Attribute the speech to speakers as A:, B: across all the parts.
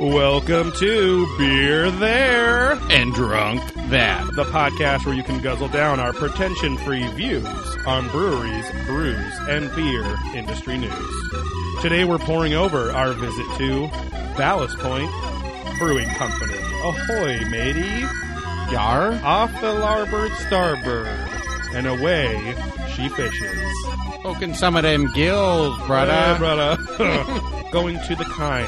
A: Welcome to Beer There,
B: and drunk that.
A: the podcast where you can guzzle down our pretension free views on breweries, brews, and beer industry news. Today we're pouring over our visit to Ballast Point Brewing Company. Ahoy, matey!
B: Yar?
A: Off the larboard starboard, and away she fishes.
B: Poking some of them gills,
A: Yeah,
B: brother.
A: brother. Going to the kind.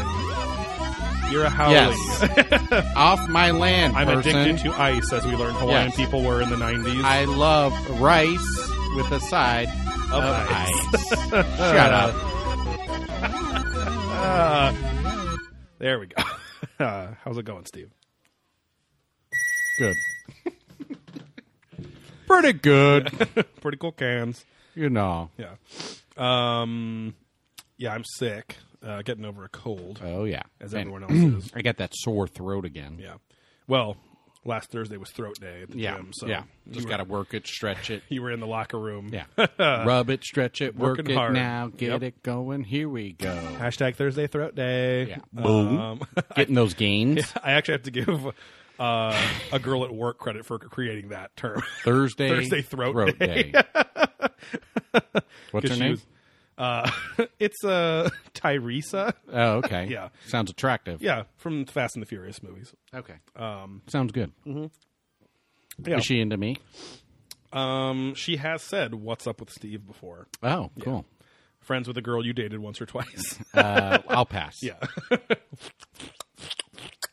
A: You're a howley.
B: Yes. Off my land,
A: I'm
B: person.
A: addicted to ice, as we learned Hawaiian
B: Yes.
A: people were in the 90s.
B: I love rice with a side of,
A: ice.
B: ice. Shut up.
A: Ah. there we go. Uh, how's it going, Steve?
B: Good. Pretty good,
A: Pretty cool cans.
B: you know.
A: Yeah. Um, yeah, I'm sick. Uh, getting over a cold,
B: Oh yeah,
A: as
B: Man,
A: everyone else is.
B: I got that sore throat again.
A: Yeah. Well, last Thursday was throat day at the
B: yeah,
A: gym, so
B: yeah.
A: you
B: Just
A: were-
B: got to work it, stretch it.
A: You were in the locker room.
B: Yeah, rub it, stretch it, work
A: Working
B: it
A: hard.
B: now, get
A: Yep.
B: it going. Here we go.
A: Hashtag Thursday Throat Day.
B: Yeah, boom.
A: Um,
B: Getting those gains.
A: I actually have to give uh, a girl at work credit for creating that term.
B: Thursday,
A: Thursday throat
B: day. What's her
A: She
B: name?
A: was- uh, it's uh, Tyresa.
B: oh, okay.
A: Yeah.
B: sounds attractive.
A: Yeah, from the Fast and the Furious movies.
B: Okay. Um, sounds good.
A: mm-hmm. Yeah.
B: Is she into me?
A: um, she has said, What's up with Steve before?
B: Oh, cool.
A: Friends with a girl you dated once or twice.
B: Uh, I'll pass.
A: yeah.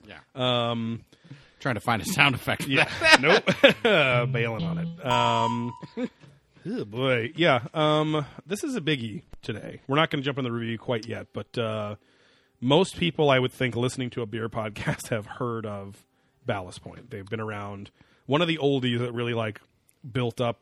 B: yeah. Um, trying to find a sound effect. For
A: Yeah.
B: that.
A: nope. Bailing on it. Um, oh boy. Yeah. Um, this is a biggie today. We're not going to jump in the review quite yet, but uh, most people, I would think, listening to a beer podcast have heard of Ballast Point. They've been around. One of the oldies that really like built up,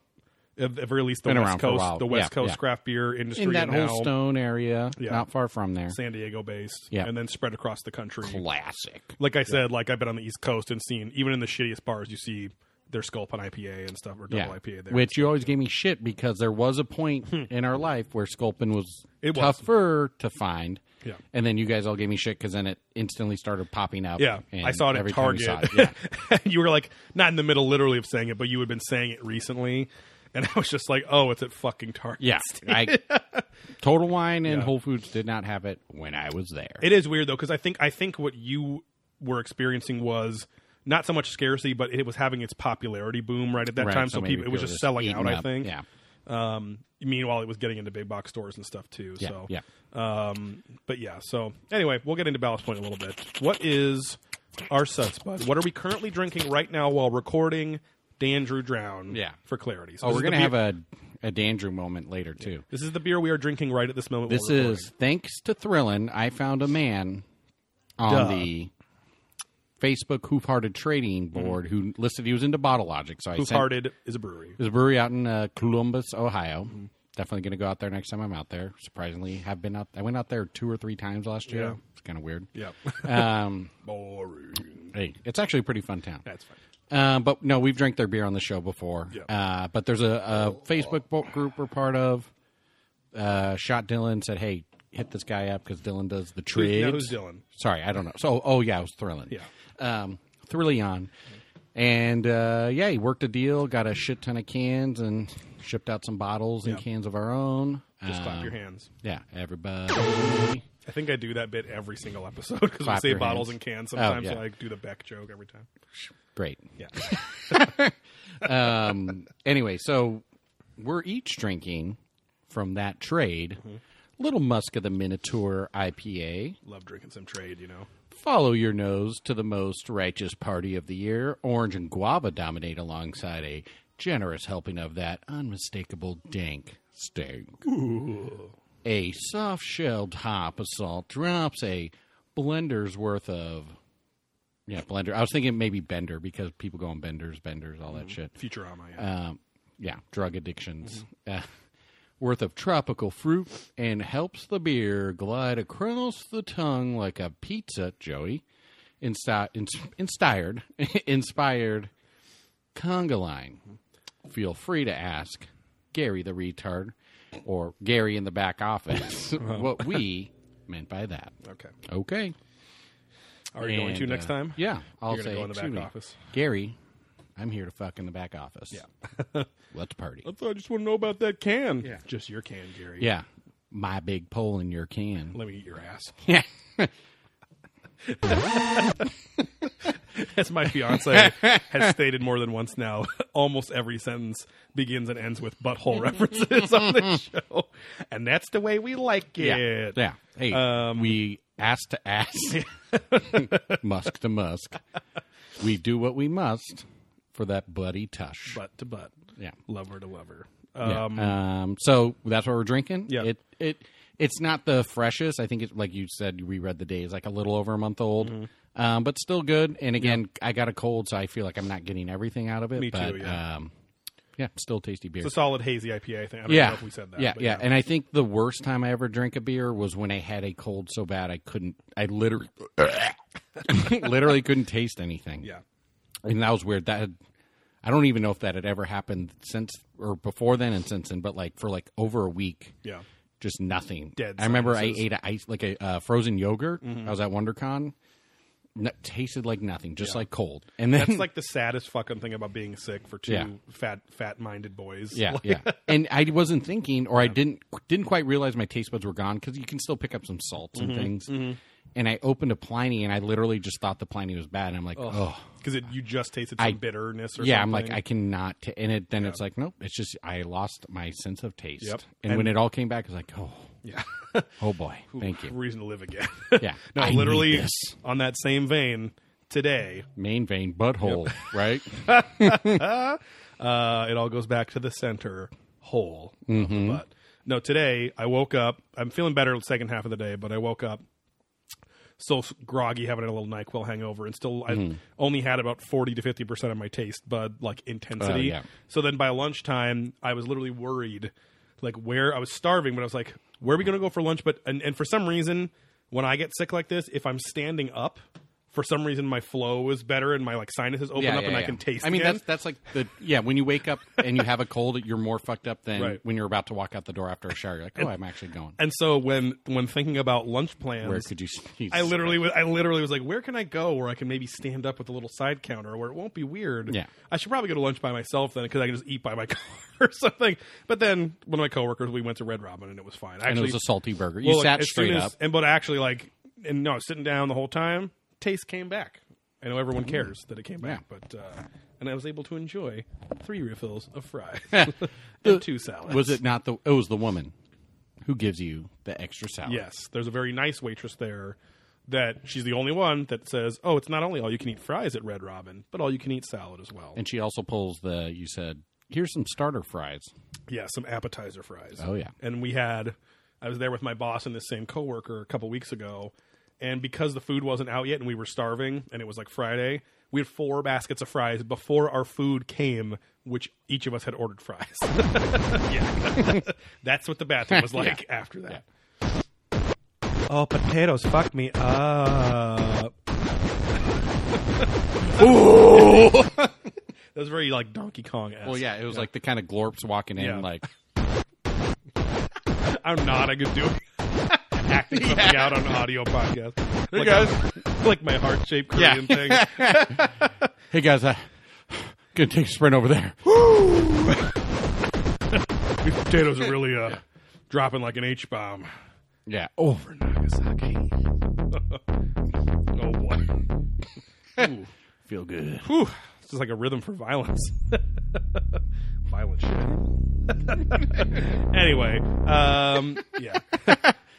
A: if, if or at least the
B: Been
A: West
B: around for a
A: Coast,
B: while.
A: the West
B: Yeah,
A: Coast
B: yeah.
A: craft beer industry,
B: In that
A: and
B: whole
A: now
B: stone area,
A: Yeah.
B: not far from there.
A: San Diego based,
B: Yeah.
A: and then spread across the country
B: Classic.
A: like I said, like I've been on the East Coast and seen even in the shittiest bars, you see their Sculpin IPA and stuff or double
B: Yeah.
A: IPA there. Hmm.
B: Which you always gave me shit because there was a point in our life where Sculpin was
A: It was.
B: tougher to find.
A: Yeah.
B: And then you guys all gave me shit because then it instantly started popping up.
A: yeah,
B: and
A: I saw it at
B: every time we
A: Target.
B: saw it- Yeah.
A: you were like not in the middle, literally, of saying it, but you had been saying it recently, and I was just like, oh, it's at fucking Target.
B: Yeah, I, Total Wine and Whole Foods did not have it when I was there.
A: It is weird though because I think I think what you were experiencing was not so much scarcity, but it was having its popularity boom right at that
B: Right,
A: time. So,
B: maybe
A: people, it was
B: people
A: just selling
B: eating
A: out. I
B: up.
A: think.
B: Yeah,
A: Um, meanwhile, it was getting into big box stores and stuff too.
B: yeah,
A: so
B: yeah.
A: Um, but yeah, so anyway, we'll get into Ballast Point in a little bit. What is our suds, bud? What are we currently drinking right now while recording Dan Drew Drown?
B: Yeah.
A: For clarity. So
B: Oh,
A: this
B: we're
A: is the
B: gonna have
A: beer-
B: a a Dandrew moment later too.
A: This is the beer we are drinking right at this moment. while
B: This
A: we're
B: is thanks to Thrillin. I found a man on
A: Duh.
B: the Facebook Hoof Hearted Trading Board who listed he was into Bottle Logic. So I
A: recording.
B: sent
A: Mm-hmm. Hearted is a brewery.
B: There's a brewery out in uh, Columbus, Ohio.
A: Mm-hmm.
B: Definitely going to go out there next time I'm out there. Surprisingly, have been out. I went out there two or three times last year.
A: Yeah.
B: It's kind of weird.
A: Yeah.
B: Um,
A: Boring.
B: hey, it's actually a pretty fun town.
A: That's fine.
B: Um, but no, we've drank their beer on the show before.
A: Yeah. Oh,
B: Uh, but there's a, a Facebook bo- group we're part of. Uh, Shot Dylan said, "Hey, hit this guy up because Dylan does the
A: Who's-
B: trades."
A: now who's Dylan?
B: Sorry, I don't know. So, oh yeah, it was Thrillin.
A: Yeah.
B: um, Thrillion, and uh, yeah, he worked a deal, got a shit ton of cans, and shipped out some bottles and
A: Yeah.
B: cans of our own.
A: Just clap
B: Um,
A: your hands.
B: Yeah, everybody.
A: I think I do that bit every single episode because we
B: Clap
A: say
B: your
A: bottles
B: hands. Oh,
A: and cans sometimes.
B: yeah.
A: So I do the Beck joke every time.
B: Great.
A: Yeah.
B: Um, anyway, so we're each drinking from that trade. Little Musk of the Minotaur IPA.
A: Love drinking some trade, you know.
B: Follow your nose to the most righteous party of the year. Orange and guava dominate alongside a generous helping of that unmistakable dank stink. A soft shelled hop assault drops a blender's worth of. Yeah, blender. I was thinking maybe bender because people go on benders, benders, all that shit
A: Futurama. Yeah.
B: um, yeah, drug addictions
A: Mm-hmm.
B: uh, worth of tropical fruit and helps the beer glide across the tongue like a pizza, Joey. Insti- ins- inspired, inspired conga line. Feel free to ask Gary the retard or Gary in the back office what we meant by that.
A: okay.
B: Okay.
A: Are you going
B: Uh, And,
A: to next
B: uh,
A: time?
B: Yeah, I'll
A: gonna
B: say
A: go in the
B: to
A: back
B: me,
A: office.
B: Gary, I'm here to fuck in the back office. Yeah, let's party.
A: I thought I just want to know about that can. Yeah. Just your can, Gary.
B: Yeah, my big pole in your can.
A: Let me eat your ass.
B: Yeah,
A: As my fiance has stated more than once now, almost every sentence begins and ends with butthole references on this show. And that's the way we like
B: yeah,
A: it.
B: yeah. Hey,
A: Um,
B: we ass to ass, musk to musk. We do what we must for that bloody tush.
A: Butt to butt.
B: yeah.
A: Lover to lover.
B: Yeah.
A: Um,
B: Um, so that's what we're drinking.
A: Yeah.
B: It it it's not the freshest. I think it's like you said, you reread the day is like a little over a month old.
A: Mm-hmm.
B: Um, but still good. And again, I got a cold, so I feel like I'm not getting everything out of it.
A: Me too,
B: but
A: yeah.
B: um yeah, still tasty beer.
A: It's a solid hazy IPA thing. I don't
B: yeah.
A: know if we said that.
B: yeah,
A: but
B: yeah, And I think the worst time I ever drank a beer was when I had a cold so bad I couldn't I literally literally couldn't taste anything.
A: Yeah.
B: And that was weird. That had, I don't even know if that had ever happened since or before then and since then, but like for like over a week,
A: Yeah.
B: just nothing.
A: Dead Mm-hmm.
B: I remember
A: silences.
B: I ate a ice like a uh, frozen yogurt. I was at WonderCon. No, tasted like nothing, just like cold. And then
A: That's like the saddest fucking thing about being sick for two
B: Yeah.
A: fat, fat-minded boys.
B: yeah,
A: Like,
B: yeah. And I wasn't thinking, or I didn't didn't quite realize my taste buds were gone because you can still pick up some salts
A: Mm-hmm,
B: and things. And I opened a Pliny, and I literally just thought the Pliny was bad. And I'm like, oh.
A: because it, you just tasted some bitterness or
B: yeah, I'm
A: something.
B: like I cannot. T-. And it, then it's like nope. It's just I lost my sense of taste.
A: Yep.
B: And, when it all came back, it's like oh,
A: yeah.
B: oh boy, thank you.
A: Reason to live again.
B: Yeah.
A: no,
B: I need
A: literally
B: this.
A: on that same vein today,
B: Main vein butthole, right?
A: uh, it all goes back to the center hole.
B: Mm-hmm.
A: But no, today I woke up. I'm feeling better the second half of the day, but I woke up still s- groggy, having a little Nyquil hangover, and still
B: Mm-hmm.
A: I only had about forty to fifty percent of my taste bud like intensity.
B: Oh, yeah.
A: So then by lunchtime, I was literally worried, like where I was starving, but I was like, where are we going to go for lunch? But and, and for some reason, when I get sick like this, if I'm standing up. For some reason, my flow is better and my like sinuses open up and I can taste.
B: I mean,
A: again.
B: that's that's like the yeah. When you wake up and you have a cold, you're more fucked up than
A: Right.
B: when you're about to walk out the door after a shower. You're like, oh, I'm actually going.
A: And so when when thinking about lunch plans,
B: Where could you? sneeze?
A: I literally was I literally was like, where can I go where I can maybe stand up with a little side counter where it won't be weird?
B: Yeah.
A: I should probably go to lunch by myself then because I can just eat by my car or something. But then one of my coworkers, we went to Red Robin and it was fine. Actually,
B: and it was a salty burger. You
A: well, like,
B: sat
A: as soon
B: straight
A: as-
B: up.
A: and but actually like and no, sitting down the whole time, taste came back. I know
B: Mm.
A: everyone cares that it came back, but uh, and I was able to enjoy three refills of fries and two salads.
B: Was it not the? It was the woman who gives you the extra salad.
A: Yes, there's a very nice waitress there that she's the only one that says, "Oh, it's not only all you can eat fries at Red Robin, but all you can eat salad as well."
B: and she also pulls the. You said, "Here's some starter fries."
A: yeah, some appetizer fries.
B: Oh, yeah.
A: And we had I was there with my boss and this same coworker a couple weeks ago, and because the food wasn't out yet and we were starving and it was like Friday, we had four baskets of fries before our food came, which each of us had ordered fries. yeah. That's what the bathroom was like after that. Oh, potatoes, fuck me up. that was very like Donkey Kong.
B: Well, yeah, it was like the kind of glorps walking in,
A: Yeah.
B: like
A: I'm not. I could do it. acting something out on an audio podcast. Hey like
B: guys.
A: a- like my heart shaped Korean thing.
B: "Hey guys, I gonna take a sprint over there."
A: These potatoes are really uh, dropping like an H bomb.
B: yeah, over Nagasaki.
A: Oh boy,
B: Feel good.
A: Whew. it's just like a rhythm for violence. Violent shit. anyway, um, yeah.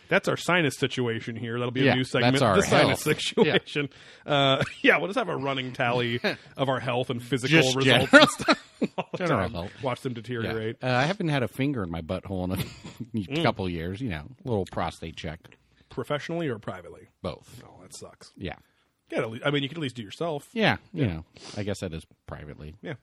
A: That's our sinus situation here. That'll be a
B: Yeah,
A: new
B: that's
A: segment.
B: our
A: the sinus
B: health.
A: situation. Yeah. Uh, yeah, we'll just have a running tally of our health and physical
B: Just
A: results.
B: general-
A: and stuff all the
B: general
A: time.
B: health.
A: Watch them deteriorate.
B: Uh, I haven't had a finger in my butthole in
A: Mm.
B: a couple years. You know, little prostate check.
A: professionally or privately?
B: Both.
A: Oh, that sucks.
B: Yeah.
A: Yeah, at least, I mean, you can at least do yourself.
B: Yeah. You know, I guess that is privately.
A: Yeah,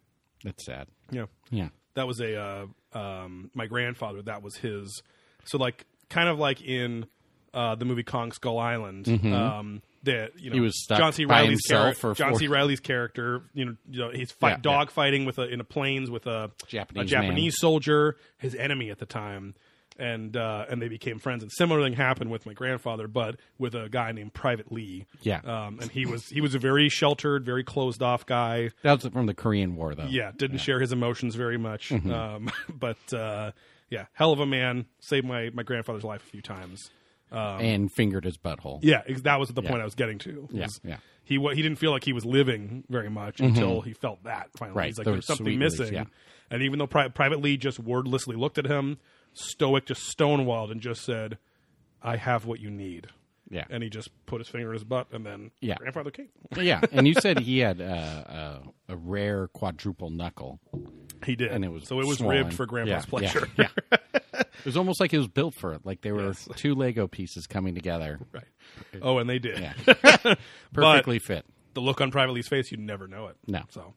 B: That's sad.
A: yeah.
B: Yeah.
A: That was a uh, um, my grandfather. That was his. So like, kind of like in uh, the movie Kong Skull Island. Um, that you know,
B: Mm-hmm. He was stuck
A: John C.
B: by
A: Riley's
B: himself
A: character.
B: for
A: John
B: four-
A: C. Riley's character. You know, you know he's
B: Yeah,
A: fight,
B: yeah.
A: dog fighting with a in a planes with a
B: Japanese
A: a Japanese
B: man.
A: soldier, his enemy at the time. and uh, and they became friends. And similar thing happened with my grandfather, but with a guy named Private Lee.
B: Yeah.
A: um, and he was he was a very sheltered, very closed off guy.
B: That was from the Korean War, though.
A: Yeah, didn't share his emotions very much.
B: Mm-hmm.
A: Um, but uh, yeah, hell of a man. Saved my my grandfather's life a few times.
B: and fingered his butthole.
A: Um, Yeah, ex- that was the point I was getting to.
B: Yeah,
A: was
B: yeah. Mm-hmm.
A: He wa- he didn't feel like he was living very much until he felt that finally.
B: Right,
A: He's like,
B: there
A: there's
B: was
A: something
B: sweet relief,
A: missing.
B: yeah.
A: And even though pri- Private Lee just wordlessly looked at him, Stoic just stonewalled and just said, I have what you need.
B: Yeah.
A: And he just put his finger in his butt and then
B: Yeah.
A: grandfather came.
B: yeah. And you said he had uh, uh, a rare quadruple knuckle.
A: He did.
B: And it was
A: so it was
B: swollen.
A: ribbed for grandpa's
B: Yeah, yeah,
A: pleasure.
B: Yeah, It was almost like it was built for it. Like they were two Lego pieces coming together,
A: right. Oh, and they did.
B: perfectly fit.
A: the look on Private Lee's face, you'd never know it.
B: No.
A: So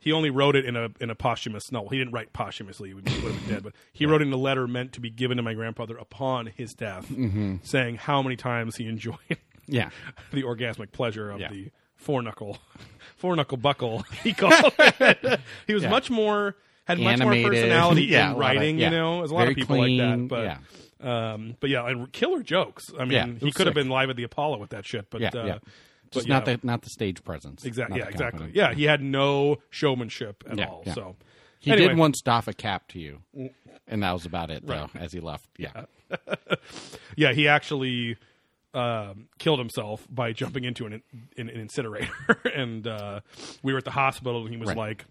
A: he only wrote it in a in a posthumous. No, he didn't write posthumously. He would he would have been dead. But he wrote it in a letter meant to be given to my grandfather upon his death,
B: Mm-hmm.
A: saying how many times he enjoyed
B: Yeah.
A: the orgasmic pleasure of
B: Yeah.
A: the four knuckle, four knuckle buckle. He called. it. he was much more had much more
B: Animated.
A: personality
B: Yeah, a
A: in
B: lot of-
A: writing.
B: yeah.
A: You know, there's a lot
B: Very
A: of people like
B: clean,
A: that. But um, but yeah, and killer jokes. I mean,
B: Yeah, it
A: he
B: was
A: could have
B: sick.
A: been live at the Apollo with that shit. But
B: Yeah,
A: uh,
B: yeah.
A: But
B: Just not
A: yeah.
B: the not the stage presence.
A: Exactly.
B: Not
A: Yeah,
B: the
A: exactly.
B: confidence.
A: Yeah, he had no showmanship at
B: Yeah,
A: all.
B: yeah.
A: So
B: He
A: anyway, Mm.
B: did once doff a cap to you, and that was about it, though. As he left,
A: Uh,
B: yeah,
A: Yeah, he actually um, killed himself by jumping into an, an, an incinerator, and uh, we were at the hospital, and he was
B: Right.
A: like.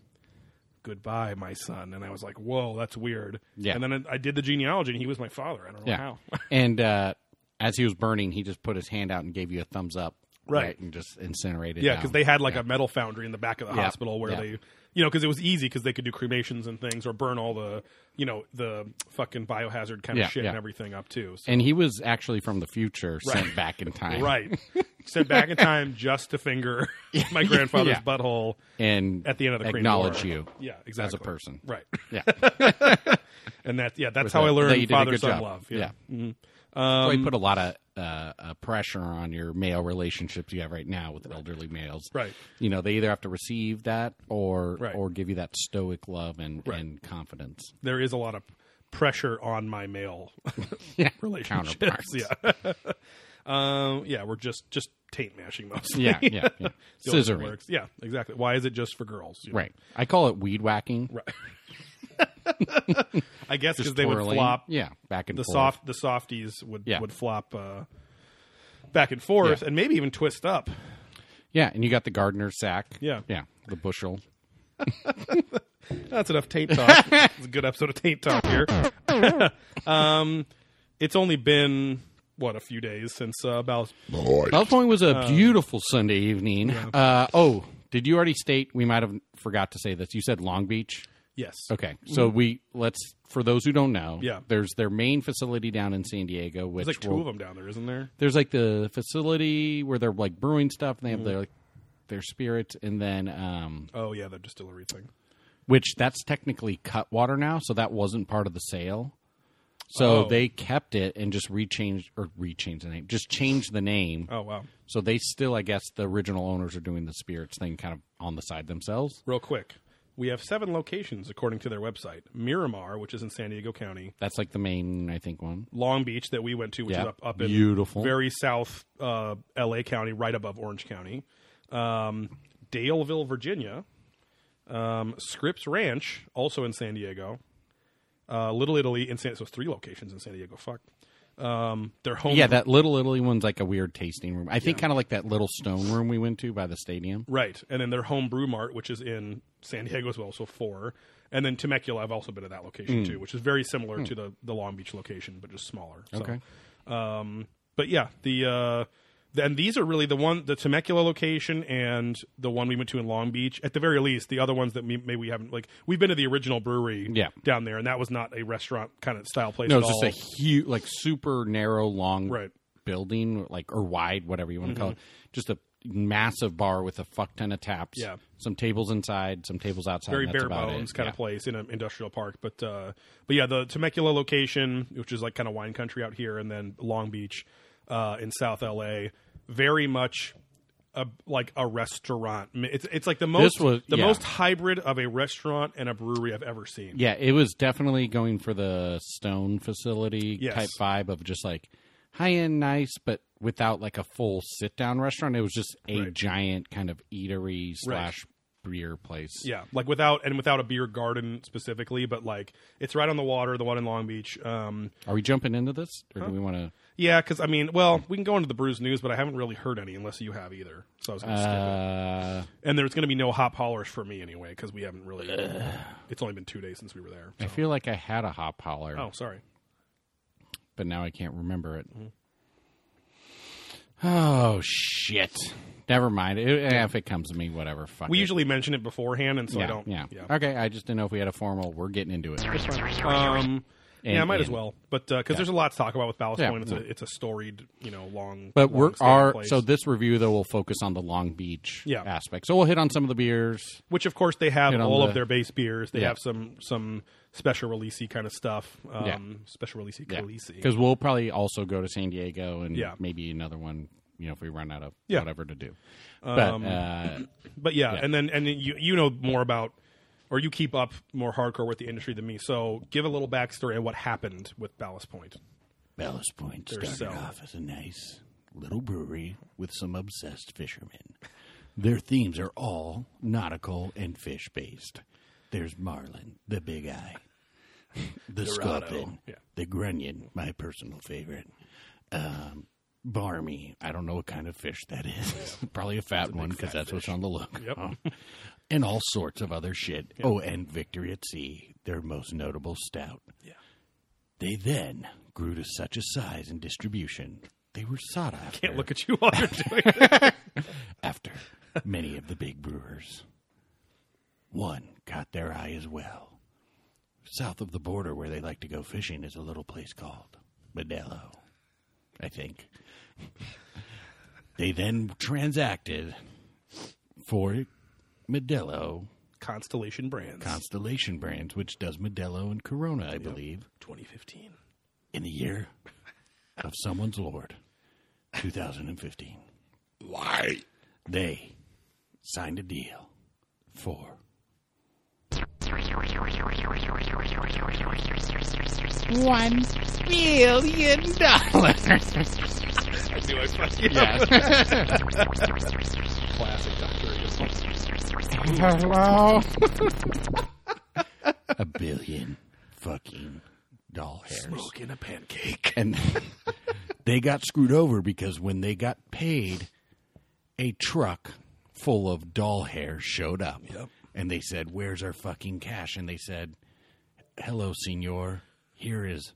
A: Goodbye, my son. And I was like, "Whoa, that's weird."
B: Yeah.
A: And then I, I did the genealogy, and he was my father. I don't know
B: yeah.
A: how.
B: and uh, as he was burning, he just put his hand out and gave you a thumbs up,
A: Right.
B: and just incinerated.
A: Yeah,
B: down.
A: because they had like a metal foundry in the back of the
B: Yeah.
A: hospital where
B: Yeah.
A: they, you know, because it was easy because they could do cremations and things or burn all the, you know, the fucking biohazard kind
B: Yeah,
A: of shit
B: yeah.
A: and everything up too. So
B: and he was actually from the future, sent back in time,
A: Right. Sent back in time just to finger my grandfather's
B: Yeah.
A: butthole
B: And
A: at the end of the Korean
B: acknowledge
A: War.
B: you,
A: Yeah, exactly.
B: as a person,
A: Right.
B: Yeah,
A: And that yeah, that's how I
B: That you
A: learned
B: did a
A: father
B: good
A: son
B: job.
A: love. Mm-hmm. Um,
B: yeah. so he put a lot of uh, uh, pressure on your male relationships you have right now with elderly males.
A: Right.
B: You know, they either have to receive that or
A: Right.
B: or give you that stoic love and,
A: Right.
B: and confidence.
A: There is a lot of pressure on my male relationships.
B: Counterparts.
A: Yeah. um yeah, we're just just taint mashing mostly.
B: Yeah, yeah, yeah.
A: The only thing that
B: Scissoring.
A: works. Yeah, exactly. Why is it just for girls? You know?
B: Right. I call it weed whacking.
A: Right. I guess because
B: Just
A: they would
B: twirling.
A: flop
B: Yeah. Back and
A: the
B: forth.
A: soft the softies would
B: Yeah.
A: would flop uh, back and forth and maybe even twist up.
B: Yeah. And you got the gardener sack.
A: Yeah.
B: Yeah. The bushel.
A: That's enough taint talk. it's a good episode of taint talk here. um, it's only been what a few days since uh, Bow's.
B: Bell's Point was
A: Uh,
B: a beautiful Sunday evening. Uh, oh, did you already state we might have forgot to say this? You said Long Beach.
A: Yes.
B: Okay, so we let's for those who don't know,
A: Mm. Yeah.
B: there's their main facility down in San Diego, which
A: There's like two
B: will-
A: of them down there, isn't there?
B: there's like the facility where they're like brewing stuff, and they have
A: Mm-hmm.
B: their like their spirits, and then um,
A: Oh yeah, the distillery thing.
B: which that's technically Cutwater now, so that wasn't part of the sale. So
A: Oh.
B: they kept it and just rechanged or rechanged the name, just changed the name.
A: Oh wow.
B: So they still, I guess, the original owners are doing the spirits thing kind of on the side themselves.
A: Real quick, we have seven locations according to their website. Miramar, which is in San Diego County.
B: That's like the main, I think, one.
A: Long Beach that we went to, which
B: Yeah.
A: is up, up in
B: Beautiful.
A: very south uh, L.A. County, right above Orange County, um, Daleville, Virginia, um, Scripps Ranch, also in San Diego, uh, Little Italy in San. So it's three locations in San Diego. Fuck, um, their home.
B: Yeah, that little Italy one's like a weird tasting room. I think kind of like that little stone room we went to by the stadium.
A: right, and then their home brew mart, which is in San Diego as well. So four, and then Temecula. I've also been to that
B: Hmm.
A: location too, which is very similar to the the Long Beach location, but just smaller. So. Um,
B: Okay.
A: but yeah, the uh, and these are really the one the Temecula location and the one we went to in Long Beach. At the very least, the other ones that me, maybe we haven't like we've been to the original brewery
B: Yeah.
A: down there, and that was not a restaurant kind of style place.
B: No,
A: at
B: it's just
A: all.
B: a huge, like super narrow, long
A: Right. Mm-hmm.
B: building, like or wide, whatever you want to call it. Just a massive bar with a fuck ton of taps.
A: Yeah.
B: Some tables inside, some tables outside.
A: very
B: and that's
A: bare
B: about
A: bones
B: it.
A: kind
B: yeah.
A: of place in an industrial park. But uh, but yeah, the Temecula location, which is like kind of wine country out here, and then Long Beach uh, in South LA, very much a like a restaurant. mi- It's it's like the most
B: was-
A: the
B: yeah.
A: most hybrid of a restaurant and a brewery I've ever seen.
B: Yeah, it was definitely going for the stone facility
A: Yes.
B: type vibe of just like high end, nice, but without like a full sit down restaurant. It was just a
A: Right.
B: giant kind of eatery slash beer place.
A: Yeah, like without and without a beer garden specifically, but like it's right on the water, the one in Long Beach. Um,
B: Are we jumping into this, or do we want to?
A: yeah, because I mean, well, we can go into the brews news, but I haven't really heard any unless you have either. So I was gonna skip
B: Uh,
A: it. And there's going to be no hop hollers for me anyway because we haven't really. it's only been two days since we were there.
B: I feel like I had a hop holler,
A: Oh, Mm-hmm. sorry.
B: but now I can't remember it. Oh shit! Never mind. It, eh, If it comes to me, whatever. Fuck.
A: We
B: it.
A: usually mention it beforehand, and so
B: yeah,
A: I don't.
B: yeah. Okay, I just didn't know if we had a formal. We're getting into it.
A: Um, yeah, I
B: And-
A: might as
B: and-
A: well, but because there's a lot to talk about with Ballast
B: Yeah,
A: Point, it's,
B: yeah.
A: a, it's a storied, you know, long.
B: But we're
A: long-standing
B: our
A: place.
B: so this review though will focus on the Long Beach
A: Yeah.
B: aspect. So we'll hit on some of the beers.
A: which of course they have
B: And on
A: all
B: the-
A: of their base beers. They
B: Yeah.
A: have some some special releasey kind of stuff. Um,
B: Yeah.
A: Special releasey, releasey.
B: because we'll probably also go to San Diego and
A: Yeah.
B: maybe another one. You know, if we run out of
A: Yeah. Um,
B: whatever to do. But uh,
A: But yeah, and then and then you you know more about or you keep up more hardcore with the industry than me. So give a little backstory on what happened with Ballast Point.
B: Ballast Point started
A: so-
B: off as a nice little brewery with some obsessed fishermen. Their themes are all nautical and fish based. There's marlin, the big eye, the scorpion,
A: yeah.
B: the grunion, my personal favorite. Um, barmy, I don't know what kind of fish that is. Probably a fat one because that's what's on the look. Oh. and all sorts of other shit. Oh, and Victory at Sea, their most notable stout.
A: Yeah.
B: They then grew to such a size and distribution they were sought after
A: Can't look at you while you're doing it.
B: after many of the big brewers. One caught their eye as well. South of the border, where they like to go fishing, is a little place called Modelo, I think. they then transacted for Modelo
A: Constellation Brands,
B: Constellation Brands, which does Modelo and Corona, I believe.
A: 2015.
B: in the year of someone's Lord, 2015. Why? They signed a deal for. One billion dollars.
A: I knew I fucked you up. Classic Doctor.
B: Hello. a billion fucking doll hairs.
A: Smoking a pancake.
B: and they got screwed over because when they got paid, a truck full of doll hair showed up. And they said, Where's our fucking cash? And they said, Hello, senor. Here is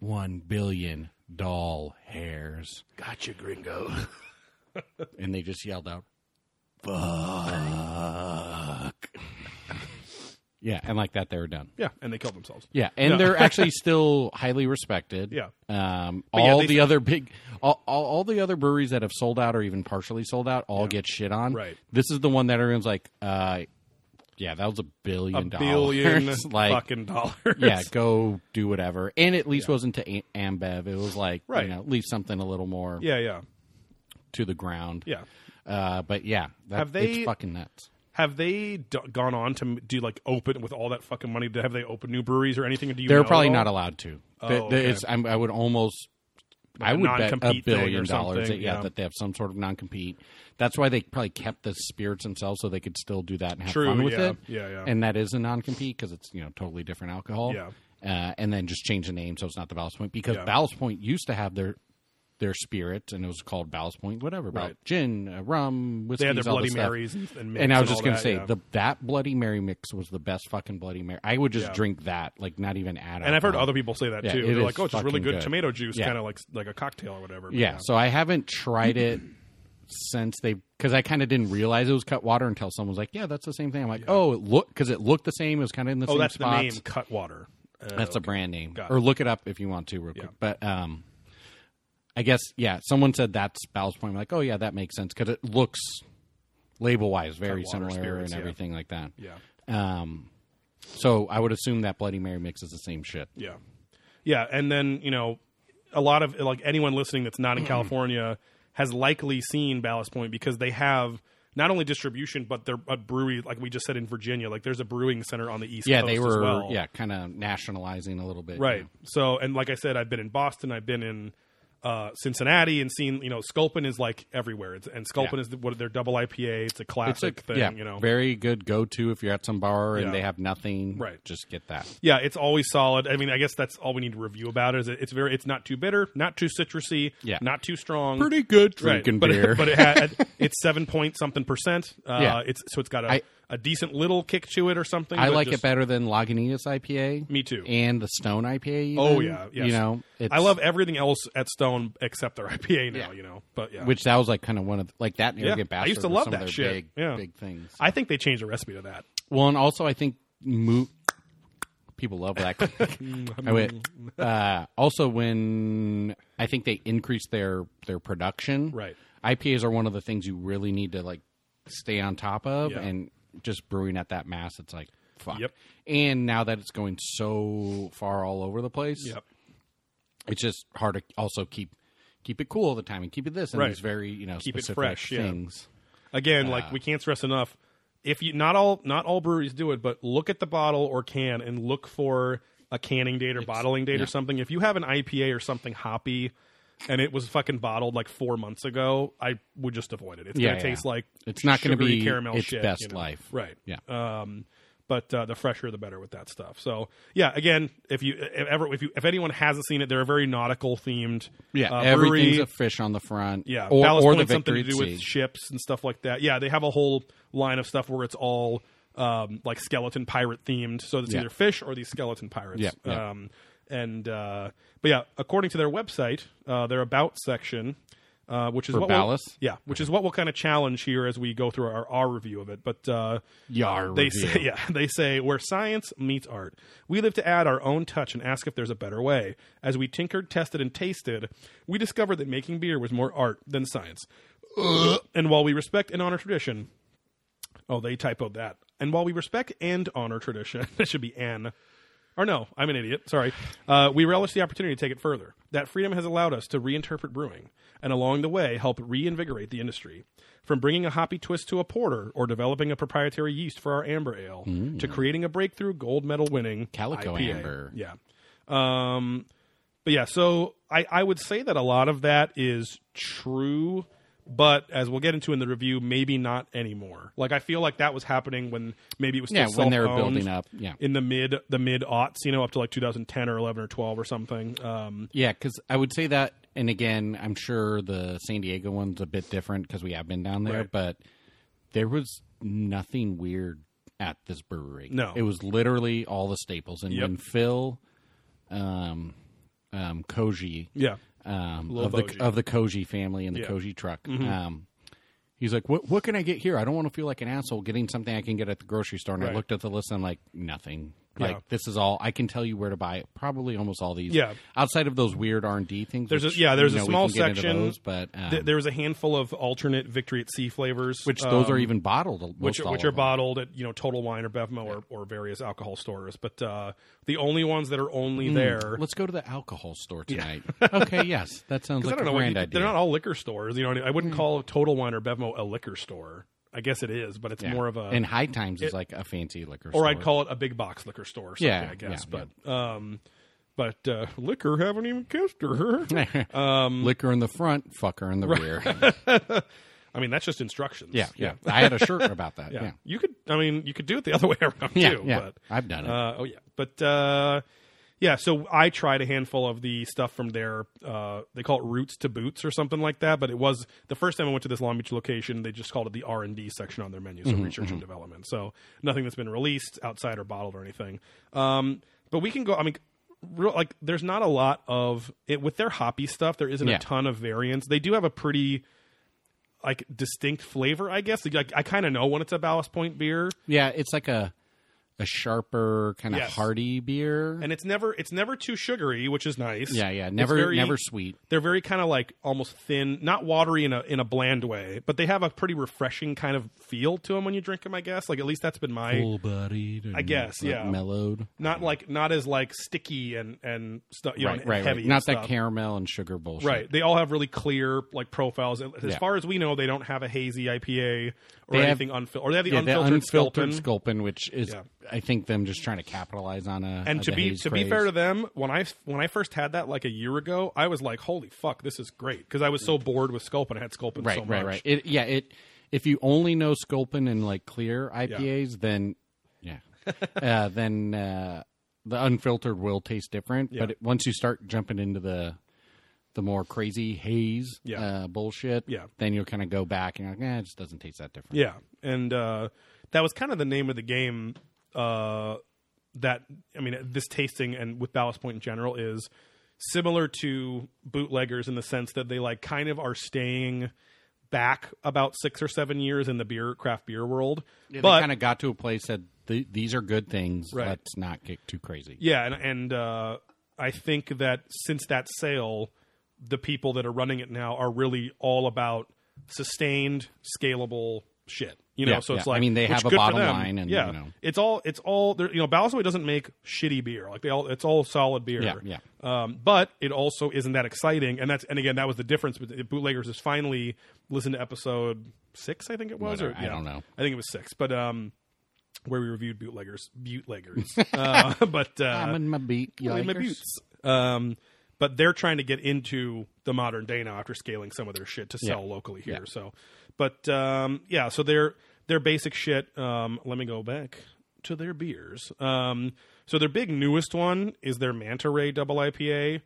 B: one billion doll hairs.
A: Gotcha, gringo.
B: And they just yelled out, Fuck. yeah. And like that, they were done.
A: Yeah, and they killed themselves.
B: Yeah, and they're actually still highly respected.
A: Yeah.
B: Um,
A: yeah,
B: all
A: they-
B: the other big, all, all, all the other breweries that have sold out or even partially sold out all get shit on.
A: Right.
B: This is the one that everyone's like, uh, yeah, that was a billion dollars.
A: billion
B: like,
A: fucking dollars.
B: yeah, go do whatever. And at least wasn't to A- Ambev. It was like,
A: Right.
B: you know, leave something a little more
A: yeah, yeah,
B: to the ground.
A: yeah.
B: Uh, but yeah, that,
A: Have they-
B: it's fucking nuts.
A: Have they d- gone on to m- do like open with all that fucking money? Have they opened new breweries or anything? Do you
B: They're
A: know
B: probably
A: at
B: not
A: all?
B: allowed to.
A: Oh,
B: Th- th- it's-
A: okay.
B: I'm- i would almost. I
A: a
B: would bet a
A: non-compete thing or
B: billion dollars.
A: something,
B: That, yeah,
A: yeah.
B: that they have some sort of non-compete. That's why they probably kept the spirits themselves, so they could still do that and have
A: True,
B: fun with
A: yeah,
B: it.
A: yeah, yeah.
B: And that is a non-compete because it's you know totally different alcohol.
A: Yeah.
B: Uh, and then just change the name so it's not the Ballast Point because
A: Yeah.
B: Ballast Point used to have their their spirits and it was called Ballast Point whatever about
A: Right.
B: gin, uh, rum, whiskey.
A: They had their
B: all
A: Bloody
B: this stuff
A: Marys and, and,
B: and I was just
A: going
B: gonna
A: to
B: say the that Bloody Mary mix was the best fucking Bloody Mary. I would just
A: Yeah.
B: drink that, like not even add.
A: And I've heard
B: alcohol.
A: other people say that
B: Yeah,
A: too.
B: it
A: They're
B: is
A: like, "Oh, it's just really
B: fucking
A: good,
B: good.
A: tomato juice,
B: Yeah.
A: kind of like like a cocktail or whatever." But
B: Yeah, so I haven't tried it since they because I kind of didn't realize it was cut water until someone was like, "Yeah, that's the same thing." I'm like, "Oh, it looked because it looked the same. It was kind of in the
A: Oh,
B: same
A: that's
B: spots."
A: the name, Cutwater. Uh,
B: That's a brand name,
A: Got
B: or
A: it.
B: look it up if you want to, real quick. But um, I guess yeah, someone said that's Ballast Point. I'm like, oh yeah, that makes sense because it looks label wise very
A: Cutwater
B: similar
A: spirits,
B: and
A: yeah.
B: everything like that.
A: yeah,
B: Um, so I would assume that Bloody Mary mix is the same shit.
A: yeah, yeah. And then you know, a lot of like anyone listening that's not in California has likely seen Ballast Point because they have not only distribution but they're a brewery like we just said in Virginia. Like there's a brewing center on the east
B: yeah,
A: coast
B: they
A: as
B: were
A: well.
B: yeah, kind of nationalizing a little bit.
A: Right. So, and like I said, I've been in Boston, I've been in uh, Cincinnati, and seen you know Sculpin is like everywhere, it's, and Sculpin
B: Yeah.
A: is the, what their double IPA. It's a
B: It's a
A: classic thing,
B: yeah,
A: you know.
B: very good go to if you're at some bar and
A: Yeah.
B: they have nothing.
A: Right.
B: Just get that.
A: yeah, it's always solid. I mean, I guess that's all we need to review about it. Is it, it's very, it's not too bitter, not too citrusy,
B: Yeah.
A: not too strong.
B: Pretty good
A: Right,
B: drinking
A: but,
B: beer.
A: but it had, it's seven point something percent. Uh,
B: Yeah.
A: it's so it's got a
B: I-
A: a decent little kick to it or something.
B: I
A: but
B: like
A: just-
B: it better than Lagunitas IPA.
A: Me too.
B: And the Stone IPA. Even.
A: Oh, yeah, yes.
B: You know, it's,
A: I love everything else at Stone except their IPA now. You know, but yeah,
B: which that was like kind of one of the, like that. And
A: Yeah,
B: Arrogant
A: I
B: Bastard
A: used to
B: were
A: love
B: some
A: that
B: of their
A: shit.
B: Big,
A: Yeah.
B: big things.
A: I think they changed the recipe to that.
B: Well, and also I think mo- people love that. click. I went, uh, also, when I think they increased their their production,
A: Right.
B: IPAs are one of the things you really need to like stay on top of,
A: Yeah.
B: and just brewing at that mass, it's like fuck.
A: Yep.
B: And now that it's going so far all over the place,
A: Yep.
B: it's just hard to also keep keep it cool all the time and keep it this and
A: Right.
B: these very you know
A: Keep it
B: specific
A: fresh, yeah.
B: things.
A: Again, like we can't stress enough. If you not all not all breweries do it, but look at the bottle or can and look for a canning date or bottling date or something. If you have an IPA or something hoppy and it was fucking bottled like four months ago, I would just avoid it. It's
B: Yeah,
A: gonna
B: yeah.
A: taste like
B: It's not gonna
A: sugary
B: be
A: caramel
B: its
A: shit,
B: best
A: you know?
B: life.
A: Right.
B: Yeah.
A: Um, but uh, the fresher, the better with that stuff. So yeah, again, if you if ever if you if anyone hasn't seen it, they're a very nautical themed.
B: Yeah,
A: uh,
B: everything's
A: brewery.
B: a fish on the front.
A: Yeah,
B: or,
A: Ballast
B: or the
A: Point something
B: victory
A: to do
B: at sea.
A: with ships and stuff like that. Yeah, they have a whole line of stuff where it's all um, like skeleton pirate themed. So it's
B: Yeah.
A: either fish or these skeleton pirates.
B: Yeah, yeah.
A: Um, and uh, but yeah, according to their website, uh, their about section, uh, which is what we'll-
B: Ballast?
A: yeah, which is what we'll kind of challenge here as we go through our, our review of it. But uh,
B: Yar
A: they
B: review.
A: say, yeah, they say where science meets art. We live to add our own touch and ask if there's a better way. As we tinkered, tested, and tasted, we discovered that making beer was more art than science. Ugh. And while we respect and honor tradition, oh, they typoed that. And while we respect and honor tradition, it should be an. Or no, I'm an idiot. Sorry. Uh, we relish the opportunity to take it further. That freedom has allowed us to reinterpret brewing, and along the way, help reinvigorate the industry. From bringing a hoppy twist to a porter, or developing a proprietary yeast for our amber ale, to creating a breakthrough gold medal winning
B: Mm. Calico
A: IPA.
B: amber.
A: Yeah. Um, but yeah, so I, I would say that a lot of that is true, but as we'll get into in the review, maybe not anymore. Like I feel like that was happening when maybe it was still
B: Yeah, when they were
A: self-owned
B: building up, yeah.
A: in the mid the mid aughts, you know, up to like 2010 or 11 or 12 or something. Um,
B: Yeah, because I would say that, and again, I'm sure the San Diego one's a bit different because we have been down there,
A: Right.
B: but there was nothing weird at this brewery.
A: No.
B: it was literally all the staples, and
A: Yep.
B: when Phil, um, um, Koji,
A: yeah,
B: um,
A: Lil
B: of the
A: Boji.
B: of the Koji family and the
A: Yeah. Mm-hmm.
B: Koji truck. Um, he's like, "What what can I get here? I don't want to feel like an asshole getting something I can get at the grocery store." And I
A: Right.
B: looked at the list and I'm like, "Nothing.
A: Yeah.
B: Like this is all I can tell you where to buy. it. Probably almost all these.
A: Yeah.
B: outside of those weird R and D things.
A: There's a-
B: which,
A: yeah, there's
B: you
A: a
B: know, we
A: small
B: can get into
A: section
B: those, but um,
A: Th- there was a handful of alternate Victory at Sea flavors,
B: which those
A: um,
B: are even bottled.
A: which
B: most all
A: which are
B: of them.
A: bottled at you know Total Wine or Bevmo or, or various alcohol stores. But uh, the only ones that are
B: Mm.
A: only there
B: Hmm. Let's go to the alcohol store tonight. okay, yes, that sounds like
A: I don't
B: a
A: know.
B: grand
A: what you-
B: idea. Hmm.
A: They're not all liquor stores. You know, what I mean? I wouldn't call Total Wine or Bevmo a liquor store. I guess it is, but it's
B: Yeah.
A: more of a.
B: and High Times is like a fancy liquor
A: or
B: store.
A: I'd call it a big box liquor store. Or something,
B: Yeah,
A: I guess.
B: yeah,
A: but um, but uh, liquor haven't even kissed her.
B: liquor in the front, fucker in the rear.
A: I mean, that's just instructions.
B: Yeah, yeah. I had a shirt about that.
A: yeah.
B: Yeah,
A: You could. I mean, you could do it the other way around
B: yeah,
A: too.
B: yeah.
A: But
B: I've done it.
A: Uh, oh yeah, but uh, yeah. So I tried a handful of the stuff from their. Uh, they call it roots to boots or something like that. But it was the first time I went to this Long Beach location. They just called it the R and D section on their menu,
B: Mm-hmm,
A: so research and development. So nothing that's been released outside or bottled or anything. Um, but we can go. I mean. Real, like there's not a lot of it with their hoppy stuff. There isn't
B: Yeah.
A: a ton of variants. They do have a pretty like distinct flavor, I guess. Like I kind of know when it's a Ballast Point beer.
B: yeah, it's like a a sharper kind of
A: Yes.
B: hearty beer.
A: and it's never it's never too sugary, which is nice.
B: yeah, yeah,
A: It's
B: never
A: very-
B: never sweet.
A: They're very kind of like almost thin, not watery in a in a bland way, but they have a pretty refreshing kind of feel to them when you drink them. I guess, like at least that's been my
B: Full bodied.
A: I guess, yeah.
B: Mellowed.
A: not like not as like sticky and and stuff, you know,
B: right,
A: and
B: right,
A: heavy.
B: right.
A: and
B: Not that
A: stuff.
B: caramel and sugar bullshit.
A: Right. They all have really clear like profiles. As
B: Yeah.
A: far as we know, they don't have a hazy IPA or
B: They have-
A: anything unfiltered. Or they have the
B: Yeah, the
A: unfiltered,
B: unfiltered
A: Sculpin.
B: Sculpin, which is,
A: Yeah.
B: I think, them just trying to capitalize on a
A: And
B: a-
A: to
B: the
A: be
B: haze
A: to be
B: craze.
A: fair to them, when I when I first had that like a year ago, I was like, "Holy fuck, this is great!" Because I was so bored with Sculpin. I had Sculpin
B: right,
A: so much.
B: right, right. It, yeah, it. If you only know Sculpin and like clear IPAs, then yeah, uh, then uh, the unfiltered will taste different. But it, once you start jumping into the the more crazy haze
A: Yeah.
B: uh, bullshit,
A: Yeah.
B: then you'll kind of go back and you're like, eh, it just doesn't taste that different.
A: Yeah, and uh, that was kind of the name of the game. Uh, that I mean, this tasting and with Ballast Point in general is similar to bootleggers in the sense that they like kind of are staying back about six or seven years in the beer craft beer world.
B: they
A: but
B: kind of got to a place that th- these are good things.
A: Right.
B: Let's not get too crazy.
A: Yeah, and and uh, I think that since that sale, the people that are running it now are really all about sustained, scalable shit. You know,
B: Yeah,
A: so it's
B: yeah. I
A: like
B: mean, they
A: which
B: have a
A: good for
B: bottom
A: them.
B: line and,
A: yeah,
B: you know.
A: it's all it's all they're- you know. Ballastway doesn't make shitty beer. Like they all, it's all solid beer.
B: Yeah, yeah.
A: Um, but it also isn't that exciting, and that's and again that was the difference. But the bootleggers is finally listened to episode six, I think it was, or
B: Whatever, I
A: yeah.
B: don't know.
A: I think it was six, but um, where we reviewed bootleggers, bootleggers. uh, but uh,
B: I'm in my beat. You
A: William
B: likers?
A: Abuse. Um, but they're trying to get into the modern day now after scaling some of their shit to sell locally here. So, but um, yeah, so their their basic shit. Um, let me go back to their beers. Um, so their big newest one is their Manta Ray Double IPA,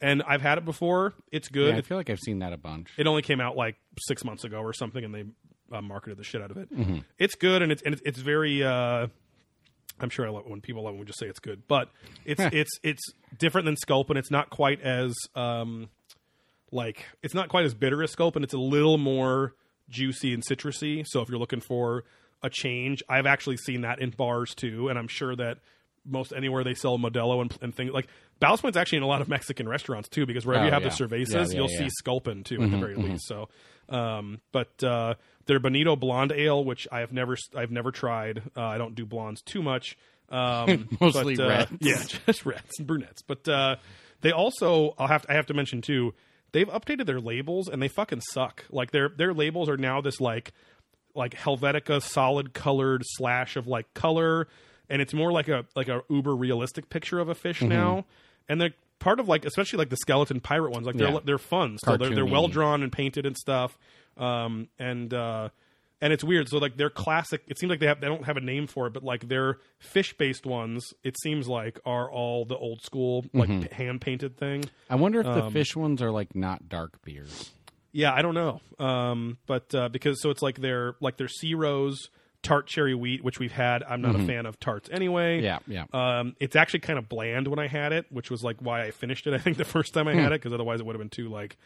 A: and I've had it before. It's good.
B: Yeah, I
A: It's-
B: feel like I've seen that a bunch.
A: it only came out like six months ago or something, and they uh, marketed the shit out of it.
B: Mm-hmm.
A: It's good, and it's and it's, it's very. Uh, I'm sure I love it when people love it when we just say it's good, but it's it's it's different than Sculpin. It's not quite as um, like it's not quite as bitter as Sculpin. It's a little more juicy and citrusy. So if you're looking for a change, I've actually seen that in bars too, and I'm sure that most anywhere they sell Modelo and, and things like Ballast Point's actually in a lot of Mexican restaurants too, because wherever
B: Oh,
A: you have
B: yeah.
A: the cervezas,
B: Yeah, yeah,
A: you'll
B: yeah. Mm-hmm,
A: see Sculpin too, at the very least. So, um, but uh, their Bonito Blonde Ale, which I have never, I've never tried. Uh, I don't do blondes too much. Um,
B: Mostly
A: but, uh,
B: reds.
A: Yeah, just reds and brunettes. But uh, they also, I'll have to, I have to mention too, they've updated their labels and they fucking suck. Like their their labels are now this like like Helvetica solid colored slash of like color, and it's more like a like a uber realistic picture of a fish
B: Mm-hmm.
A: now. And they're part of like especially like the skeleton pirate ones. Like they're
B: Yeah.
A: they're fun. So they're, they're
B: Cartoony.
A: well drawn and painted and stuff. Um and uh and it's weird. So like their classic, it seems like they have they don't have a name for it, but like their fish based ones, it seems like are all the old school like
B: Mm-hmm.
A: hand painted thing.
B: I wonder if
A: Um,
B: the fish ones are like not dark beers.
A: Yeah, I don't know. Um, but uh, because so it's like their like their sea rose tart cherry wheat, which we've had. I'm not a fan of tarts anyway.
B: Yeah, yeah.
A: Um, it's actually kind of bland when I had it, which was like why I finished it. I think the first time I had it because otherwise it would have been too like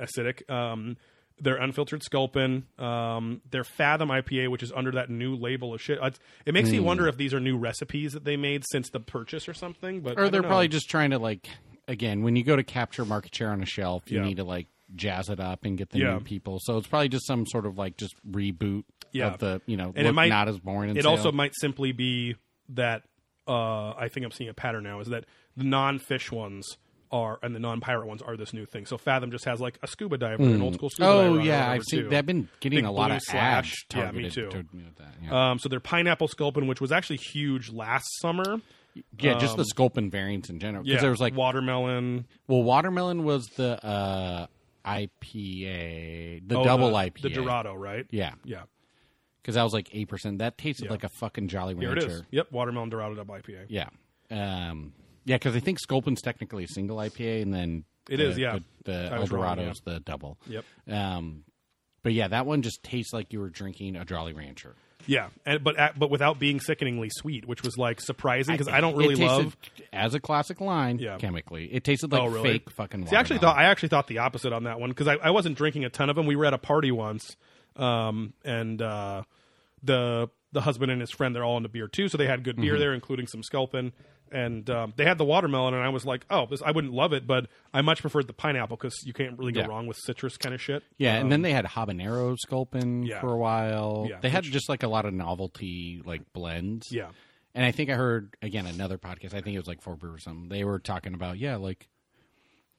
A: acidic. Um, their unfiltered Sculpin, um, their Fathom IPA, which is under that new label of shit. It's- It makes me wonder if these are new recipes that they made since the purchase or something. But I
B: or
A: don't
B: they're
A: know.
B: probably just trying to like again when you go to capture market share on a shelf, you
A: Yeah.
B: need to like jazz it up and get the
A: Yeah.
B: new people. So it's probably just some sort of like just reboot
A: Yeah.
B: of the you know
A: it
B: look
A: might-
B: not as boring. And
A: it
B: sale.
A: also might simply be that uh, I think I'm seeing a pattern now is that the non-fish ones are and the non-pirate ones are this new thing. So Fathom just has like a scuba diver, an old school scuba diver.
B: oh
A: on it or
B: yeah,
A: whatever,
B: I've seen.
A: too.
B: I've been getting
A: Big
B: a lot
A: blue
B: of
A: slash.
B: ads
A: Yeah, me
B: targeted
A: too.
B: toward me with that. Yeah,
A: Um, so their pineapple sculpin, which was actually huge last summer.
B: yeah just the Sculpin variants in general because
A: Um, Yeah,
B: there was like
A: watermelon,
B: well, watermelon was the uh, IPA, the
A: oh,
B: double
A: the,
B: IPA,
A: the Dorado, right?
B: Yeah,
A: yeah,
B: because that was like eight percent. That tasted like a fucking Jolly
A: here
B: Rancher.
A: it is. Yep, watermelon Dorado double IPA.
B: Yeah. Um, yeah, because I think Sculpin's technically a single IPA, and then
A: It
B: it
A: is,
B: is.
A: yeah.
B: The, the
A: I
B: El
A: was wrong,
B: Dorado is the double.
A: Yep.
B: Um, but yeah, that one just tastes like you were drinking a Jolly Rancher.
A: Yeah, and, but at, but without being sickeningly sweet, which was like surprising because I, don't really
B: it tasted,
A: love.
B: as a classic line
A: Yeah.
B: chemically. It tasted like
A: Oh, really?
B: fake fucking.
A: See, I actually thought
B: watermelon.
A: I actually thought the opposite on that one because I, I wasn't drinking a ton of them. We were at a party once, um, and uh, the the husband and his friend, they're all into beer too. So they had good beer
B: Mm-hmm.
A: there, including some Sculpin. And um, they had the watermelon, and I was like, oh, this, I wouldn't love it, but I much preferred the pineapple because you can't really go
B: Yeah.
A: wrong with citrus kind of shit.
B: Yeah, and then they had habanero sculpin
A: Um, Yeah.
B: for a while.
A: Yeah,
B: they had just like a lot of novelty like blends.
A: Yeah.
B: And I think I heard again another podcast. I think it was like Four Brew or something. They were talking about yeah, like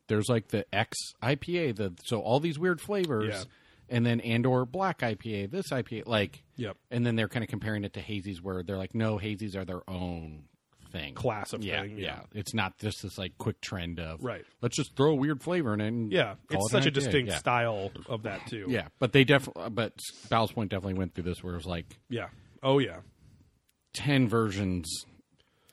B: there's like the X IPA, the so all these weird flavors,
A: Yeah.
B: and then and or black IPA, this IPA, like
A: Yep.
B: And then they're kind of comparing it to hazies, where they're like, no, hazies are their own thing,
A: Class of
B: yeah,
A: thing.
B: yeah. It's not just this like quick trend of
A: Right.
B: Let's just throw a weird flavor in it. And
A: Yeah.
B: call
A: It's
B: it an
A: such a
B: IPA.
A: distinct
B: Yeah.
A: style of that too.
B: Yeah, but they definitely, but Ballast Point definitely went through this where it was like
A: Yeah. Oh, yeah.
B: ten versions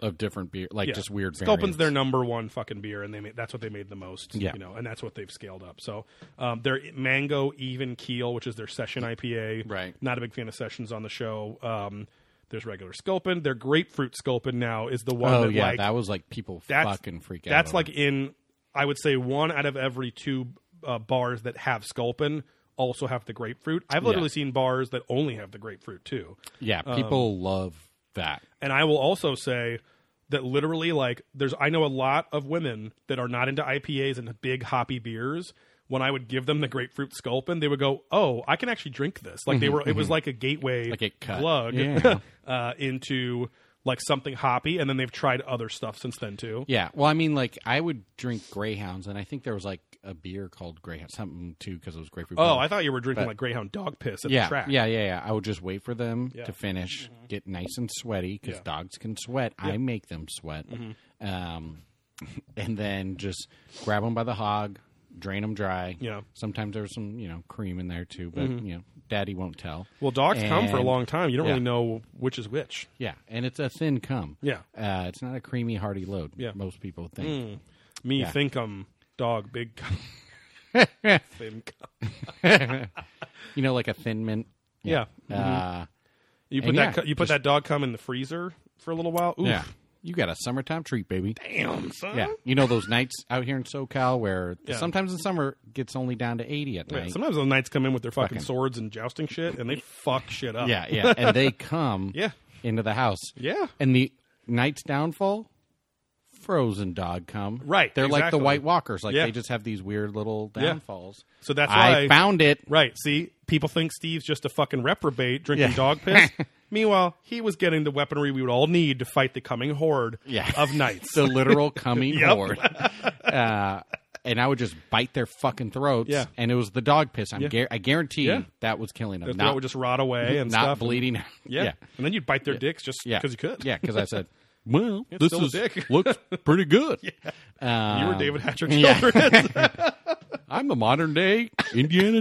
B: of different beer, like
A: Yeah.
B: just weird.
A: Sculpin's
B: variants.
A: their number one fucking beer, and they made, that's what they made the most.
B: Yeah.
A: you know, and that's what they've scaled up. So um, their mango even keel, which is their session IPA,
B: Right.
A: Not a big fan of sessions on the show. Um, there's regular Sculpin. Their grapefruit Sculpin now is the one
B: Oh
A: that
B: yeah,
A: like
B: that was like people
A: that's-
B: fucking freak out.
A: that's
B: over.
A: like in I would say one out of every two uh, bars that have Sculpin also have the grapefruit. I've literally seen bars that only have the grapefruit too.
B: yeah,
A: um,
B: people love that.
A: And I will also say that literally, like, there's I know a lot of women that are not into IPAs and big hoppy beers. When I would give them the grapefruit sculpin, they would go, "Oh, I can actually drink this." Like they were, it was like a gateway,
B: Mm-hmm, Like a cut.
A: plug
B: Yeah.
A: uh, into like something hoppy, and then they've tried other stuff since then too.
B: Yeah, well, I mean, like I would drink Greyhounds, and I think there was like a beer called Greyhound something too because it was grapefruit.
A: Oh,
B: Blend.
A: I thought you were drinking like Greyhound dog piss at
B: yeah,
A: the track.
B: yeah, yeah, yeah. I would just wait for them to finish, get nice and sweaty
A: Yeah.
B: because
A: Mm-hmm.
B: dogs can sweat. I make them sweat, um, and then just grab them by the hog, drain them dry.
A: Yeah. Mm-hmm.
B: Sometimes there's some you know cream in there too, but you know, Daddy won't tell.
A: Well, dogs come for a
B: And-
A: long time. You don't
B: yeah.
A: really know which is which.
B: Yeah, and it's a thin cum.
A: Yeah.
B: uh, it's not a creamy, hearty load.
A: Yeah. Mm.
B: most people think.
A: Me think I'm dog big. cum, thin cum.
B: You know, like a thin mint.
A: yeah. Mm-hmm.
B: Uh,
A: You put
B: And
A: that
B: yeah,
A: cu- you put that dog cum in the freezer for a little while. Oof.
B: yeah, you got a summertime treat, baby.
A: Damn, son.
B: Yeah, you know those nights out here in SoCal where
A: Mm-hmm. Yeah.
B: sometimes in summer it gets only down to eighty at
A: Yeah,
B: night.
A: sometimes the knights come in with their fucking, swords and jousting shit, and they fuck shit up.
B: Yeah, yeah, and they come
A: Yeah.
B: into the house.
A: Yeah.
B: and the night's downfall, frozen dog come.
A: Right,
B: they're like the
A: exactly.
B: White Walkers. Like
A: Yeah.
B: they just have these weird little
A: Yeah.
B: downfalls.
A: So that's
B: I
A: why.
B: found it.
A: right. See, people think Steve's just a fucking reprobate drinking
B: Yeah.
A: dog piss. Meanwhile, he was getting the weaponry we would all need to fight the coming horde
B: Yeah.
A: of knights.
B: The literal coming
A: Yep.
B: horde. Uh, and I would just bite their fucking throats.
A: Yeah.
B: and it was the dog piss. I'm
A: Yeah.
B: gar- I guarantee
A: Yeah.
B: that was killing them.
A: the throat
B: Not
A: would just rot away and
B: not
A: stuff.
B: bleeding. out.
A: Yeah.
B: yeah.
A: and then you'd bite their dicks just
B: Yeah,
A: because you could.
B: Yeah, because I said, "Well, this
A: still a
B: is
A: dick."
B: looks pretty good." Um,
A: you were David Hatcher
B: yeah.
A: children.
B: I'm the modern day Indiana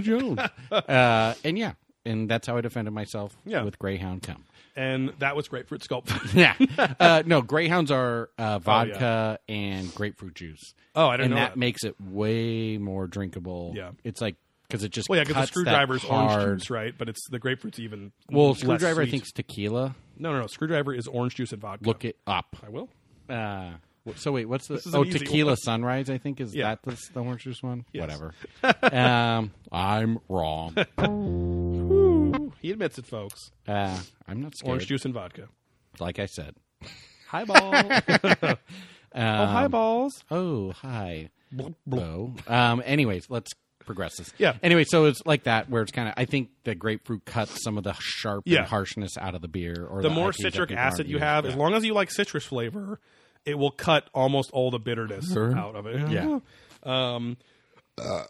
B: Jones, uh, and yeah, and that's how I defended myself
A: Yeah.
B: with Greyhound cum.
A: and that was grapefruit sculpt.
B: Yeah, uh, no, Greyhounds are uh, vodka and grapefruit juice.
A: Oh, I didn't
B: and
A: know
B: that,
A: that.
B: makes it way more drinkable.
A: Yeah.
B: it's like because it just
A: well, yeah, because
B: because
A: the screwdriver's orange juice, right? But it's the grapefruit's even
B: Well,
A: less
B: screwdriver I
A: sweet.
B: think's tequila.
A: No, no, no. Screwdriver is orange juice and vodka.
B: Look it up.
A: I will.
B: Uh, so wait, what's the
A: is an
B: oh
A: easy
B: tequila sunrise? I think is
A: Yeah.
B: that the, the orange juice one. Whatever. um, I'm wrong.
A: He admits it, folks.
B: Uh, I'm not scared.
A: Orange juice and vodka.
B: like I said.
A: Highball. oh, highballs.
B: Um, Oh hi. Hello. Um. Anyways, let's progress this.
A: Yeah.
B: Anyway, so it's like that where it's kind of. I think the grapefruit cuts some of the sharp
A: Yeah.
B: and harshness out of the beer. Or
A: The
B: the,
A: more
B: IPs that
A: citric
B: people aren't
A: acid you
B: using.
A: have, as long as you like citrus flavor, it will cut almost all the bitterness out of it.
B: Yeah.
A: Um,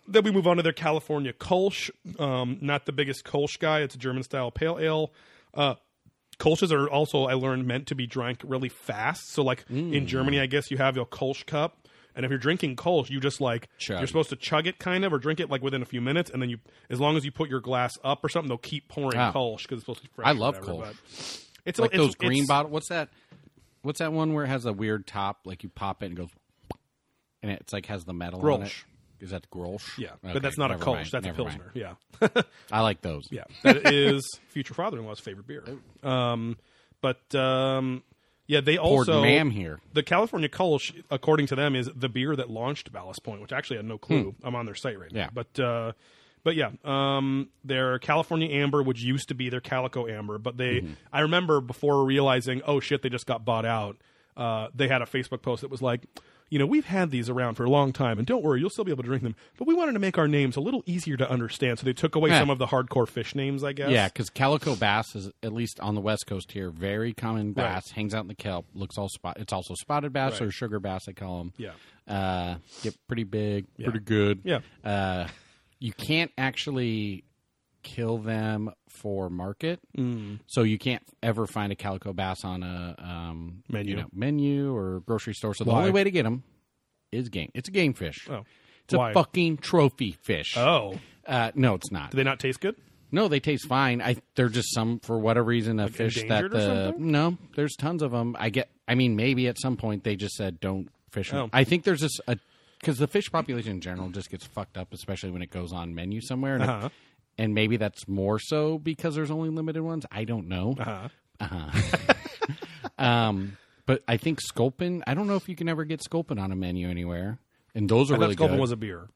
A: then we move on to their California Kolsch. Um, not the biggest Kolsch guy. It's a German style pale ale. Uh, Kolsches are also, I learned, meant to be drank really fast. So, like
B: Mm.
A: in Germany, I guess you have your Kolsch cup. And if you're drinking Kolsch, you just like,
B: Chug.
A: you're supposed to chug it kind of or drink it like within a few minutes. And then you, as long as you put your glass up or something, they'll keep pouring
B: Wow.
A: Kolsch because it's supposed to be fresh.
B: Ah. I
A: or
B: love
A: whatever,
B: Kolsch.
A: but It's
B: like
A: it's-
B: those green
A: it's-
B: bottle. What's that? What's that one where it has a weird top? Like you pop it and it goes, and it's like has the metal on it.
A: Grolsch.
B: Is that Grolsch?
A: Yeah.
B: Okay,
A: but that's not a
B: never
A: Kolsch.
B: mind,
A: That's a
B: never mind.
A: Pilsner. Yeah.
B: I like those.
A: Yeah, that is future father-in-law's favorite beer. Um, but um, yeah, they
B: Poured
A: also
B: ma'am here.
A: the California Kolsch, according to them, is the beer that launched Ballast Point, which actually I had no clue. I'm on their site right now.
B: Hmm. Yeah.
A: But uh, But yeah, um, their California Amber, which used to be their Calico Amber, but they,
B: Mm-hmm.
A: I remember before realizing, oh shit, they just got bought out. Uh, they had a Facebook post that was like, you know, we've had these around for a long time, and don't worry, you'll still be able to drink them. But we wanted to make our names a little easier to understand, so they took away
B: Yeah.
A: some of the hardcore fish names, I guess.
B: Yeah, because calico bass is at least on the west coast here very common bass. Hangs out in the kelp. Looks all spot. It's also spotted bass or
A: Right.
B: sugar bass. They call them.
A: Yeah.
B: Uh, get pretty big, pretty good.
A: Yeah.
B: Uh, you can't actually kill them for market,
A: Mm.
B: so you can't ever find a calico bass on a um,
A: Menu.
B: you know, menu or grocery store. So the
A: Why?
B: only way to get them is game. It's a game fish.
A: Oh.
B: It's
A: Why?
B: a fucking trophy fish.
A: Oh,
B: Uh, no, it's not.
A: do they not taste good?
B: No, they taste fine. I they're just some for whatever reason a fish that
A: endangered or
B: the
A: something?
B: no. There's tons of them. I get. I mean, maybe at some point they just said don't fish. 'em."
A: Oh.
B: I think there's just a because the fish population in general just gets fucked up, especially when it goes on menu somewhere. And,
A: Uh-huh.
B: and maybe that's more so because there's only limited ones. I don't know.
A: Uh-huh.
B: Um, but I think sculpin. I don't know if you can ever get sculpin on a menu anywhere. And those are
A: I
B: really
A: thought Sculpin
B: good.
A: was a beer.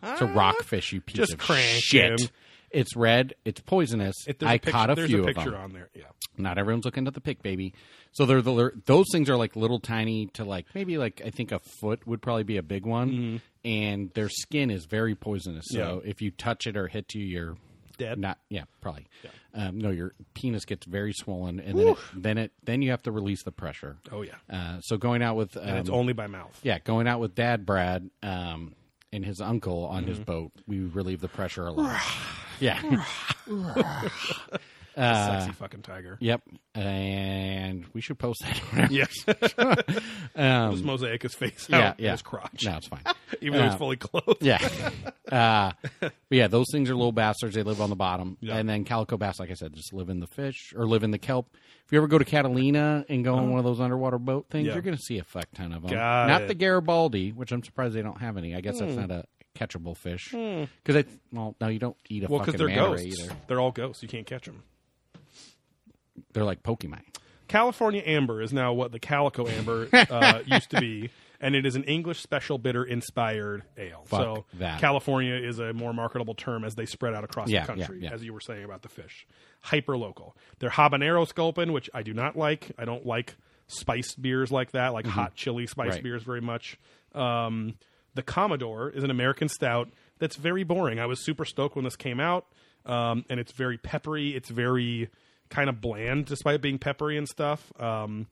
B: It's a rockfish, you piece
A: Just
B: of
A: crank
B: shit.
A: him.
B: It's red. It's poisonous.
A: If there's
B: I
A: a picture,
B: caught a
A: there's
B: few
A: a
B: of
A: picture
B: them.
A: on there. Yeah.
B: Not everyone's looking at the pick, baby. So they're, the those things are like little tiny to like maybe like I think a foot would probably be a big one,
A: Mm-hmm.
B: and their skin is very poisonous. So if you touch it or hit you, you're
A: Dead?
B: Not yeah, probably. Um, no, your penis gets very swollen, and then it, then it then you have to release the pressure.
A: Oh yeah.
B: Uh, so going out with um,
A: And it's only by mouth.
B: yeah, going out with Dad Brad um, and his uncle on
A: Mm-hmm.
B: his boat, we relieve the pressure a lot. yeah.
A: Sexy fucking tiger.
B: yep. And we should post that. on our-
A: Yes. just mosaic his face out.
B: Um, yeah, yeah.
A: His crotch.
B: No, it's fine.
A: Even though he's fully clothed.
B: Yeah. Uh, but yeah, those things are little bastards. They live on the bottom. And then calico bass, like I said, just live in the fish or live in the kelp. If you ever go to Catalina and go on one of those underwater boat things,
A: Uh-huh. Yeah.
B: you're going to see a fuck ton of them.
A: Got
B: not
A: it. Hmm.
B: the Garibaldi, which I'm surprised they don't have any. I guess that's not a catchable fish. Because, well, no, you don't eat a
A: Well, because
B: fucking
A: they're
B: manta ray
A: ghosts.
B: either.
A: They're all ghosts. You can't catch them.
B: They're like Pokemon.
A: California Amber is now what the Calico Amber uh, used to be, and it is an English special bitter inspired ale. so
B: that.
A: California is a more marketable term as they spread out across
B: Yeah,
A: the country,
B: yeah, yeah.
A: as you were saying about the fish. Hyper local. They're habanero sculpin, which I do not like. I don't like spiced beers like that, like hot chili spiced
B: Mm-hmm. Right.
A: beers very much. Um, the Commodore is an American stout that's very boring. I was super stoked when this came out, um, and it's very peppery. It's very kind of bland, despite being peppery and stuff. Um,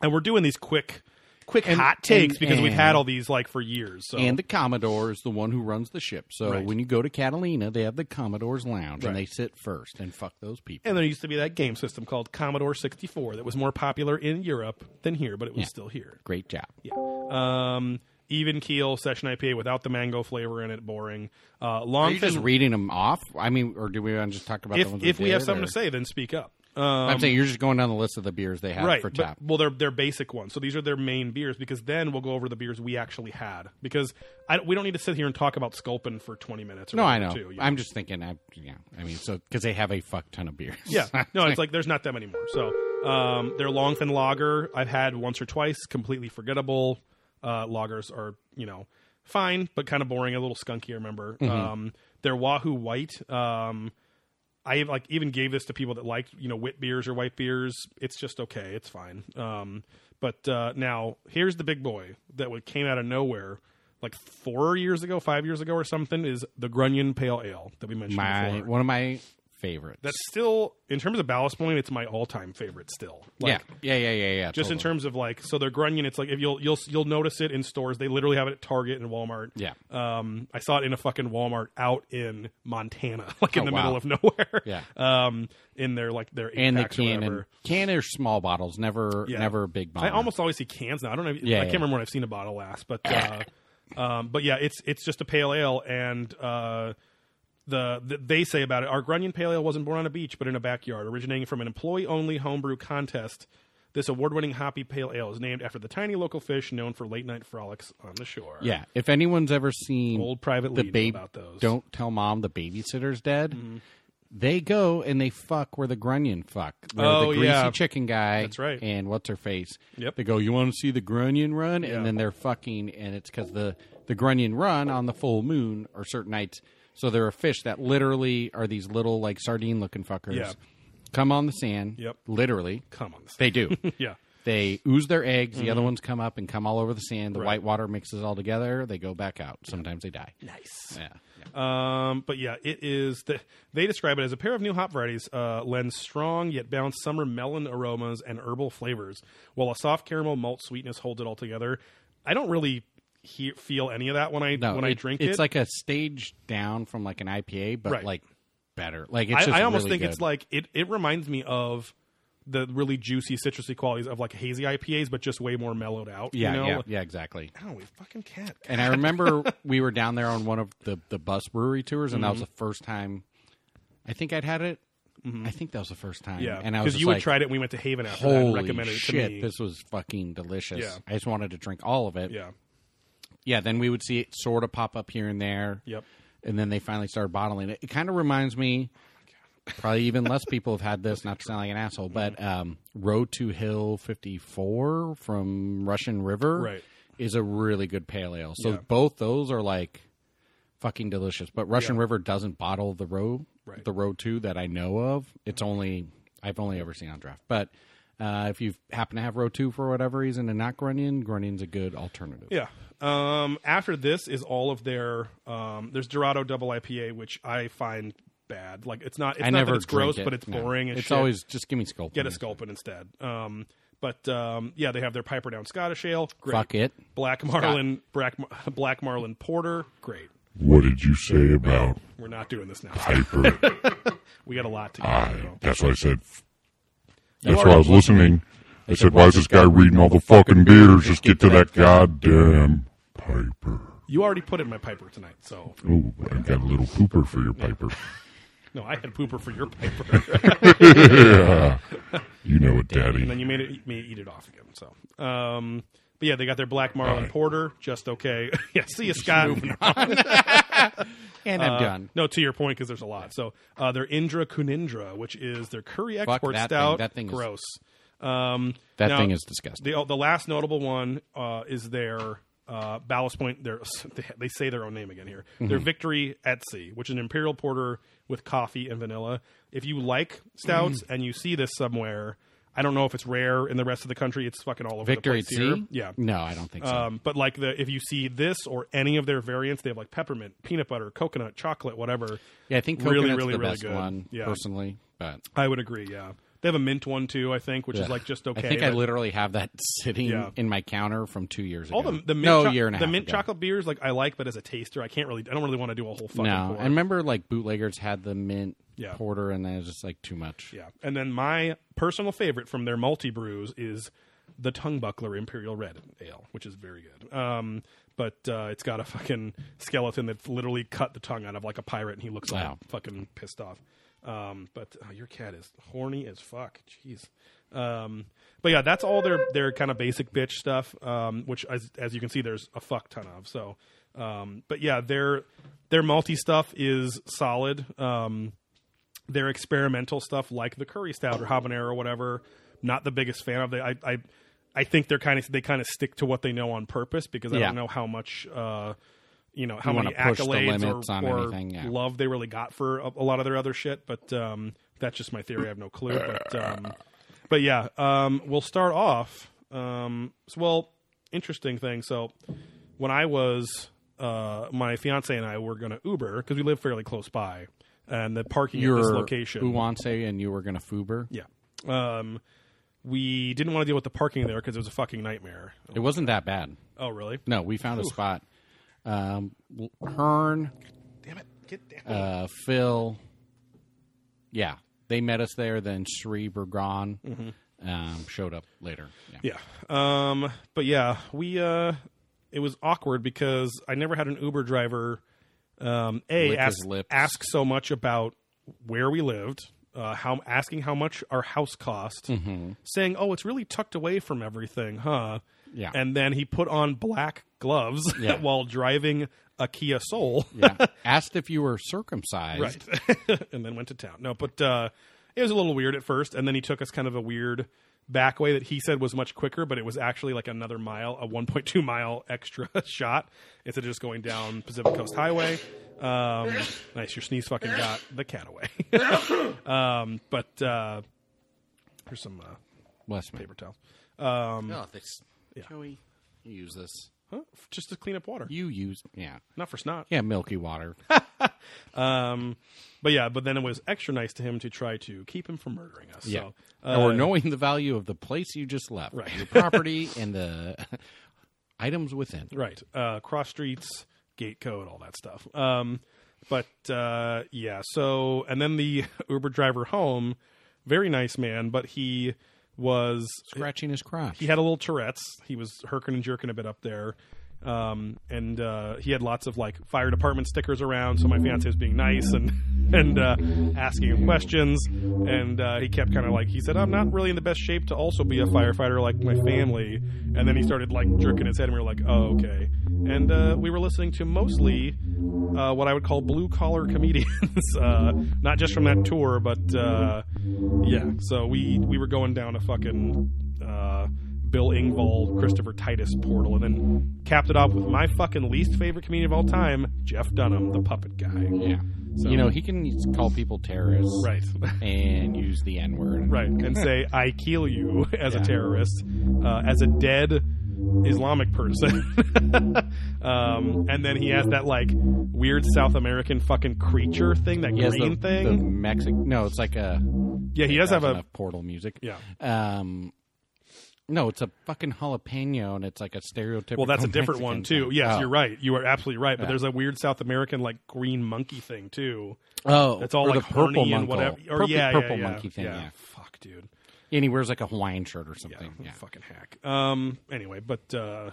A: and we're doing these quick, quick hot takes
B: and-
A: because we've had
B: and-
A: all these like for years. So
B: And the Commodore is the one who runs the ship. So when you go to Catalina, they have the Commodore's Lounge, and they sit first and fuck those people.
A: And there used to be that game system called Commodore 64 that was more popular in Europe than here, but it was still here.
B: Great job.
A: Yeah. Um, even keel session IPA without the mango flavor in it. Boring. Uh,
B: Are
A: long
B: you just
A: thin.
B: reading them off? I mean, or do we want to just talk about
A: If
B: the ones
A: if we have
B: did,
A: something
B: or-
A: to say, then speak up. Um,
B: I'm saying you're just going down the list of the beers they have
A: right.
B: for
A: but-
B: tap.
A: well, they're they're basic ones. So these are their main beers because then we'll go over the beers we actually had because I, we don't need to sit here and talk about Sculpin for 20 minutes. Or
B: No, I
A: whatever,
B: know.
A: Too, yeah.
B: I'm just thinking. I, yeah, I mean, so because they have a fuck ton of beers.
A: Yeah, no, it's like there's not them anymore. So um, their Longfin Lager, I've had once or twice, completely forgettable. Uh, lagers are you know fine, but kind of boring, a little skunky. I remember um, their Wahoo White. Um, I like even gave this to people that liked you know wit beers or white beers. It's just okay. It's fine. Um, but uh, now here's the big boy that would- came out of nowhere. Like four years ago, five years ago, or something, is the Grunion Pale Ale that we mentioned
B: my
A: before
B: one of my favorites.
A: that's still in terms of ballast point it's my all-time favorite still like
B: yeah, yeah, yeah, yeah, yeah.
A: just in
B: totally.
A: terms of like so their grunion it's like if you'll you'll you'll notice it in stores they literally have it at target and walmart
B: Yeah.
A: um i saw it in a fucking walmart out in montana like in
B: Oh,
A: the
B: wow.
A: middle of nowhere
B: Yeah.
A: um in their like their eight
B: and the
A: packs or
B: can and
A: whatever.
B: can or small bottles, never,
A: Yeah.
B: never big bottles.
A: I almost always see cans now. I don't know. If,
B: Yeah,
A: I can't
B: yeah.
A: remember when I've seen a bottle last, but uh, um, but yeah, it's it's just a pale ale, and uh, the, the they say about it. Our Grunion Pale Ale wasn't born on a beach, but in a backyard, originating from an employee-only homebrew contest. This award-winning hoppy pale ale is named after the tiny local fish known for late-night frolics on the shore.
B: Yeah, if anyone's ever seen
A: Old Private
B: the
A: Lee knew
B: baby,
A: about those. Mm-hmm.
B: don't tell mom the babysitter's dead. They go and they fuck where the grunion fuck. Where
A: Oh,
B: the greasy
A: yeah.
B: chicken guy.
A: That's right.
B: And what's her face?
A: Yep.
B: They go, you want to see the grunion run? And then they're fucking, and it's because the the Grunion Run on the full moon or certain nights. So there are fish that literally are these little like sardine looking fuckers.
A: Yeah.
B: Come on the sand.
A: Yep.
B: Literally.
A: Come on, this.
B: They do.
A: yeah,
B: they ooze their eggs. The other
A: Mm-hmm.
B: ones come up and come all over the sand. The white water mixes all together. They go back out. Sometimes they die.
A: nice.
B: Yeah. yeah.
A: Um, but yeah, it is. The, they describe it as a pair of new hop varieties uh, lend strong yet balanced summer melon aromas and herbal flavors, while a soft caramel malt sweetness holds it all together. I don't really he- feel any of that when I
B: No,
A: when I
B: it-
A: drink it.
B: it's like a stage down from like an IPA, but
A: Right.
B: like better. Like it's
A: I,
B: just
A: I almost
B: really
A: think it's
B: good.
A: like it. It reminds me of the really juicy citrusy qualities of like hazy IPAs, but just way more mellowed out.
B: yeah,
A: you know?
B: yeah, yeah, exactly.
A: Ow, we fucking cat.
B: And I remember we were down there on one of the the bus brewery tours, and that
A: Mm-hmm.
B: was the first time. I think I'd had it. I think that was the first time.
A: Yeah,
B: and I was
A: because
B: just
A: you
B: like,
A: had tried it. and We went to Haven after that and
B: "Holy
A: recommended it
B: shit,
A: to me.
B: this was fucking delicious."
A: Yeah.
B: I just wanted to drink all of it.
A: yeah,
B: yeah. Then we would see it sort of pop up here and there.
A: yep.
B: and then they finally started bottling it. It kind of reminds me, probably even less people have had this, not to sound like an asshole, but
A: Mm-hmm.
B: um, Road to Hill 54 from Russian River
A: Right.
B: is a really good pale ale. So
A: Yeah.
B: both those are like fucking delicious. But Russian River doesn't bottle the road,
A: Right. Mm-hmm.
B: the road two that I know of. It's only I've only ever seen on draft, but. Uh, if you happen to have row two for whatever reason and not Grunion, Grunion's a good alternative.
A: Yeah. Um, after this is all of their. Um, there's Dorado Double IPA, which I find bad. Like it's not. It's
B: I
A: not
B: never
A: that it's
B: drink
A: gross,
B: it.
A: but it's
B: No.
A: boring. And
B: It's
A: shit.
B: always just give me Sculpin.
A: get a sculpin instead. Um, but um, yeah, they have their Piper Down Scottish Ale. Great.
B: Fuck it.
A: Black Marlin, Black, Mar- Black Marlin Porter. Great.
C: What did you say about
A: We're not doing this now.
C: Piper?
A: We got a lot to
C: I,
A: go.
C: that's what I said. That's why I was listening. I said, why is this guy reading all the fucking beers? Just get to that goddamn Piper.
A: You already put it in my Piper tonight, so
C: Ooh, I got a little pooper for your Piper.
A: no, I had pooper for your Piper,
C: You know it,
A: and
C: Daddy.
A: then you made it eat me eat it off again. So, um, but yeah, they got their Black Marlin
C: Alright.
A: Porter, just okay. yeah, see you, Scott.
B: And
A: Uh,
B: I'm done.
A: No, to your point, because there's a lot. So uh, their Indra Kunindra, which is their curry export
B: that thing.
A: stout.
B: That thing is-
A: gross. Um,
B: That
A: now-
B: thing is disgusting.
A: The the last notable one uh, is their uh, Ballast Point. Their they, they say their own name again here.
B: Mm-hmm.
A: Their Victory at Sea, which is an imperial porter with coffee and vanilla. If you like stouts
B: Mm.
A: and you see this somewhere, I don't know if it's rare in the rest of the country. It's fucking all over
B: Victory
A: the place here.
B: C?
A: Yeah.
B: No, I don't think so.
A: Um, but like the if you see this or any of their variants, they have like peppermint, peanut butter, coconut, chocolate, whatever.
B: yeah, I think
A: really,
B: coconut's
A: really,
B: the
A: really
B: best
A: good.
B: one
A: Yeah.
B: personally, but
A: I would agree. Yeah, they have a mint one too. I think, which is like just okay.
B: I think I
A: but-
B: literally have that sitting
A: Yeah.
B: in my counter from two years
A: All
B: ago.
A: the, the mint
B: no
A: cho-
B: year and a
A: the
B: half
A: mint
B: ago.
A: chocolate beers like I like, but as a taster, I can't really. I don't really want to do a whole fucking.
B: No,
A: pour.
B: I remember like bootleggers had the mint
A: Yeah.
B: porter, and that was just like too much.
A: yeah. And then my personal favorite from their multi brews is the Tongue Buckler Imperial Red Ale, which is very good. Um, but uh, it's got a fucking skeleton that's literally cut the tongue out of like a pirate, and he looks like
B: Wow.
A: fucking pissed off. Um, but oh, your cat is horny as fuck. Jeez. Um, but yeah, that's all their their kind of basic bitch stuff. Um, which as as you can see, there's a fuck ton of. So, um, but yeah, their their multi stuff is solid. Um, their experimental stuff, like the curry stout or habanero or whatever. Not the biggest fan of. They, I, I, I think they're kind of they kind of stick to what they know on purpose because I
B: Yeah.
A: don't know how much, uh, you know, how
B: You wanna
A: many
B: push the
A: accolades
B: limits on
A: or, or
B: anything, yeah.
A: love they really got for a, a lot of their other shit. But um, that's just my theory. I have no clue. But um, but yeah, um, we'll start off. Um, so, well, interesting thing. So when I was uh, my fiance and I were going to Uber because we live fairly close by. And the parking at this
B: Your
A: location,
B: Uwanse and you were gonna Fuber.
A: yeah. Um, we didn't want to deal with the parking there because it was a fucking nightmare.
B: It wasn't that bad.
A: Oh, really?
B: No, we found a spot. Um, L- Hearn,
A: Damn it. Get down.
B: uh, Phil. Yeah, they met us there. Then Sri Burgon
A: Mm-hmm.
B: um, showed up later. Yeah.
A: yeah. Um, but yeah, we, uh, it was awkward because I never had an Uber driver, um, A,
B: Lick
A: ask,
B: his lips.
A: ask so much about where we lived, uh, how, asking how much our house cost,
B: Mm-hmm.
A: saying, oh, it's really tucked away from everything, huh?
B: Yeah.
A: And then he put on black gloves
B: Yeah.
A: while driving a Kia Soul.
B: yeah. Asked if you were circumcised.
A: right and then went to town no but uh it was a little weird at first, and then he took us kind of a weird back way that he said was much quicker, but it was actually like another mile, a 1.2 mile extra shot instead of just going down Pacific Coast Highway. Um, nice, your sneeze fucking got the cat away. um, but uh, here's some uh,
B: Bless me.
A: paper towels. Um,
B: Oh, thanks. Joey, you use this.
A: huh? Just to clean up water,
B: You use, yeah.
A: not for snot.
B: Yeah, milky water.
A: Um, but yeah, but then it was extra nice to him to try to keep him from murdering us.
B: Yeah.
A: So, uh,
B: or knowing the value of the place you just left,
A: Right.
B: your property, and the items within.
A: Right. Uh, cross streets, gate code, all that stuff. Um, but uh, yeah, so, and then the Uber driver home, very nice man, but he was,
B: Scratching his crotch.
A: he had a little Tourette's. He was herking and jerking a bit up there. Um, and uh, he had lots of like fire department stickers around, so my fiance was being nice and and uh, asking him questions. And uh, he kept kind of like he said, "I'm not really in the best shape to also be a firefighter like my family." And then he started like jerking his head, and we were like, "Oh, okay." And uh, we were listening to mostly uh, what I would call blue collar comedians, uh, not just from that tour, but uh, yeah. So we we were going down a fucking uh, Bill Ingvall, Christopher Titus portal, and then capped it off with my fucking least favorite comedian of all time, Jeff Dunham, the puppet guy.
B: Yeah.
A: So-
B: You know, he can call people terrorists
A: Right.
B: and use the N word.
A: right. And say, I kill you as
B: Yeah.
A: a terrorist, uh, as a dead Islamic person. um, and then he has that, like, weird South American fucking creature thing, that
B: He has
A: green
B: the, the
A: thing.
B: Mexican. No, it's like a.
A: yeah, he does have a.
B: enough portal music.
A: Yeah.
B: Um, no, it's a fucking jalapeno, and it's like a stereotypical.
A: Well, that's a different
B: Mexican
A: one too.
B: thing.
A: Yes,
B: oh.
A: you're right. You are absolutely right. But there's a weird South American like green monkey thing too.
B: Oh,
A: That's all
B: or
A: like
B: the purple
A: horny
B: monkey,
A: and whatever. Or
B: purple,
A: yeah, yeah,
B: purple
A: yeah.
B: monkey thing. Yeah.
A: Fuck, dude.
B: and he wears like a Hawaiian shirt or something.
A: Yeah,
B: Yeah,
A: Fucking hack. Um. Anyway, but uh,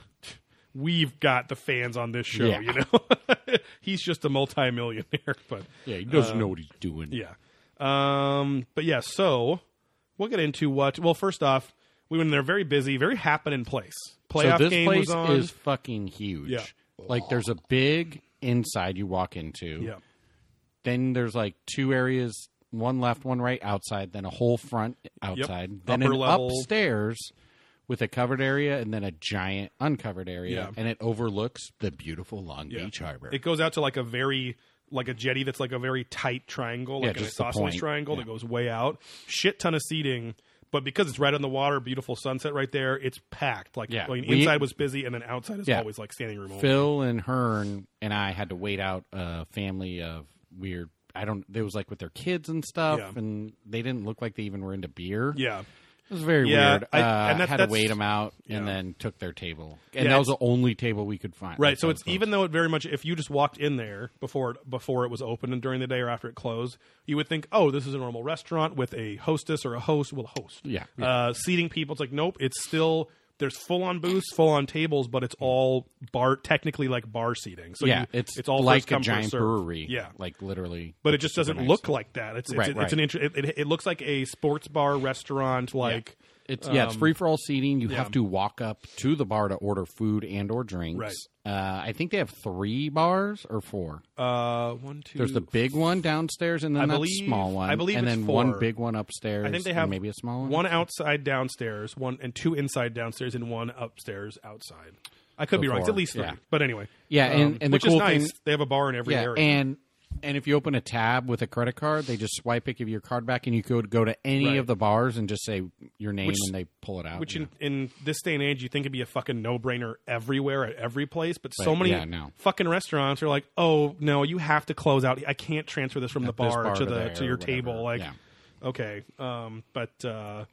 A: we've got the fans on this show.
B: Yeah.
A: You know, he's just a multimillionaire. But
B: yeah he doesn't know what he's doing.
A: yeah. Um. But yeah. So we'll get into what. Well, first off, we went in there very busy, very happening place.
B: so
A: Playoff
B: this
A: game
B: place
A: was on.
B: is fucking huge.
A: Yeah.
B: Like there's a big inside you walk into.
A: yeah.
B: Then there's like two areas, one left, one right outside, then a whole front outside, then
A: Upper
B: an
A: level.
B: upstairs with a covered area and then a giant uncovered area
A: Yeah.
B: and it overlooks the beautiful Long
A: Yeah.
B: Beach Harbor.
A: It goes out to like a very like a jetty that's like a very tight triangle, like an
B: just the
A: isosceles
B: point.
A: triangle that goes way out. Shit ton of seating, but because it's right on the water, beautiful sunset right there. It's packed. Like,
B: Yeah.
A: I mean,
B: We-
A: inside was busy, and then outside is
B: Yeah.
A: always like standing room. only.
B: Phil and Hearn and I had to wait out a family of weird I don't it was like with their kids and stuff
A: Yeah.
B: and they didn't look like they even were into beer.
A: Yeah,
B: It was very
A: Yeah,
B: weird.
A: I-
B: uh,
A: and that-
B: had to
A: that's-
B: wait them out
A: yeah.
B: and then took their table. And
A: Yeah,
B: that was the only table we could find.
A: right.
B: Like,
A: So
B: that
A: it's
B: was the-
A: even though it very much, if you just walked in there before it, before it was open and during the day or after it closed, you would think, oh, this is a normal restaurant with a hostess or a host. Well, a host.
B: Yeah.
A: Uh, seating people. It's like, nope. It's still there's full on booths, full on tables, but it's all bar, technically like bar seating. So
B: yeah,
A: you-
B: it's
A: it's all
B: like
A: first come,
B: a
A: first
B: giant
A: served.
B: brewery.
A: Yeah.
B: like literally.
A: but it just doesn't look like that. It's it's,
B: Right,
A: it's
B: right.
A: an inter- it, it, it looks like a sports bar restaurant like
B: It's yeah,
A: um,
B: it's free for all seating. You have to walk up to the bar to order food and or drinks.
A: Right.
B: Uh, I think they have three bars or four.
A: uh one two
B: There's the big one downstairs, and then that
A: believe-
B: small one.
A: I believe
B: and
A: it's
B: then
A: four.
B: one big one upstairs.
A: I think they
B: and
A: have
B: maybe a small one.
A: One outside downstairs, one and two inside downstairs, and one upstairs outside. I could be wrong. It's
B: four,
A: at least three.
B: yeah.
A: But anyway, Um,
B: Yeah, and- and the
A: which
B: cool
A: is nice.
B: thing-
A: they have a bar in every
B: yeah,
A: area.
B: and and if you open a tab with a credit card, they just swipe it, give you your card back, and you could go to any
A: Right.
B: of the bars and just say your name, and they pull it out.
A: which
B: yeah.
A: in, in this day and age you think it'd be a fucking no-brainer everywhere at every place but so many
B: yeah, no.
A: fucking restaurants are like oh no you have to close out i can't transfer this from the
B: this
A: bar,
B: bar
A: to
B: to
A: the
B: there
A: to your
B: or whatever.
A: table like
B: Yeah.
A: okay um but uh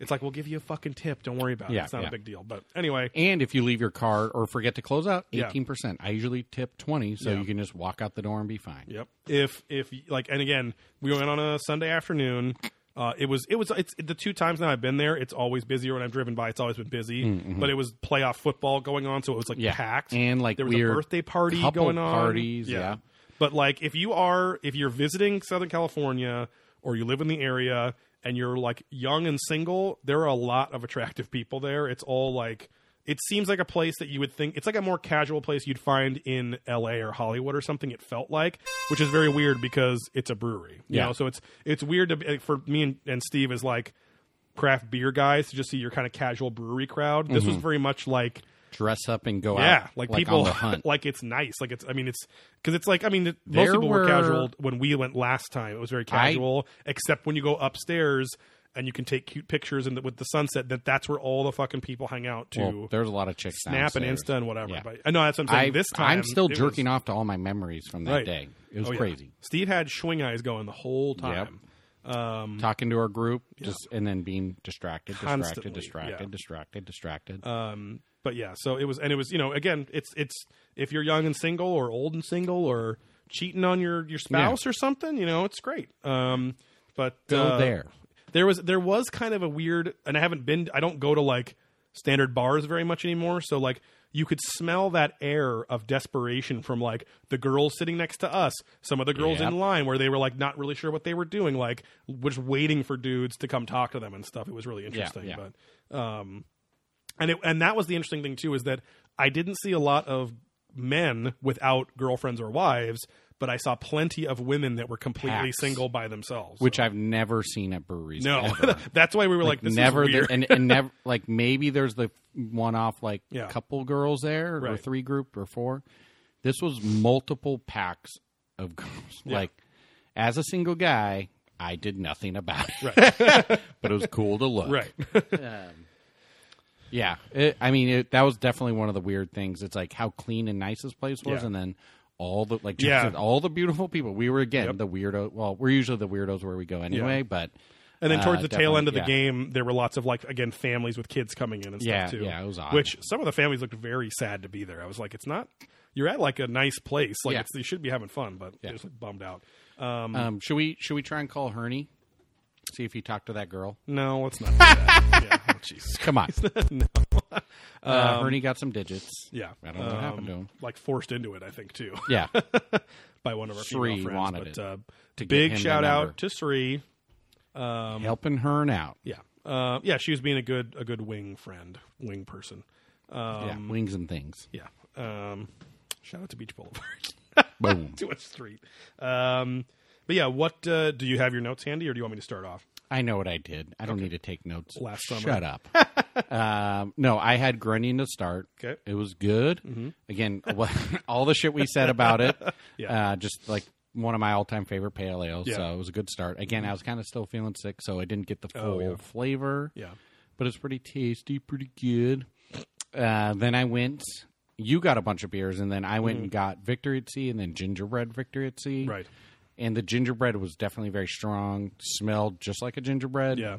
A: it's like we'll give you a fucking tip don't worry about it
B: Yeah,
A: it's not
B: yeah.
A: a big deal but anyway
B: And if you leave your card or forget to close out,
A: Yeah.
B: eighteen percent. I usually tip twenty, so
A: Yeah.
B: you can just walk out the door and be fine.
A: Yep. If if like and again, we went on a Sunday afternoon. Uh, it was it was it's the two times now I've been there. It's always busier when I've driven by. It's always been busy, but it was playoff football going on, so it was like
B: Mm, mm-hmm. Yeah.
A: packed
B: And, like,
A: there was a
B: weird
A: birthday party
B: couple
A: going on.
B: parties, yeah.
A: But like if you are if you're visiting Southern California or you live in the area and you're like young and single, there are a lot of attractive people there. It's all like It seems like a place that you would think it's like a more casual place you'd find in L.A. or Hollywood or something. It felt like, which is very weird because it's a brewery. You
B: Yeah.
A: know, so it's it's weird to be- for me and, and Steve is like craft beer guys to just see your kind of casual brewery crowd. This was very much like
B: Dress up and go
A: yeah,
B: out.
A: like,
B: on
A: people
B: the hunt.
A: like it's nice. Like it's I mean it's because it's like I mean it- most
B: There
A: people were,
B: were-
A: casual when we went last time. It was very
B: I-
A: casual, except when you go upstairs and you can take cute pictures and the, with the sunset. That that's where all the fucking people hang out to
B: Well, there's a lot of chicks.
A: snap and
B: downstairs.
A: insta and whatever.
B: Yeah.
A: But I know that's what I'm saying.
B: I,
A: this time
B: I'm still
A: it was-
B: jerking off to all my memories from that
A: Right.
B: day. It was
A: Oh, yeah.
B: crazy.
A: Steve had swing eyes going the whole time. Um,
B: Talking to our group, just and then being distracted,
A: Constantly, yeah.
B: distracted, distracted, distracted, distracted.
A: Um, but yeah, so it was, and it was, you know, again, it's it's if you're young and single or old and single or cheating on your your spouse or something, you know, it's great. Um, but
B: Go
A: uh,
B: there.
A: there was there was kind of a weird, and I haven't been, I don't go to like standard bars very much anymore, so like. You could smell that air of desperation from like the girls sitting next to us, some of the girls
B: Yep.
A: in line where they were like not really sure what they were doing, like was waiting for dudes to come talk to them and stuff. It was really interesting,
B: yeah.
A: but um, and it, and that was the interesting thing too is that I didn't see a lot of men without girlfriends or wives, but I saw plenty of women that were completely
B: Packs.
A: single by themselves.
B: which I've never seen at breweries.
A: no,
B: ever.
A: that's why we were like, this
B: never
A: Is
B: there,
A: weird.
B: and, and never like maybe there's the one off like
A: Yeah.
B: couple girls there or
A: Right.
B: three group or four. This was multiple packs of girls. Like as a single guy, I did nothing about it. but it was cool to look.
A: right.
B: Yeah. It, I mean, it, that was definitely one of the weird things. It's like how clean and nice this place was,
A: Yeah.
B: and then all the like,
A: Yeah.
B: yeah. all the beautiful people. We were again the weirdo. Well, we're usually the weirdos where we go anyway, but
A: And then
B: uh,
A: towards the tail
B: definitely-
A: end of the
B: yeah.
A: game, there were lots of like again families with kids coming in and
B: Yeah,
A: stuff too.
B: yeah, it was odd.
A: Which some of the families looked very sad to be there. I was like, it's not. You're at like a nice place. Like
B: Yeah.
A: it's, you should be having fun, but it was like, bummed out. Um,
B: Um, should we should we try and call Herney? See if he talked to that girl.
A: no, let's not. Do that. yeah. Oh, Jesus. Um,
B: Come on. uh, Herney got some digits.
A: Yeah. Um,
B: I don't know what happened to him.
A: Like forced into it, I think too.
B: Yeah.
A: by one of our
B: Sri
A: female friends.
B: wanted
A: but
B: it
A: uh,
B: to get
A: big
B: him the
A: shout
B: number.
A: out to Sri. um,
B: Helping Hern out.
A: Yeah, uh, yeah, she was being a good a good wing friend, wing person. um,
B: yeah. Wings and things.
A: Yeah, um, shout out to Beach Boulevard
B: Boom.
A: to a street. Um, but yeah, what uh, do you have your notes handy, or do you want me to start off?
B: I know what I did. I don't need to take notes.
A: Last summer.
B: Shut up. um, no, I had Grunion to start.
A: Okay. Mm-hmm.
B: It was good. Again, what, all the shit we said about it.
A: Yeah.
B: uh, just like one of my all-time favorite pale ales.
A: Yeah. Mm-hmm.
B: So it was a good start. Again, I was kind of still feeling sick, so I didn't get the full
A: Oh, yeah.
B: flavor.
A: Yeah,
B: but it's pretty tasty, pretty good. Uh, then I went. You got a bunch of beers, and then I went and got Victory at Sea, and then Gingerbread Victory at Sea.
A: Mm. right.
B: And the gingerbread was definitely very strong. Smelled just like a gingerbread.
A: Yeah,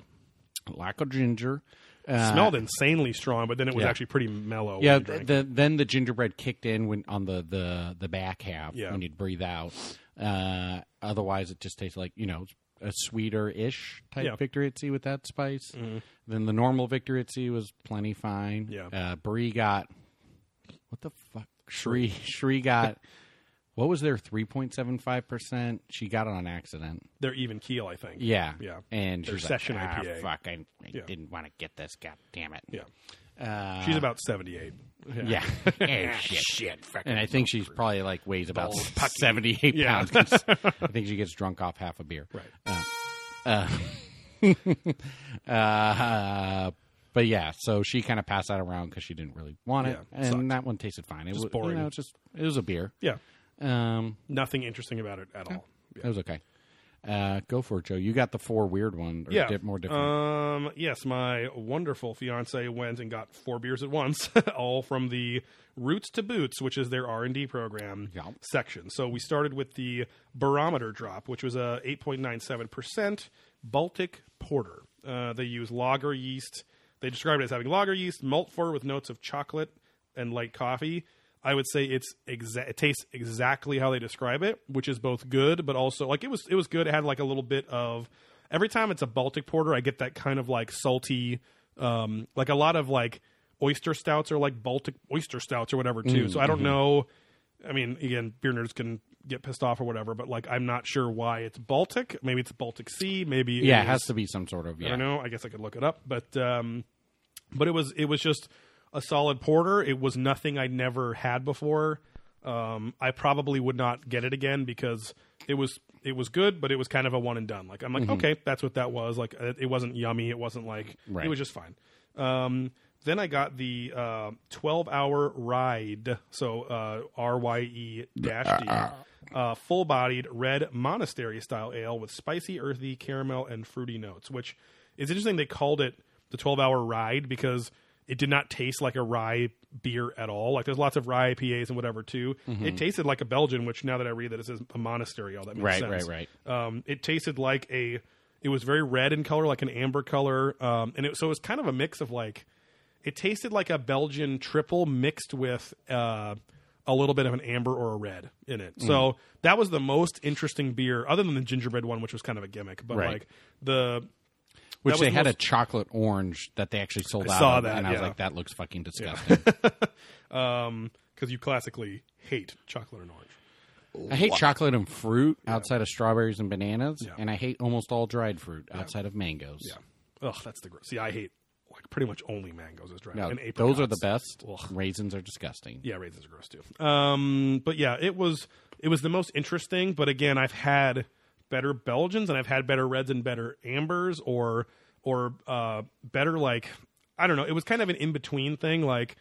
B: Lack of ginger. Uh,
A: smelled insanely strong, but then it was
B: yeah.
A: actually pretty mellow. when
B: Yeah.
A: you drank
B: th- the, then the gingerbread kicked in when on the the the back half
A: Yeah.
B: when you'd breathe out. Uh, otherwise, it just tastes like you know a sweeter ish type
A: Yeah. Mm-hmm.
B: victory at sea with that spice. Then the normal victory at sea was plenty fine.
A: Yeah.
B: Uh, Brie got what the fuck? Shri Shri got. What was their three point seven five percent? She got it on accident.
A: They're even keel, I think.
B: Yeah,
A: Yeah.
B: And
A: Their
B: she's
A: session
B: like, ah,
A: IPA.
B: fuck, I, I
A: Yeah.
B: didn't want to get this. God damn it.
A: yeah.
B: Uh,
A: She's about seventy-eight.
B: yeah. Eh, shit. And I think she's probably like weighs about 78
A: Yeah.
B: pounds. 'cause I think she gets drunk off half a beer.
A: Right.
B: Uh, but yeah, so she kind of passed that around because she didn't really want it.
A: Yeah,
B: and
A: sucked.
B: that one tasted fine. It was
A: boring.
B: You know, it's just, it was a beer.
A: Yeah.
B: Um,
A: Nothing interesting about it at all.
B: It was okay. Uh, go for it, Joe. You got the four weird one. Or
A: yeah,
B: di- more different.
A: Um, yes, my wonderful fiance went and got four beers at once, all from the Roots to Boots, which is their R and D program
B: Yeah.
A: section. So we started with the Barometer Drop, which was a eight point nine seven percent Baltic Porter. Uh, they use lager yeast. They describe it as having lager yeast, malt for with notes of chocolate and light coffee. I would say it's exa- it tastes exactly how they describe it, which is both good but also like it was it was good. It had like a little bit of every time it's a Baltic porter, I get that kind of like salty, um, like a lot of like oyster stouts or like Baltic oyster stouts or whatever too. so I don't know. I mean, again, beer nerds can get pissed off or whatever, but like I'm not sure why it's Baltic. Maybe it's Baltic Sea. Maybe
B: yeah,
A: it
B: it has
A: is-
B: to be some sort of.
A: I
B: Yeah.
A: don't know. I guess I could look it up, but um, but it was it was just a solid porter. It was nothing I'd never had before. Um, I probably would not get it again because it was it was good, but it was kind of a one and done. Like I'm like,
B: Mm-hmm.
A: okay, that's what that was. Like it, it wasn't yummy. It wasn't like
B: Right.
A: it was just fine. Um, then I got the uh, 12 hour ride, so uh, R Y E dash D, uh, full bodied red monastery style ale with spicy, earthy, caramel, and fruity notes. Which is interesting. They called it the 12 hour ride because it did not taste like a rye beer at all. Like there's lots of rye IPAs and whatever too.
B: Mm-hmm.
A: It tasted like a Belgian, which now that I read that it says a monastery, all that makes
B: Right,
A: sense.
B: right, right.
A: Um, it tasted like a. It was very red in color, like an amber color, um, and it, so it was kind of a mix of like. It tasted like a Belgian triple mixed with uh, a little bit of an amber or a red in it.
B: Mm.
A: So that was the most interesting beer, other than the gingerbread one, which was kind of a gimmick. But
B: Right.
A: like the
B: Which
A: was
B: they
A: the
B: had a
A: most-
B: chocolate orange that they actually sold out.
A: saw
B: of,
A: that,
B: and I was
A: yeah.
B: like, that looks fucking disgusting.
A: um, because you classically hate chocolate and orange.
B: I hate chocolate and fruit outside of strawberries and bananas, and I hate almost all dried fruit outside of mangoes.
A: Ugh, that's the gross. See, I hate like pretty much only mangoes as dry.
B: No,
A: and apricots.
B: those are the best. Raisins are disgusting.
A: Yeah, raisins are gross too. Um, but yeah, it was it was the most interesting. But again, I've had better Belgians and I've had better reds and better ambers or or uh, better like I don't know. It was kind of an in between thing. Like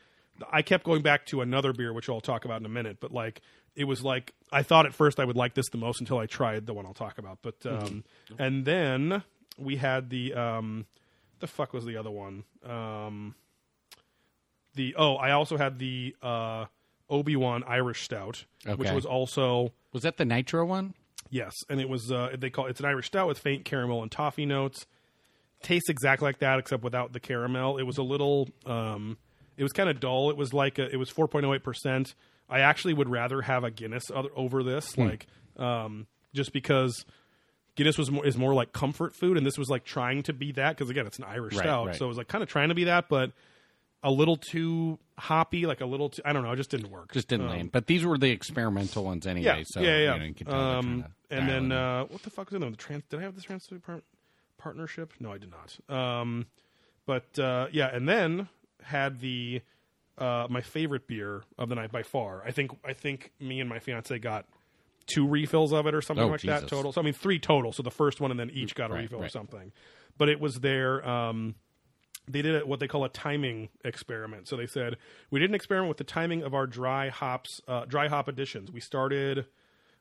A: I kept going back to another beer, which I'll talk about in a minute. But like it was like I thought at first I would like this the most until I tried the one I'll talk about. But um, and then we had the um, the fuck was the other one? Um, the oh, I also had the uh, Obi Wan Irish Stout, which
B: Okay.
A: was also
B: Was that the nitro one?
A: yes, and it was uh, they call it's an Irish Stout with faint caramel and toffee notes. Tastes exactly like that, except without the caramel. It was a little, um, it was kind of dull. It was like a, it was four point oh eight percent. I actually would rather have a Guinness other, over this,
B: Hmm.
A: like um, just because Guinness was more, is more like comfort food, and this was like trying to be that because again, it's an Irish
B: Right,
A: stout,
B: right.
A: so it was like kind of trying to be that, but a little too hoppy, like a little too, I don't know, it just didn't work.
B: Just didn't land. But these were the experimental ones anyway.
A: Um, yeah,
B: so
A: yeah, yeah.
B: You know, you can tell they're
A: Um,
B: trying to
A: and
B: dial
A: then
B: it in.
A: uh, what the fuck was in them? The trans? Did I have the trans par- partnership? No, I did not. Um, but uh, yeah, and then had the uh, my favorite beer of the night by far. I think I think me and my fiance got two refills of it or something
B: Oh,
A: like that
B: Jesus.
A: total. So I mean three total. So the first one and then each got a
B: Right,
A: refill or
B: right.
A: something. But it was their um, they did a, what they call a timing experiment. So they said we did an experiment with the timing of our dry hops, uh, dry hop additions. We started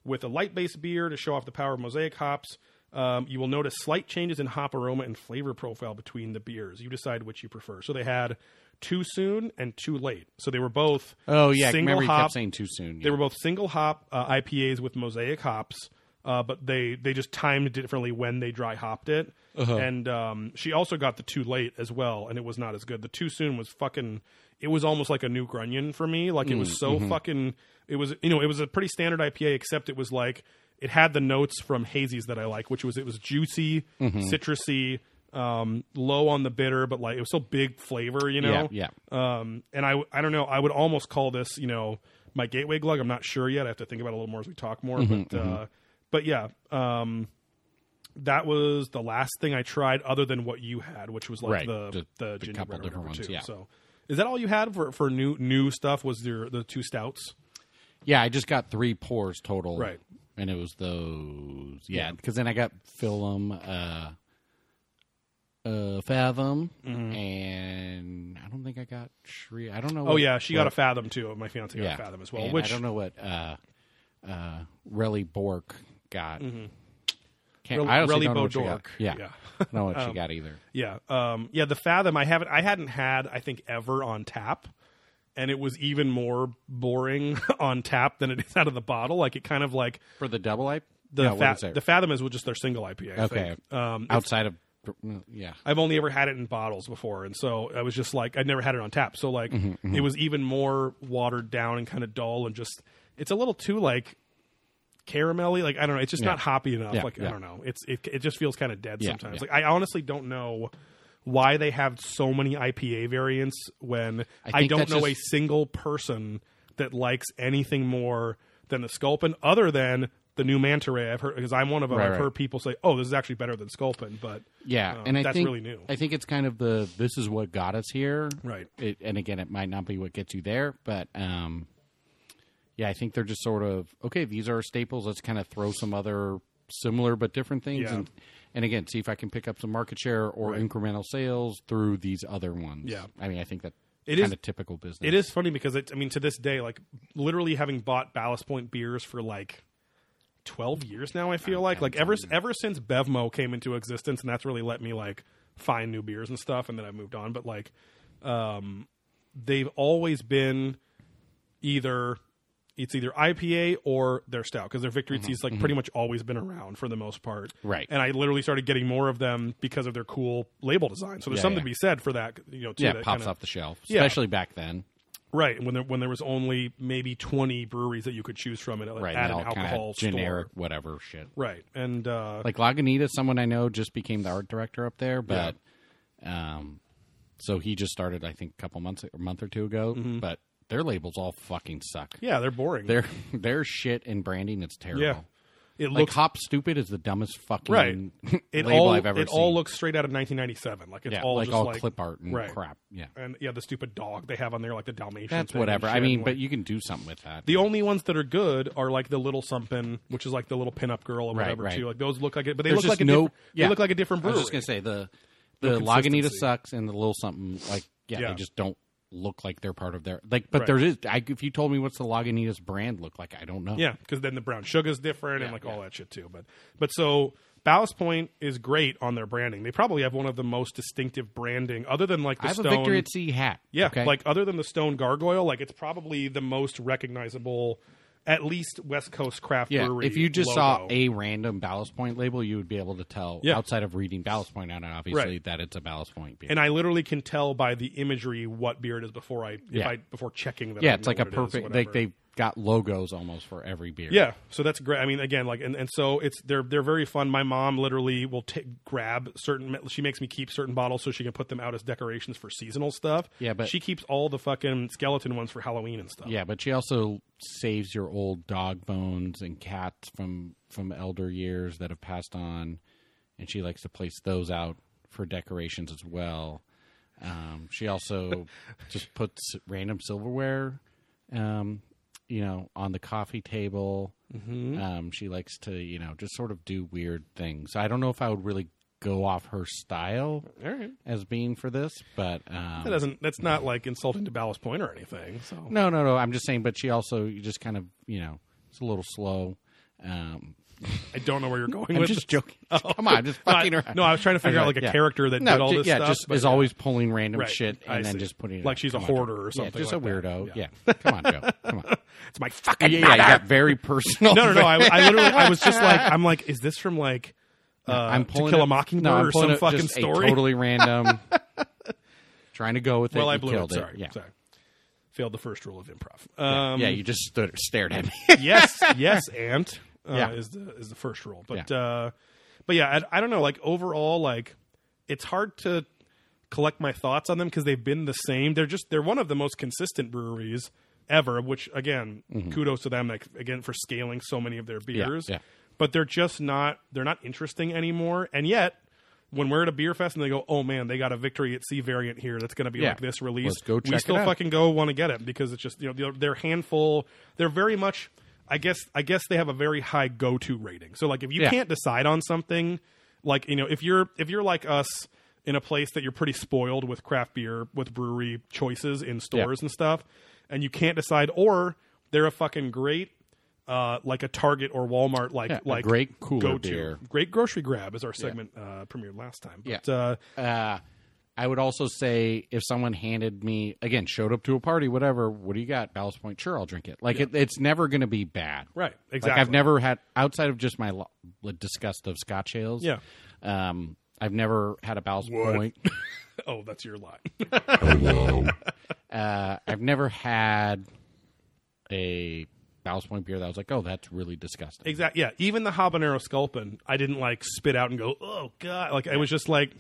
A: with a light based beer to show off the power of mosaic hops. Um, you will notice slight changes in hop aroma and flavor profile between the beers. You decide which you prefer. So they had too soon and too late. So they were both
B: oh yeah,
A: single
B: remember you
A: hop
B: kept saying too soon.
A: they were both single hop uh, IPAs with mosaic hops, uh, but they they just timed it differently when they dry hopped it. And um, she also got the too late as well, and it was not as good. The too soon was fucking. It was almost like a new grunion for me. Like it was so fucking. It was you know it was a pretty standard IPA except it was like it had the notes from hazies that I like, which was it was juicy, citrusy, um, low on the bitter, but like it was still big flavor. You know,
B: yeah, yeah.
A: um, and I, I don't know. I would almost call this, you know, my gateway glug. I'm not sure yet. I have to think about it a little more as we talk more.
B: Mm-hmm,
A: but, Uh, but yeah, um, that was the last thing I tried, other than what you had, which was like
B: Right.
A: the
B: The-
A: the,
B: the
A: gingerbread
B: couple
A: or
B: different
A: whatever,
B: ones,
A: too.
B: yeah.
A: So, is that all you had for for new new stuff? Was your the two stouts?
B: Yeah, I just got three pours total.
A: Right.
B: And it was those. Yeah, because then I got Philum, uh, uh, Fathom, and I don't think I got Shri. I don't know.
A: Mm-hmm. Oh yeah, she got a fathom too. My fiance got a fathom as well.
B: And
A: which
B: I don't know what uh, uh, Relly Bork got. Can't, I
A: Mm-hmm.
B: also
A: Relly
B: don't know what she got.
A: Bodork.
B: Yeah.
A: Yeah.
B: I don't know what she got either.
A: Yeah, um, yeah. The Fathom I haven't, I hadn't had, I think, ever on tap, and it was even more boring on tap than it is out of the bottle. Like it kind of like
B: For the double I
A: the
B: no,
A: Fa-
B: what is it?
A: the Fathom is just their single IPA. I
B: Okay.
A: think. um,
B: outside of yeah.
A: I've only ever had it in bottles before, and so I was just like, I'd never had it on tap, so like
B: Mm-hmm,
A: it was even more watered down and kind of dull, and just it's a little too like caramelly. Like I don't know, it's just not hoppy enough.
B: Yeah,
A: like I
B: yeah.
A: don't know, it's it it just feels kind of dead
B: Yeah,
A: sometimes. Like
B: yeah.
A: I honestly don't know why they have so many IPA variants when I,
B: think
A: don't
B: that's
A: know a
B: just-
A: single person that likes anything more than the Sculpin, other than the new manta ray. I've heard because I'm one of them.
B: Right,
A: I've
B: right.
A: heard people say, "Oh, this is actually better than Sculpin," but
B: Yeah,
A: uh,
B: and I
A: that's
B: think
A: really new.
B: I think it's kind of the this is what got us here,
A: Right.
B: It, and again, it might not be what gets you there, but um, yeah, I think they're just sort of okay. These are staples. Let's kind of throw some other similar but different things,
A: Yeah.
B: and and again, see if I can pick up some market share or incremental sales through these other ones.
A: Yeah.
B: I mean, I think that
A: It
B: kind
A: is-
B: of typical business.
A: It is funny because it, I mean, to this day, like literally having bought Ballast Point beers for like twelve years now, I feel like like ever ever since Bevmo came into existence, and that's really let me like find new beers and stuff, and then I moved on. But like, um, they've always been either it's either IPA or their stout because their victory tea's like pretty much always been around for the most part.
B: Mm-hmm, Right.
A: And I literally started getting more of them because of their cool label design. So there's
B: Yeah,
A: something
B: yeah.
A: to be said for that, you know, too,
B: yeah,
A: that
B: it pops
A: kinda-
B: off the shelf,
A: Yeah.
B: especially back then.
A: Right, when there when there was only maybe twenty breweries that you could choose from at,
B: Right,
A: at
B: they
A: an
B: all kinda
A: alcohol store.
B: generic whatever shit.
A: Right, and uh,
B: like Lagunita, someone I know just became the art director up there, but um, so he just started, I think, a couple months a month or two ago. But their labels all fucking suck.
A: Mm-hmm. yeah, they're boring.
B: Their their shit and branding is terrible.
A: yeah, it
B: Like
A: looks
B: Hop Stupid is the dumbest fucking
A: Right. it
B: label
A: all
B: I've ever
A: it
B: seen.
A: all looks straight out of 1997. Like it's
B: yeah,
A: all
B: like
A: just
B: all
A: like
B: clip art and
A: right.
B: crap. Yeah,
A: and yeah, the stupid dog they have on there, like the Dalmatian.
B: that's
A: thing and
B: whatever. I
A: shit,
B: mean,
A: and,
B: but
A: like,
B: you can do something with that.
A: the only ones that are good are like the little something, which is like the little pinup girl or
B: Right,
A: whatever
B: right.
A: too. Like those look like it, but they
B: There's
A: look like
B: just
A: a
B: no-
A: different,
B: yeah.
A: they look like a different
B: I was
A: brewery.
B: just gonna say the
A: No
B: the Lagunita
A: consistency.
B: sucks and the little something like yeah,
A: Yeah.
B: they just don't look like they're part of their like. But
A: Right.
B: there is I, if you told me what's the Lagunita's brand look like, I don't know.
A: Yeah, because then the brown sugar's different and
B: Yeah,
A: like
B: yeah.
A: all that shit too. But but so Ballast Point is great on their branding. They probably have one of the most distinctive branding, other than like the
B: I have
A: stone.
B: a Victory at Sea hat.
A: yeah,
B: okay?
A: like other than the stone gargoyle, like it's probably the most recognizable, at least West Coast craft
B: yeah.
A: brewery.
B: If you just
A: logo.
B: saw a random Ballast Point label, you would be able to tell
A: Yeah.
B: outside of reading Ballast Point on it, obviously
A: Right.
B: that it's a Ballast Point beer.
A: and I literally can tell by the imagery what beer it is before I if
B: Yeah.
A: I before checking that. I
B: yeah, it's
A: know
B: like a
A: what it is,
B: perfect.
A: whatever.
B: like they've got logos almost for every beer.
A: Yeah, so that's great. I mean, again, like, and, and so it's they're they're very fun. My mom literally will ta grab certain. She makes me keep certain bottles so she can put them out as decorations for seasonal stuff.
B: Yeah, but-
A: she keeps all the fucking skeleton ones for Halloween and stuff.
B: Yeah, but she also saves your old dog bones and cats from from elder years that have passed on, and she likes to place those out for decorations as well. Um, she also just puts random silverware, um, you know, on the coffee table.
A: Mm-hmm.
B: Um, she likes to, you know, just sort of do weird things. I don't know if I would really go off her style
A: all right.
B: as being for this, but um,
A: That doesn't. That's not like insulting to Ballast Point or anything. So
B: no, no, no. I'm just saying, but she also you just kind of, you know, it's a little slow. Um,
A: I don't know where you're going.
B: I'm
A: with
B: just
A: this.
B: joking. Come on, I'm just
A: No, I-
B: fucking around.
A: no, I was trying to figure out,
B: Anyway,
A: like, a character that did all
B: ju-
A: this
B: yeah,
A: stuff,
B: just
A: but
B: is
A: yeah.
B: always pulling random
A: Right.
B: shit
A: I
B: and then
A: see.
B: just putting it
A: Like
B: out.
A: she's a
B: Come on,
A: hoarder or
B: Joe.
A: something
B: Yeah, just
A: like
B: a
A: that.
B: weirdo.
A: Yeah.
B: Yeah. come on, Joe. Come on.
A: It's my fucking.
B: Yeah, yeah, you got very personal.
A: No, no, no. I, I literally, I was just like, I'm like, is this from like, uh,
B: I'm pulling
A: To Kill a
B: up-
A: Mockingbird
B: no, I'm
A: or
B: pulling
A: some
B: up
A: fucking
B: just a
A: story?
B: totally random. trying to go with it.
A: well, I
B: you
A: blew
B: killed
A: it. Sorry,
B: Yeah.
A: sorry. Failed the first rule of improv. Um,
B: yeah, you just stood, stared at me.
A: yes, yes, and uh,
B: Yeah.
A: is the is the first rule. But
B: Yeah.
A: uh, but yeah, I, I don't know. Like overall, like it's hard to collect my thoughts on them because they've been the same. They're just they're one of the most consistent breweries ever. Which again, kudos to them. Like again for scaling so many of their beers.
B: Mm-hmm. yeah.
A: But they're just not they're not interesting anymore. And yet. When we're at a beer fest and they go, oh man, they got a victory at sea variant here that's going to be
B: Yeah.
A: like this release.
B: Let's go check
A: we
B: it
A: still
B: out.
A: fucking fucking go want to get it because it's just you know they're, they're handful. They're very much. I guess I guess they have a very high go to rating. So like if you
B: Yeah.
A: can't decide on something, like you know if you're if you're like us in a place that you're pretty spoiled with craft beer with brewery choices in stores and stuff, and you can't decide, or they're a fucking great. Uh, like a Target or Walmart, like
B: Yeah, a
A: like
B: great cooler
A: go-to.
B: beer.
A: great grocery grab is our segment uh, premiered last time. But,
B: Yeah.
A: uh,
B: uh, I would also say if someone handed me again showed up to a party, whatever, what do you got? Ballast Point, sure, I'll drink it. Like it, it's never going to be bad,
A: Right,
B: Like I've
A: exactly.
B: never had outside of just my lo- disgust of Scotch ales.
A: Yeah.
B: um, I've never had a Ballast Point.
A: oh, that's your line.
C: Hello.
B: Uh, I've never had a Ballast Point beer that I was like, oh, that's really disgusting.
A: Exactly. Yeah. Even the habanero sculpin, I didn't like spit out and go, "Oh god!" Like I was just like,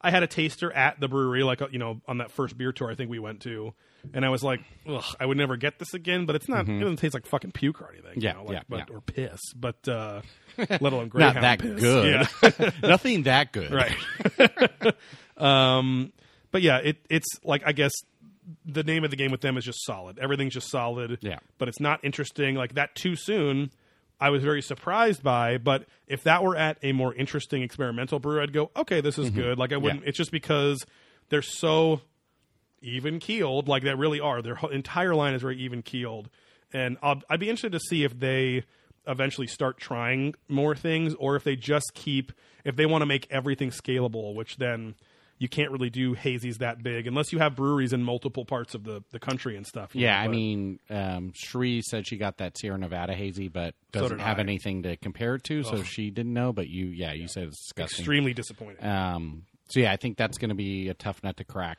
A: I had a taster at the brewery, like uh, you know, on that first beer tour I think we went to, and I was like, Ugh, I would never get this again. But it's not; it doesn't taste like fucking puke or anything,
B: Mm-hmm. Yeah,
A: you know, like,
B: yeah,
A: but,
B: yeah.
A: or piss, but uh, let alone
B: Not
A: Greyhound
B: that
A: piss.
B: good.
A: Yeah.
B: Nothing that good.
A: right um but yeah it it's like i guess the name of the game with them is just solid everything's just solid
B: Yeah.
A: but it's not interesting like that too soon i was very surprised by but if that were at a more interesting experimental brewer i'd go okay this is good like i wouldn't it's just because they're so even keeled like they really are their whole entire line is very even keeled and I'll, i'd be interested to see if they eventually start trying more things or if they just keep if they want to make everything scalable which then you can't really do hazies that big unless you have breweries in multiple parts of the, the country and stuff you
B: Yeah,
A: know,
B: I
A: but-
B: mean, um, Shree said she got that Sierra Nevada hazy, but doesn't
A: did
B: have
A: I.
B: anything to compare it to, so she didn't know. But you, yeah, you said it's disgusting.
A: extremely disappointing
B: Um, so yeah, I think that's going to be a tough nut to crack,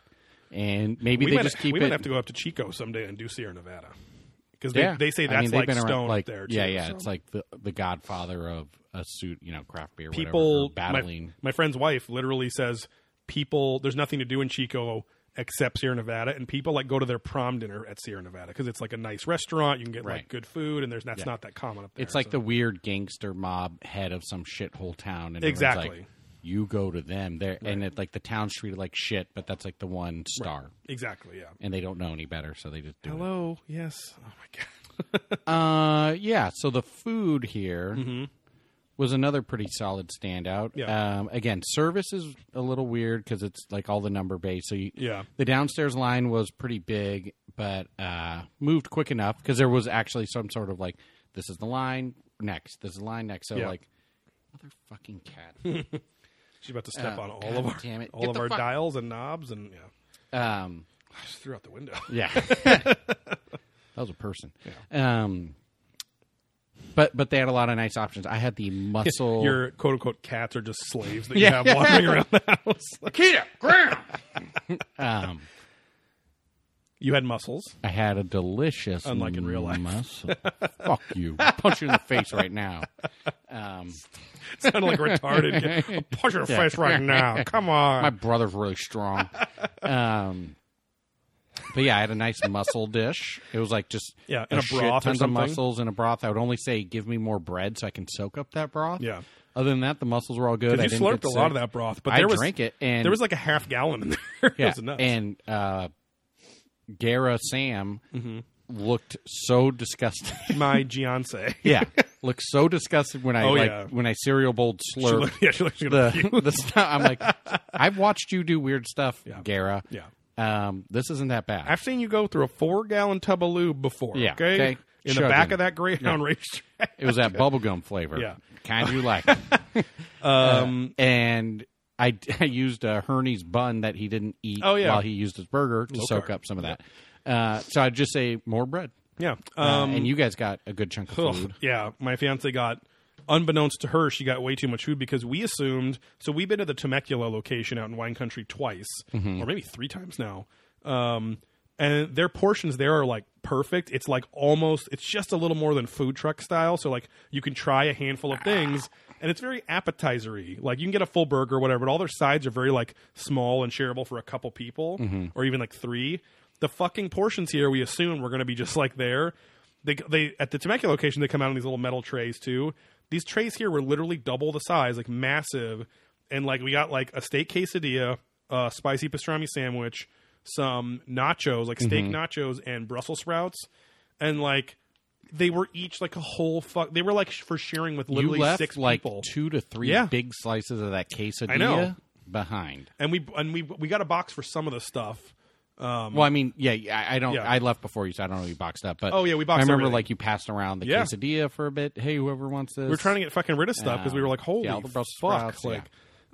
B: and maybe
A: we
B: they
A: might,
B: just keep
A: we
B: it.
A: might have to go up to chico someday and do sierra nevada because they,
B: yeah,
A: they say
B: I
A: that's
B: mean, they've
A: like
B: been around,
A: stone up
B: like,
A: there
B: Yeah,
A: too,
B: yeah,
A: so.
B: it's like the the Godfather of a suit, you know, craft beer. whatever,
A: people
B: or battling.
A: My, my friend's wife literally says people there's nothing to do in Chico except Sierra Nevada and people like go to their prom dinner at Sierra Nevada because it's like a nice restaurant you can get
B: Right.
A: like good food and there's that's not that common up there
B: it's like
A: so-
B: the weird gangster mob head of some shithole town, and everyone's
A: Exactly.
B: Like, you go to them there, and it like the town's treated like shit, but that's like the one star,
A: exactly yeah
B: and they don't know any better, so they just do it.
A: hello yes oh my god
B: Uh, yeah. So the food here was another pretty solid standout.
A: Mm-hmm. Yeah.
B: Um, again, service is a little weird because it's like all the number based. So you,
A: Yeah.
B: the downstairs line was pretty big, but uh, moved quick enough because there was actually some sort of like, this is the line next, this is the line next. So
A: Yeah.
B: like, motherfucking cat.
A: she's about to step
B: Uh,
A: on all
B: God
A: of our
B: damn it.
A: all
B: Get
A: of
B: the
A: our
B: fuck-
A: dials and knobs and yeah
B: um,
A: I just threw out the window
B: Yeah. that was a person. Um, but but they had a lot of nice options. I had the muscle.
A: your quote unquote cats are just slaves that you have wandering around the house
B: Akita, Graham. um,
A: you had muscles
B: I had a delicious,
A: Unlike in real life.
B: muscle. Fuck you! Punch you in the face right now. Um,
A: sounded like retarded kid. I'll punch your face right now come on
B: my brother's really strong. Um, but yeah, I had a nice muscle dish. It was like just
A: Yeah, in a
B: shit
A: broth or
B: tons of
A: something.
B: mussels in a broth. I would only say give me more bread so I can soak up that broth.
A: Yeah.
B: Other than that, the mussels were all good. I
A: Because you
B: didn't
A: slurped
B: get
A: a lot
B: sick.
A: of that broth, but
B: I
A: there was
B: drank it, and
A: there was like a half gallon in there. it
B: yeah,
A: was nuts.
B: and uh, Gara Sam
A: Mm-hmm.
B: looked so disgusted.
A: my Gianse.
B: yeah, looked so disgusted when I
A: Oh,
B: like
A: yeah.
B: when I cereal bowled
A: She
B: slurp.
A: looked- yeah, she looked gonna puke.
B: the, the stuff. I'm like, I've watched you do weird stuff, Gara.
A: Yeah.
B: Um, this isn't that bad.
A: I've seen you go through a four gallon tub of lube before.
B: Yeah,
A: Okay.
B: okay.
A: In the
B: Chugging.
A: back of that Greyhound racetrack.
B: it was that bubblegum flavor.
A: Yeah.
B: Kind you like. Uh,
A: Um,
B: and I, I used uh, Herney's bun that he didn't eat
A: Oh, yeah.
B: while he used his burger to soak
A: carb.
B: up some of that. Uh, so I'd just say more bread.
A: yeah.
B: Uh,
A: Um,
B: and you guys got a good chunk of
A: Ugh,
B: food.
A: yeah, my fiance got, unbeknownst to her, she got way too much food because we assumed. So we've been to the Temecula location out in wine country twice, or maybe three times now. Um, and their portions there are like perfect. It's like almost, it's just a little more than food truck style. So like you can try a handful of things. And it's very appetizery. Like you can get a full burger or whatever, but all their sides are very like small and shareable for a couple people, or even like three. The fucking portions here, we assume, were going to be just like there they they at the Temecula location they come out in these little metal trays too. These trays here were literally double the size, like massive, and like we got like a steak quesadilla, a spicy pastrami sandwich, some nachos, like
B: Mm-hmm.
A: steak nachos and Brussels sprouts, and like they were each like a whole fuck. They were like sh- for sharing with
B: You
A: literally
B: left
A: six
B: like
A: people,
B: two to three
A: Yeah.
B: big slices of that quesadilla
A: know.
B: behind.
A: and we and we we got a box for some of the stuff.
B: Well, I mean, yeah, I, I don't.
A: Um, Yeah.
B: I left before you, so I don't know. if You boxed up, but
A: Oh, yeah, we boxed
B: I remember
A: everything.
B: like you passed around the
A: Yeah.
B: quesadilla for a bit. Hey, whoever wants this,
A: We were trying to get fucking rid of stuff because we were like, holy
B: yeah, all the Brussels
A: fuck,
B: sprouts,
A: like,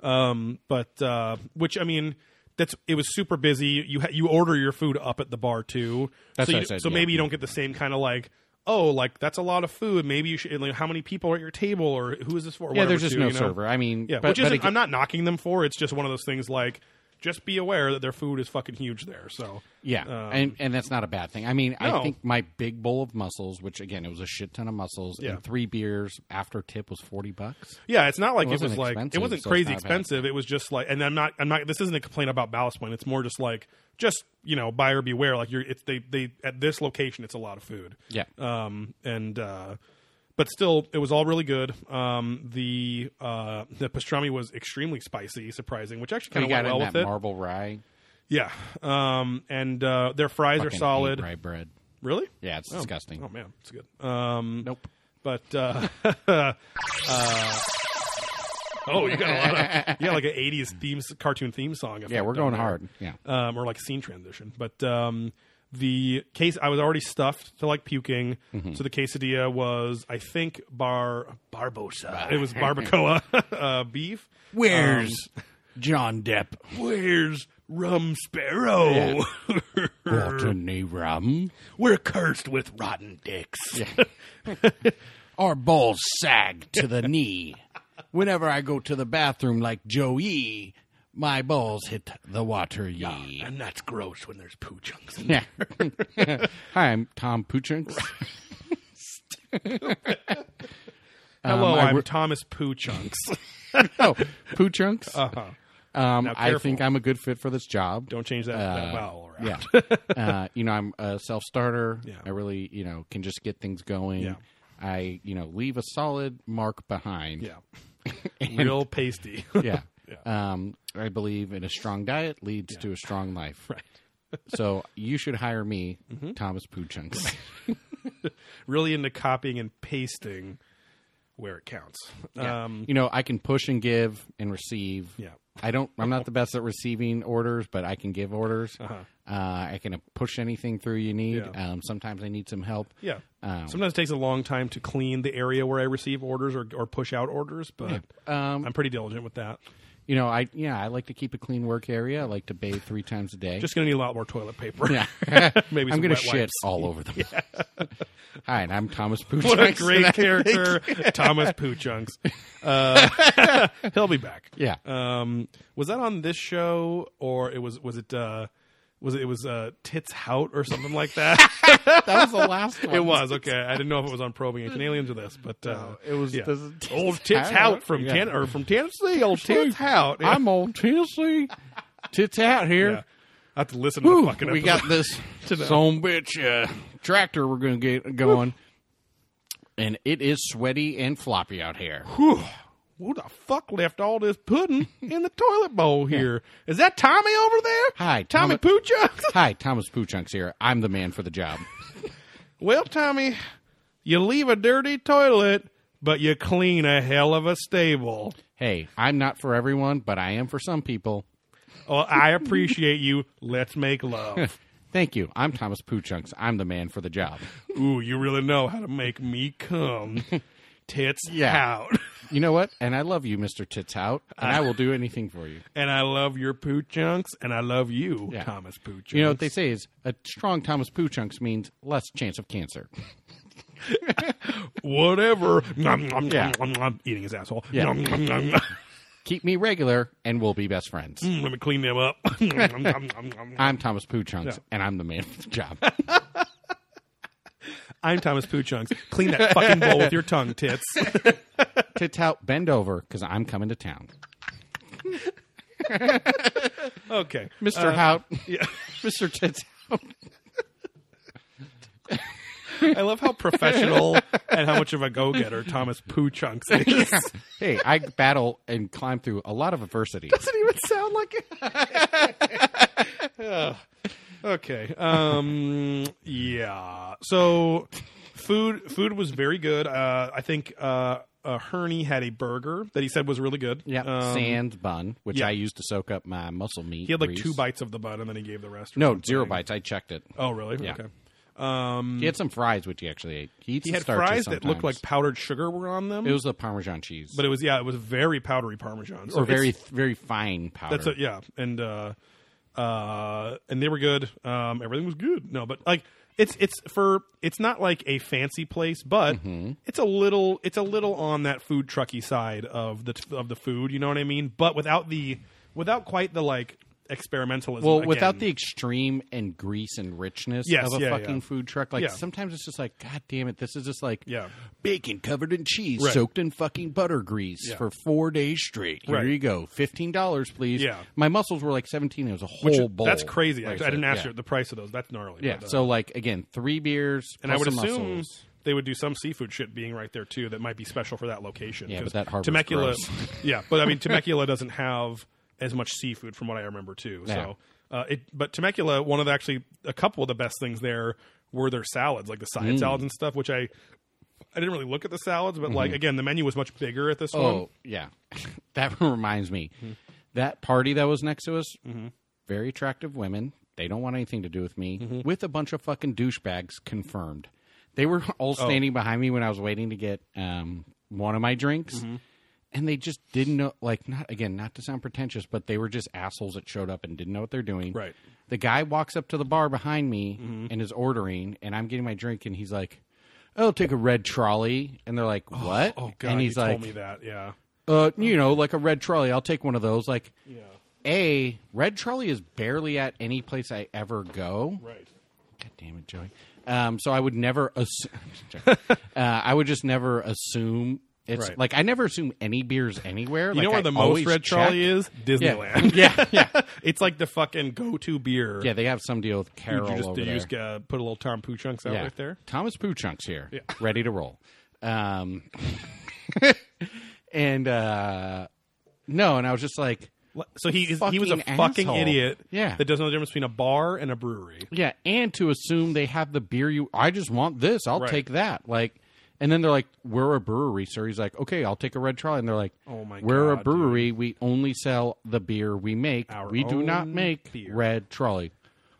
A: um, but uh, which I mean, that's it was super busy. You ha- you order your food up at the bar too,
B: That's
A: so
B: what
A: you,
B: I said,
A: so
B: yeah.
A: maybe you don't get the same kind of like. Oh, like that's a lot of food. Maybe you should. Like, how many people are at your table, or who is this for?
B: Yeah,
A: Whatever,
B: there's just
A: too,
B: no
A: you know?
B: server. I mean,
A: Yeah,
B: but,
A: which
B: but
A: isn't,
B: again-
A: I'm not knocking them for. It's just one of those things like just be aware that their food is fucking huge there. So
B: Yeah, and and that's not a bad thing. I mean,
A: Uh, No.
B: I think my big bowl of mussels, which again it was a shit ton of mussels,
A: Yeah.
B: and three beers after tip was forty bucks.
A: Yeah, it's not like
B: It
A: it, was
B: wasn't
A: like it
B: expensive,
A: wasn't
B: so it's
A: crazy
B: not bad.
A: expensive. It was just like, and I'm not, I'm not. This isn't a complaint about Ballast Point. It's more just like, just you know, buyer beware. Like you're, it's they they at this location, it's a lot of food.
B: Yeah.
A: Um, and uh, but still, it was all really good. Um, the uh, the pastrami was extremely spicy, surprising, which actually kind
B: We
A: of
B: got
A: went well
B: in
A: with
B: that
A: it.
B: marble rye.
A: yeah. Um, and uh, their fries
B: Fucking
A: are
B: hate
A: solid.
B: rye bread.
A: Really?
B: Yeah, it's disgusting.
A: Oh man, it's good. Um,
B: Nope.
A: but uh, uh, oh, you got a lot of yeah, like an '80s theme cartoon theme song.
B: Yeah, we're going hard. Yeah.
A: um, or like scene transition. But um, the case, I was already stuffed to like puking,
B: Mm-hmm.
A: so the quesadilla was, I think, bar barbosa. It was barbacoa uh, beef.
B: Where's John Depp?
A: Where's Rum Sparrow?
B: Courtney Rum?
A: We're cursed with rotten dicks.
B: Our balls sag to the knee. Whenever I go to the bathroom like Joey, my balls hit the water ye.
A: And that's gross when there's poo chunks. in
B: Yeah. Hi, I'm Tom Poochunks.
A: Hello,
B: Um, I
A: I'm
B: re-
A: Thomas Poo Chunks.
B: oh, Poochunks?
A: Uh-huh.
B: Um,
A: Now,
B: I
A: careful.
B: think I'm a good fit for this job.
A: Don't change that, that vowel around.
B: Yeah. uh, you know, I'm a self starter.
A: Yeah.
B: I really, you know, can just get things going.
A: Yeah.
B: I, you know, leave a solid mark behind.
A: Yeah. Real pasty.
B: Yeah. Um, I believe in a strong diet leads to a strong life.
A: right. Mm-hmm.
B: So you should hire me, Thomas Poochunks.
A: Really into copying and pasting where it counts. Yeah. Um,
B: you know, I can push and give and receive.
A: yeah.
B: I don't. I'm not the best at receiving orders, but I can give orders. uh I can push anything through you need.
A: Uh-huh. Yeah.
B: Um, sometimes I need some help.
A: Yeah.
B: Um,
A: Sometimes it takes a long time to clean the area where I receive orders or, or push out orders, but
B: Um,
A: I'm pretty diligent with that.
B: you know, I yeah, I like to keep a clean work area. I like to bathe three times a day.
A: Just going to need a lot more toilet paper.
B: yeah.
A: Maybe
B: I'm
A: some
B: gonna
A: wet
B: shit
A: wipes.
B: all over them. Hi, and I'm Thomas Pooch.
A: What a great character, Thomas Poochunks. Uh, he'll be back.
B: Yeah.
A: Um, was that on this show or it was was it uh, was it, it was uh, Tits Hout or something like that?
B: that was the last one.
A: it was okay. I didn't know if it was on Probing Ancient Aliens or this, but uh,
B: it was-
A: yeah.
B: this is-
A: old Tits Hout from
B: Yeah.
A: Can- or from Tennessee. Old Tits Hout. Yeah.
B: I'm on Tennessee. Tits out here.
A: Yeah. I have to listen to
B: Whew,
A: the fucking.
B: we
A: episode.
B: got this son bitch uh, tractor we're gonna get going. And it is sweaty and floppy out here.
A: Whew. Who the fuck left all this pudding in the toilet bowl here? Is that Tommy over there?
B: Hi,
A: Tommy
B: Thomas-
A: Poochunks.
B: Hi, Thomas Poochunks here. I'm the man for the job.
A: Well, Tommy, you leave a dirty toilet, but you clean a hell of a stable.
B: Hey, I'm not for everyone, but I am for some people.
A: Oh, I appreciate you. Let's make love.
B: Thank you. I'm Thomas Poochunks. I'm the man for the job.
A: Ooh, you really know how to make me come. Tits
B: Yeah.
A: out.
B: You know what? And I love you, Mr. Tits Out, and I will do anything for you.
A: And I love your poo chunks, and I love you,
B: Yeah.
A: Thomas Poo Chunks.
B: You know what they say is a strong Thomas Poochunks means less chance of cancer.
A: whatever. Nom, nom,
B: Yeah.
A: nom, nom, nom. Eating his asshole.
B: Yeah.
A: Nom, nom, nom, nom.
B: Keep me regular, and we'll be best friends.
A: Mm, Let me clean them up. Nom, nom, nom, nom.
B: I'm Thomas Poochunks,
A: Yeah.
B: and I'm the man for the job.
A: I'm Thomas Poo Chunks. Clean that fucking bowl with your tongue, tits.
B: Tits out, bend over, because I'm coming to town.
A: Okay.
B: Mr. Hout. Mr. Tits Out.
A: I love how professional and how much of a go-getter Thomas Poo Chunks is. Doesn't
B: Hey, I battle and climb through a lot of adversity.
A: even sound like it. Ugh. okay. Um, yeah. So, food food was very good. Uh, I think uh, uh, Herney had a burger that he said was really good.
B: Yeah,
A: Um,
B: sand bun, which
A: yeah.
B: I used to soak up my muscle meat.
A: he had like two
B: bites.
A: bites of the bun, and then he gave the rest. or
B: No,
A: something.
B: zero bites. I checked it.
A: Oh, really?
B: Yeah.
A: Okay. Um,
B: He had some fries, which he actually ate. He, eats
A: he
B: the
A: had
B: starches
A: fries that looked like
B: sometimes.
A: powdered sugar were on them.
B: it was the Parmesan cheese,
A: but it was yeah, it was very powdery Parmesan. So
B: or
A: it's-
B: very very fine powder.
A: That's it, yeah, and uh, uh, and they were good. Um, everything was good. No, but like it's it's for it's not like a fancy place, but
B: Mm-hmm.
A: it's a little it's a little on that food trucky side of the of the food. You know what I mean? But without the without quite the like experimentalism.
B: Well,
A: again.
B: without the extreme and grease and richness
A: Yes,
B: of a
A: yeah,
B: fucking
A: yeah.
B: food truck, like
A: Yeah.
B: sometimes it's just like, God damn it, this is just like
A: Yeah.
B: bacon covered in cheese,
A: Right.
B: soaked in fucking butter grease
A: Yeah.
B: for four days straight. Here
A: Right.
B: you go, fifteen dollars, please.
A: Yeah.
B: my muscles were like seventeen. It was a whole
A: Which-
B: bowl.
A: that's crazy.
B: Like
A: actually. I didn't
B: said,
A: ask
B: yeah.
A: you the price of those. That's gnarly.
B: Yeah,
A: But, uh,
B: so like again, three beers
A: and I would
B: plus some
A: assume
B: mussels.
A: they would do some seafood shit being right there too. That might be special for that location.
B: Yeah, but
A: 'cause
B: that harbor's
A: Temecula.
B: gross.
A: yeah, but I mean Temecula doesn't have as much seafood from what I remember too. So, uh, it but Temecula, one of the, actually a couple of the best things there were their salads, like the side
B: Mm.
A: salads and stuff, which I. I didn't really look at the salads, but like again, the menu was much bigger at this one.
B: Mm-hmm.
A: Hmm.
B: Oh yeah, that reminds me. That party that was next to us,
A: Mm-hmm.
B: very attractive women. They don't want anything to do with me.
A: Mm-hmm.
B: With a bunch of fucking douchebags, confirmed. They were all
A: Oh.
B: standing behind me when I was waiting to get um, one of my drinks.
A: Mm-hmm.
B: And they just didn't know, like, not again, not to sound pretentious, but they were just assholes that showed up and didn't know what they're doing.
A: Right. Mm-hmm.
B: The guy walks up to the bar behind me and is ordering, and I'm getting my drink, and he's like, "Oh, take a red trolley," and they're like, "What?"
A: Oh god,
B: and
A: you
B: he's like,
A: told me that. Yeah,
B: uh, you know, like a red trolley. I'll take one of those. Like, a red trolley is barely at any place I ever go.
A: right.
B: God damn it, Joey. Um, so I would never assume. uh, I would just never assume it's
A: Right.
B: like I never assume any beers anywhere.
A: You know where the most red trolley is? Disneyland.
B: Yeah, yeah,
A: it's like the fucking go-to beer.
B: yeah. They have some deal with Carol
A: you just,
B: over
A: you
B: there.
A: just uh, put a little Tom Poo chunks out
B: yeah.
A: right there.
B: Thomas Poochunk's here, ready to roll. Um, and uh, no, and I was just like.
A: So he is, he was a
B: Fucking
A: fucking
B: asshole.
A: idiot.
B: Yeah.
A: that doesn't know the difference between a bar and a brewery.
B: Yeah, and to assume they have the beer you I just want this, I'll
A: Right.
B: take that. Like and then they're like, We're a brewery, sir. He's like, Okay, I'll take a red trolley. And they're like,
A: Oh my
B: We're a
A: God,
B: brewery, we only sell the beer we make.
A: Our
B: we do not
A: own
B: make
A: beer."
B: red trolley.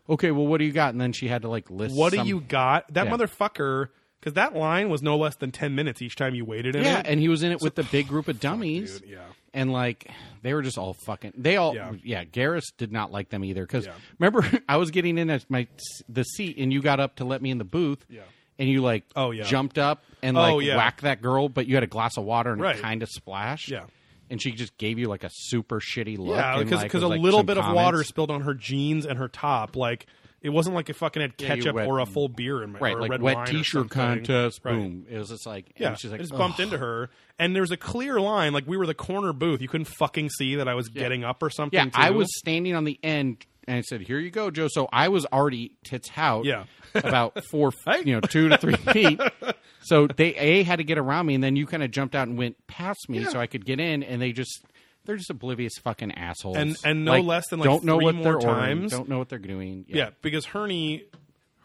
B: Okay, well what do you got? And then she had to like list
A: What
B: some-
A: do you got? That
B: Yeah.
A: motherfucker. Because that line was no less than ten minutes each time you waited in
B: Yeah,
A: it.
B: and he was in it with the big group of dummies.
A: dude, yeah.
B: And like they were just all fucking. They all yeah.
A: Yeah.
B: Garrus did not like them either because
A: Yeah.
B: remember I was getting in at my the seat and you got up to let me in the booth.
A: Yeah.
B: And you like
A: Oh, yeah.
B: jumped up and
A: Oh,
B: like
A: yeah.
B: whacked that girl, but you had a glass of water and
A: Right.
B: it kind of splashed.
A: Yeah.
B: And she just gave you like a super shitty look.
A: yeah,
B: and,
A: because
B: like,
A: because
B: was,
A: a
B: like,
A: little
B: some
A: bit of
B: comments.
A: water spilled on her jeans and her top. Like it wasn't like it fucking had
B: Yeah, you
A: ketchup
B: wet-
A: or a full beer in my
B: right?
A: or a
B: Like
A: red
B: wet
A: wine or
B: t-shirt
A: something.
B: contest.
A: Right.
B: Boom! It was just like
A: Yeah,
B: and she's like
A: I just
B: "Ugh."
A: bumped into her, and there was a clear line. Like we were the corner booth, you couldn't fucking see that I was getting up or something.
B: Yeah, I
A: too.
B: was standing on the end and I said, "Here you go, Joe." So I was already tits out.
A: Yeah.
B: about four, you know, two to three feet. So they a had to get around me, and then you kind of jumped out and went past me, so I could get in. And they just. They're just oblivious fucking assholes,
A: And- and no less than, like,
B: don't know
A: three
B: what
A: more
B: they're ordering,
A: times.
B: don't know what they're doing.
A: Yeah, because Herney,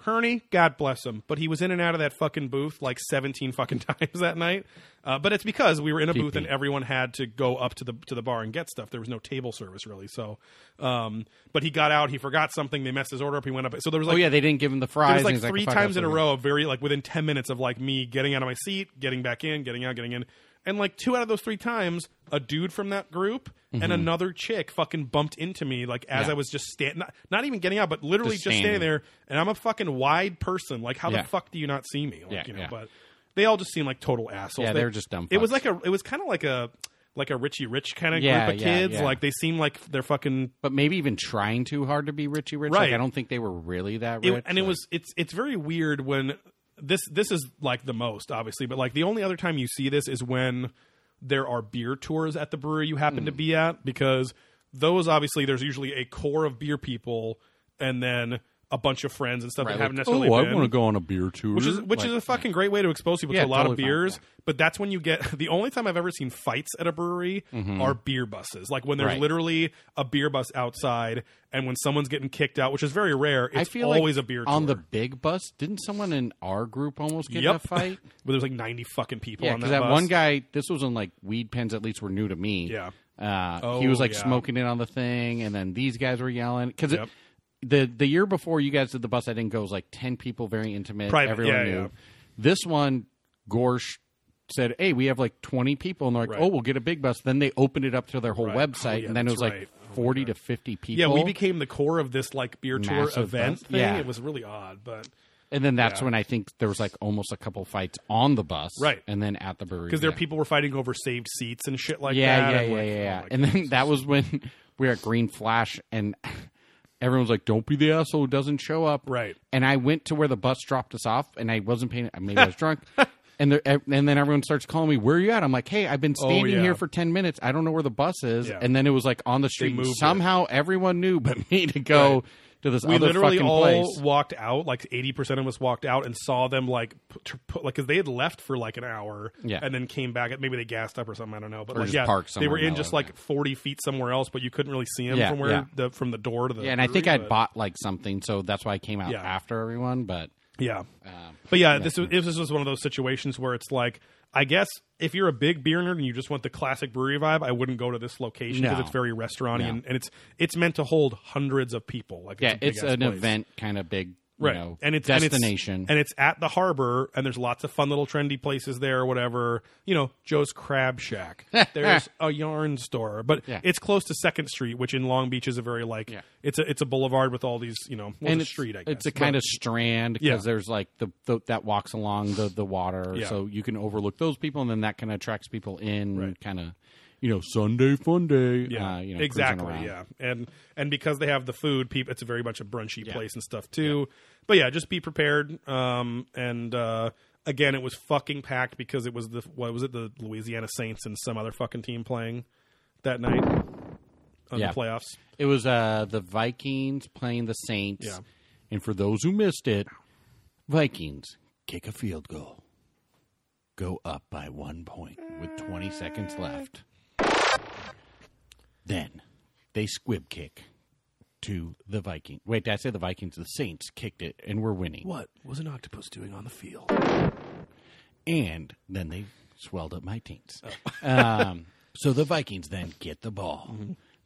A: Herney, God bless him, but he was in and out of that fucking booth like seventeen fucking times that night. Uh, but it's because we were in a booth and everyone had to go up to the to the bar and get stuff. There was no table service really. So, um, but he got out, he forgot something, they messed his order up, he went up. So there was like
B: oh yeah, they didn't give him the
A: It
B: fries.
A: was
B: and
A: like
B: he's
A: three
B: "Fuck,
A: times
B: I'll
A: in a
B: serve
A: row of very like within ten minutes of like me getting out of my seat, getting back in, getting out, getting in, and like two out of those three times, a dude from that group and another chick fucking bumped into me like as
B: Mm-hmm. Yeah.
A: I was just standing, not, not even getting out, but literally
B: Just
A: just standing.
B: standing.
A: there. And I'm a fucking wide person. Like how
B: Yeah.
A: the fuck do you not see me? Like,
B: Yeah,
A: you know,
B: yeah.
A: but they all just seem like total assholes.
B: Yeah,
A: They-
B: they're just dumb
A: It was
B: fucks.
A: like a, it was kind of like a. Like a Richie Rich kind of
B: Yeah,
A: group of
B: yeah,
A: kids,
B: yeah.
A: like they seem like they're fucking
B: But maybe even trying too hard to be Richie Rich. Like,
A: Right.
B: I don't think they were really that
A: It-
B: rich.
A: and it
B: like-
A: was it's it's very weird when this this is like the most obviously, but like the only other time you see this is when there are beer tours at the brewery you happen
B: Hmm.
A: to be at because those obviously there's usually a core of beer people and then a bunch of friends and stuff
B: Right,
A: that haven't
B: like,
A: necessarily
B: oh, I
A: been
B: want to go on a beer tour,
A: which is which
B: Mm-hmm. Like-
A: is a fucking great way to expose people
B: Yeah,
A: to a lot
B: totally
A: of
B: fine,
A: beers.
B: yeah.
A: But that's when you get the only time I've ever seen fights at a brewery are beer buses, like when there's
B: Mm-hmm. Right.
A: literally a beer bus outside, and when someone's getting kicked out, which is very rare. It's
B: I feel
A: always
B: like
A: a beer
B: on
A: tour.
B: the big bus. Didn't someone in our group almost get in a
A: yep
B: fight?
A: but there's like ninety fucking people
B: yeah,
A: on
B: because
A: that,
B: that,
A: bus.
B: one guy. This was on like weed pens. At least were new to me.
A: Yeah.
B: uh,
A: Oh,
B: he was like
A: yeah.
B: smoking it on the thing, and then these guys were yelling because
A: Yep.
B: the the year before you guys did the bus, I didn't go. It was like ten people, very intimate.
A: Private,
B: everyone
A: yeah,
B: knew.
A: yeah.
B: This one, Gorsh said, "Hey, we have like twenty people," and they're like,
A: Right.
B: "Oh, we'll get a big bus." Then they opened it up to their whole
A: Right.
B: website,
A: Oh, yeah,
B: and then it was
A: that's
B: like
A: right. Oh, my
B: forty to fifty people.
A: yeah, we became the core of this like beer tour
B: Massive
A: event
B: bus.
A: thing.
B: Yeah.
A: It was really odd, but
B: And then that's when I think there was like almost a couple fights on the bus,
A: Right.
B: And then at the brewery,
A: because there
B: yeah.
A: people were fighting over saved seats and shit like
B: yeah,
A: that.
B: yeah,
A: and,
B: yeah,
A: like,
B: yeah,
A: oh
B: yeah.
A: my
B: and then that was when we were at Green Flash, and everyone's like, "Don't be the asshole who doesn't show up."
A: Right.
B: And I went to where the bus dropped us off, and I wasn't paying. Maybe I was drunk. And, there, and then everyone starts calling me, "Where are you at?" I'm like, "Hey, I've been standing
A: Oh, yeah.
B: here for ten minutes. I don't know where the bus is."
A: Yeah.
B: And then it was like on the street.
A: moved it.
B: Somehow everyone knew but me to go to this
A: we
B: other
A: literally
B: fucking
A: all
B: place.
A: walked out like 80% of us walked out and saw them like p- t- put, like cuz they had left for like an hour
B: Yeah.
A: and then came back maybe they gassed up or something I don't know but
B: Or
A: like
B: just
A: yeah
B: parked
A: they were
B: somewhere
A: in just
B: mellow,
A: like 40 feet somewhere else but you couldn't really see them
B: Yeah,
A: from where
B: yeah.
A: the from the door to the
B: Yeah, and I think
A: brewery,
B: I'd
A: but-
B: bought like something, so that's why I came out
A: Yeah.
B: after everyone. But
A: Yeah. but yeah, this was, this was one of those situations where it's like, I guess if you're a big beer nerd and you just want the classic brewery vibe, I wouldn't go to this location because
B: No.
A: it's very restauranty
B: No.
A: and, and it's it's meant to hold hundreds of people. Like
B: yeah,
A: a
B: it's
A: big-ass
B: an
A: place.
B: event kind of big, you
A: right?
B: know,
A: and it's
B: destination.
A: and it's, and it's at the harbor, and there's lots of fun little trendy places there, or whatever. You know, Joe's Crab Shack. there's a yarn store, but
B: Yeah.
A: it's close to Second Street, which in Long Beach is a very like
B: Yeah.
A: it's a it's a boulevard with all these you know well, it's
B: And
A: a
B: it's-
A: street. I guess
B: it's a kind of strand because
A: Yeah.
B: there's like the, the that walks along the the water,
A: Yeah.
B: so you can overlook those people, and then that kind of attracts people in,
A: Right.
B: kind of you know Sunday fun day,
A: Yeah,
B: uh, you know, cruising
A: exactly.
B: around.
A: Yeah, and and because they have the food, people, it's a very much a brunchy place and stuff too. But yeah, just be prepared. Um, and uh, again, it was fucking packed because it was the what was it the Louisiana Saints and some other fucking team playing that night on
B: Yeah.
A: the playoffs.
B: It was uh, the Vikings playing the Saints,
A: Yeah.
B: and for those who missed it, Vikings kick a field goal, go up by one point with 20 seconds left. Then they squib kick to the Vikings. Wait, did I say the Vikings? The Saints kicked it and were winning.
A: What was an octopus doing on the field?
B: and then they swelled up my teens. um, so the Vikings then get the ball.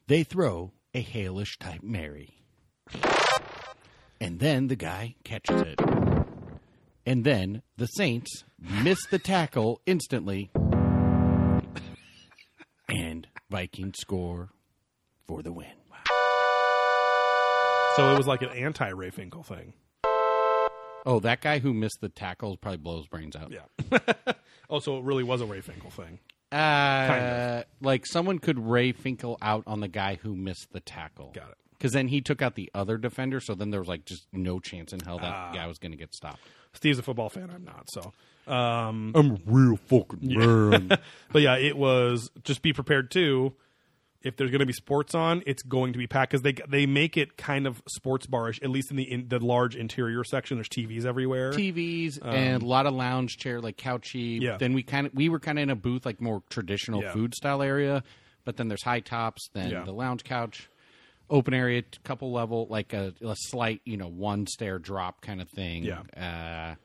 B: They throw a hailish type Mary. And then the guy catches it. And then the Saints miss the tackle instantly. And Vikings score for the win.
A: So it was like an anti Ray Finkel thing.
B: Oh, that guy who missed the tackle probably blows brains out.
A: Yeah. oh, so it really was a Ray Finkel thing.
B: Uh,
A: Kind
B: Like someone could Ray Finkel out on the guy who missed the tackle.
A: Got it.
B: Because then he took out the other defender, so then there was like just no chance in hell that
A: Ah.
B: guy was going to get stopped.
A: Steve's a football fan. I'm not. So um,
B: I'm a real fucking man.
A: But yeah, it was just be prepared too. If there's going to be sports on, it's going to be packed because they they make it kind of sports barish. At least in the in, the large interior section, there's TVs everywhere.
B: TVs and a lot of lounge chair, like couchy.
A: Um, Yeah.
B: Then we kind of we were kind of in a booth, like more traditional
A: Yeah.
B: food style area. But then there's high tops, then
A: Yeah.
B: the lounge couch, open area, t- couple level, like a, a slight you know one stair drop kind of thing. Uh,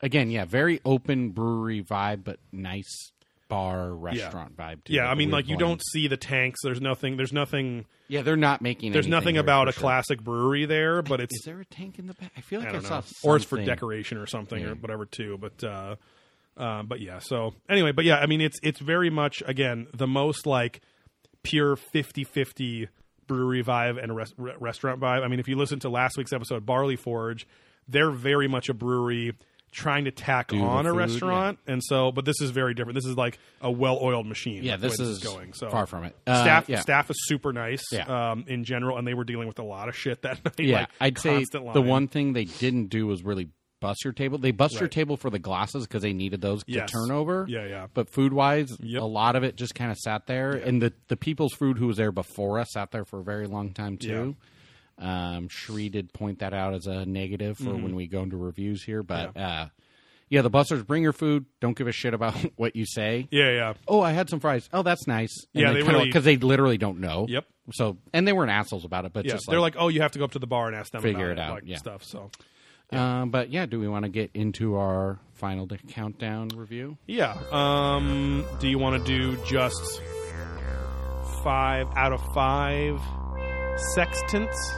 B: again, yeah, very open brewery vibe, but nice bar restaurant vibe too.
A: yeah, I
B: a
A: mean,
B: weird
A: like you
B: blend.
A: don't see the tanks. There's nothing. There's nothing.
B: Yeah, they're not making.
A: There's
B: anything
A: nothing
B: here
A: about
B: for
A: a
B: sure.
A: classic brewery there. But it's
B: Is there a tank in the back? I feel like
A: I
B: I,
A: don't
B: saw.
A: know, or it's for
B: something.
A: decoration or something or whatever too. But uh, uh, but yeah. So anyway, but yeah, I mean, it's it's very much again the most like pure 50-50 brewery vibe and res- re- restaurant vibe. I mean, if you listen to last week's episode, Barley Forge, they're very much a brewery trying to tack
B: the
A: on a
B: food,
A: restaurant, and so but this is very different. This is like a well-oiled machine.
B: Yeah,
A: like, the way
B: this is
A: going so
B: far from it. Uh,
A: staff
B: yeah.
A: staff is super nice
B: Yeah.
A: um, in general, and they were dealing with a lot of shit that night.
B: Yeah,
A: like,
B: I'd say
A: constant
B: the
A: line.
B: one thing they didn't do was really bust your table. They bust your
A: Right.
B: table for the glasses because they needed those
A: Yes.
B: to turn over.
A: Yeah, yeah.
B: But food wise,
A: Yep.
B: a lot of it just kind of sat there, and the the people's food who was there before us sat there for a very long time too. Um, Shree did point that out as a negative for
A: Mm-hmm.
B: when we go into reviews here, but uh, yeah, the busters bring your food. Don't give a shit about what you say.
A: Yeah, yeah.
B: Oh, I had some fries. Oh, that's nice. And
A: Yeah, they
B: kinda,
A: really-
B: because they literally don't know.
A: Yep.
B: So and they weren't assholes about it, but
A: Yeah,
B: just
A: they're like, oh, you have to go up to the bar and ask them about
B: Figure it out,
A: like,
B: yeah.
A: stuff. So
B: Um, but yeah, do we want to get into our final d- countdown review?
A: yeah, um, do you want to do just five out of five sextants,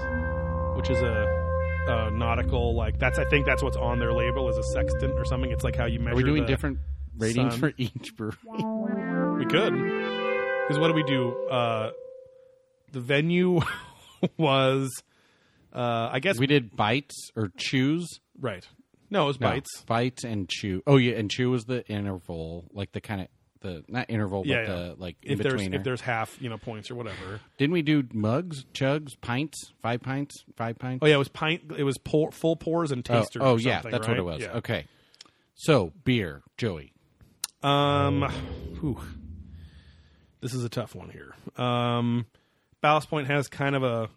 A: which is a, a nautical like that's I think that's what's on their label is a sextant or something. It's like how you measure.
B: Are we doing
A: the-
B: different ratings
A: sun.
B: for each brewery?
A: We could because what do we do? Uh, the venue was, uh, I guess,
B: We did bites or chews.
A: right. No, it was
B: No,
A: bites.
B: bites and chew. Oh yeah, and chew was the interval, like the kind of the not interval, but
A: Yeah, yeah.
B: the like in
A: if there's
B: between.
A: if there's half you know points or whatever.
B: Didn't we do mugs, chugs, pints, five pints, five pints?
A: Oh yeah, it was pint. It was pour, full pours and
B: Oh,
A: tasters.
B: oh,
A: or
B: yeah,
A: something,
B: that's what
A: right?
B: it was.
A: Yeah.
B: Okay, so beer, Joey.
A: Um, whew. this is a tough one here. Um, Ballast Point has kind of a,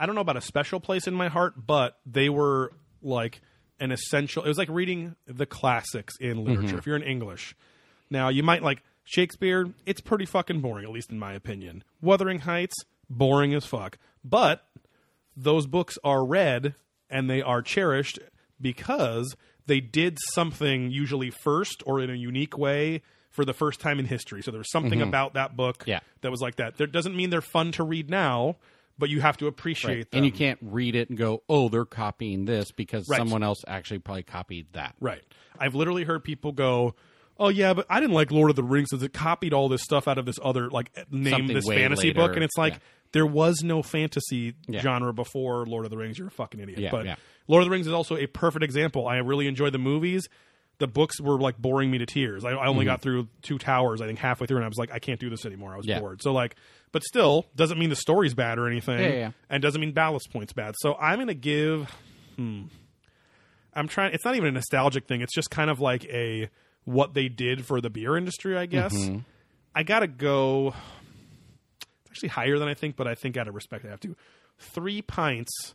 A: I don't know about a special place in my heart, but they were like an essential. It was like reading the classics in literature. If you're in English, now you might like Shakespeare. It's pretty fucking boring, at least in my opinion. Wuthering Heights, boring as fuck. But those books are read and they are cherished because they did something usually first or in a unique way for the first time in history. So there was something about that book
B: Yeah.
A: that was like that. There doesn't mean they're fun to read now, but you have to appreciate them.
B: And you can't read it and go, oh, they're copying this because
A: um, Right.
B: someone else actually probably copied that.
A: Right. I've literally heard people go, "Oh yeah, but I didn't like Lord of the Rings because it copied all this stuff out of this other like eh, name
B: Something
A: this
B: way
A: fantasy
B: later.
A: book," and it's like
B: Yeah.
A: there was no fantasy
B: Yeah.
A: genre before Lord of the Rings. You're a fucking idiot.
B: Yeah,
A: but
B: yeah.
A: Lord of the Rings is also a perfect example. I really enjoyed the movies. The books were like boring me to tears. I, I
B: Mm-hmm.
A: only got through two towers, I think, halfway through, and I was like, I can't do this anymore. I was
B: Yeah.
A: bored. So like, but still, doesn't mean the story's bad or anything,
B: Yeah, yeah, yeah.
A: and doesn't mean Ballast Point's bad. So I'm gonna give. hmm, I'm trying. It's not even a nostalgic thing. It's just kind of like a what they did for the beer industry, I guess.
B: Mm-hmm.
A: I gotta go. It's actually higher than I think, but I think out of respect, I have to. Three pints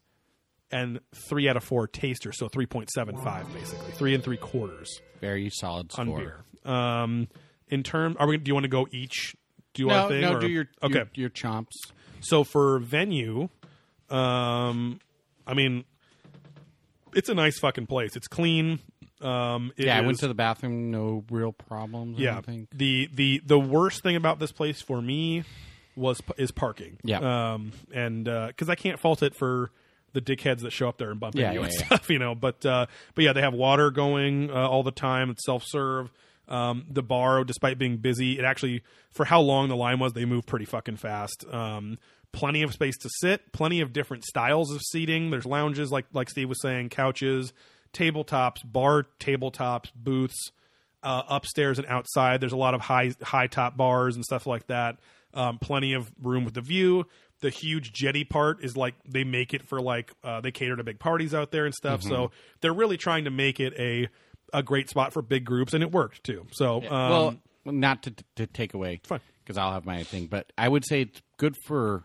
A: and three out of four tasters, so three point seven five, basically three and three quarters
B: Very solid
A: on
B: score.
A: beer. Um, in term, are we? Do you want to go each? Do
B: No,
A: our thing?
B: no,
A: or-
B: do your
A: okay.
B: your, your chomps.
A: So for venue, um, I mean, it's a nice fucking place. It's clean. Um, it
B: Yeah, I
A: is-
B: went to the bathroom, no real problems. Or
A: yeah.
B: anything.
A: The the the worst thing about this place for me was p- is parking.
B: Yeah.
A: Um, and because I can't fault it for the dickheads that show up there and bump
B: Yeah,
A: into you
B: yeah,
A: and
B: yeah.
A: stuff, you know. But uh, but yeah, they have water going uh, all the time. It's self serve. Um, the bar, despite being busy, it actually for how long the line was, they moved pretty fucking fast. Um, plenty of space to sit, plenty of different styles of seating. There's lounges, like like Steve was saying, couches, tabletops, bar tabletops, booths uh, upstairs and outside. There's a lot of high high top bars and stuff like that. Um, plenty of room with the view. The huge jetty part is like they make it for like uh, they cater to big parties out there and stuff.
B: Mm-hmm.
A: So they're really trying to make it a a great spot for big groups, and it worked too. So um,
B: well, not to to take away because I'll have my thing, but I would say it's good for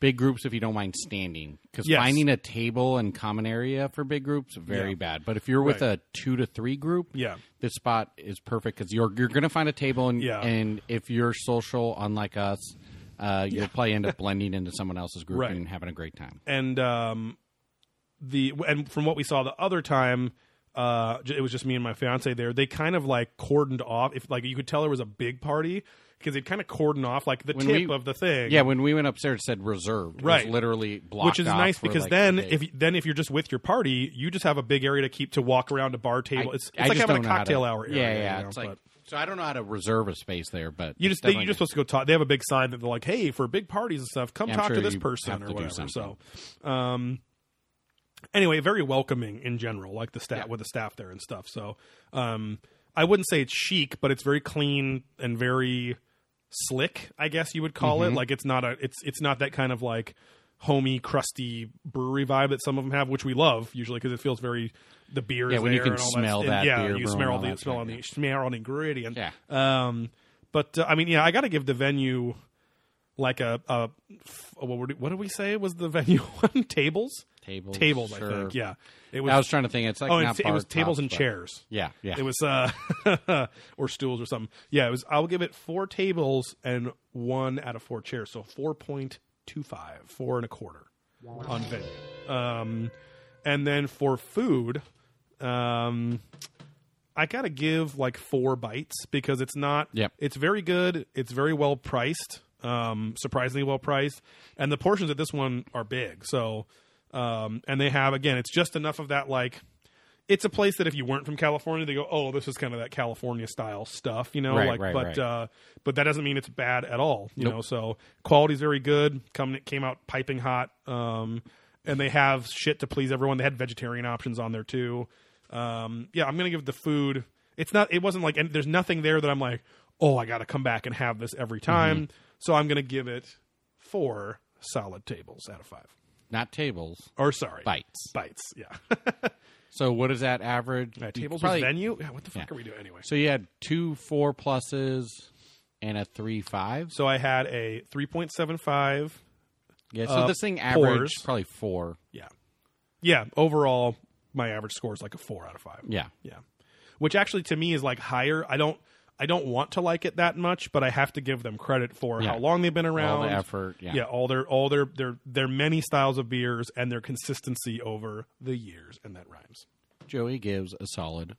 B: big groups if you don't mind standing because
A: Yes.
B: finding a table and common area for big groups very
A: Yeah.
B: bad. But if you're with
A: Right.
B: a two to three group,
A: Yeah.
B: this spot is perfect because you're you're gonna find a table and
A: Yeah.
B: and if you're social, unlike us. Uh, you'll probably end up blending into someone else's group
A: Right.
B: and having a great time.
A: and um, the and from what we saw the other time uh, j- it was just me and my fiance there they kind of like cordoned off if like you could tell there was a big party because they'd kind of cordon off like the tip
B: we-
A: of the thing
B: Yeah, when we went upstairs, it said reserved. It was
A: Right.
B: literally blocked
A: which is
B: off
A: nice
B: for,
A: because
B: like,
A: then
B: the day.
A: if then if you're just with your party you just have a big area to keep to walk around a bar table it's, it's
B: I
A: like
B: just
A: having a
B: don't know how
A: cocktail
B: to-
A: hour
B: Yeah,
A: area
B: yeah.
A: you know,
B: it's like,
A: but-
B: so I don't know how to reserve a space there, but
A: you just they, you're
B: definitely-
A: just supposed to go talk. They have a big sign that they're like, "Hey, for big parties and stuff, come
B: Yeah, I'm
A: talk to
B: sure
A: this
B: you
A: person
B: have
A: or
B: to do
A: whatever." So,
B: something.
A: um, anyway, very welcoming in general, like the staff with the staff there and stuff. So, um, I wouldn't say it's chic, but it's very clean and very slick. I guess you would call
B: Mm-hmm.
A: it like it's not a it's it's not that kind of like homey, crusty brewery vibe that some of them have, which we love usually because it feels very the beer.
B: Yeah,
A: is
B: when you
A: there
B: can
A: and all
B: smell
A: stuff.
B: that
A: yeah,
B: beer
A: you
B: brewing,
A: smell
B: all
A: the
B: that
A: smell
B: stuff,
A: on the
B: yeah.
A: smell on the ingredient.
B: Yeah.
A: Um, but uh, I mean, yeah, I got to give the venue like a, a f- what would what did we say was the venue one tables
B: Tables,
A: tables I
B: sure.
A: think yeah it
B: I was trying to think. It's like
A: oh
B: not
A: it's, it was
B: bar
A: tables
B: tops,
A: and
B: but-
A: chairs
B: Yeah, yeah.
A: it was uh or stools or something yeah it was I'll give it four tables and one out of four chairs so four point two five four and a quarter on venue um and then for food um I gotta give like four bites because it's not.
B: Yep.
A: It's very good. It's very well priced. Um, surprisingly well priced, and the portions at this one are big. So, um, and they have again, it's just enough of that like. It's a place that if you weren't from California, they go, "Oh, this is kind of that California style stuff," you know.
B: Right,
A: like,
B: right,
A: but
B: right.
A: Uh, but that doesn't mean it's bad at all, you
B: Nope.
A: know. So quality's very good. Come came out piping hot, um, and they have shit to please everyone. They had vegetarian options on there too um, yeah, I'm gonna give the food. It's not. It wasn't like. And there's nothing there that I'm like, oh, I got to come back and have this every
B: Mm-hmm.
A: time. So I'm going to give it four solid tables out of five.
B: Not tables,
A: Or sorry,
B: bites.
A: bites. Yeah,
B: So what is that average?
A: yeah
B: You
A: tables
B: probably-
A: with venue. Yeah, what the fuck
B: yeah.
A: are we doing anyway?
B: So you had two four pluses and a three five.
A: So I had a three point seven five.
B: Yeah. So
A: Uh,
B: this thing
A: pours.
B: averaged probably four.
A: Yeah, yeah. Overall, my average score is like a four out of five.
B: Yeah.
A: Yeah. Which actually to me is like higher. I don't I don't want to like it that much, but I have to give them credit for
B: Yeah.
A: how long they've been around.
B: All the effort. Yeah.
A: all their all their their their many styles of beers and their consistency over the years and that rhymes.
B: Joey gives a solid.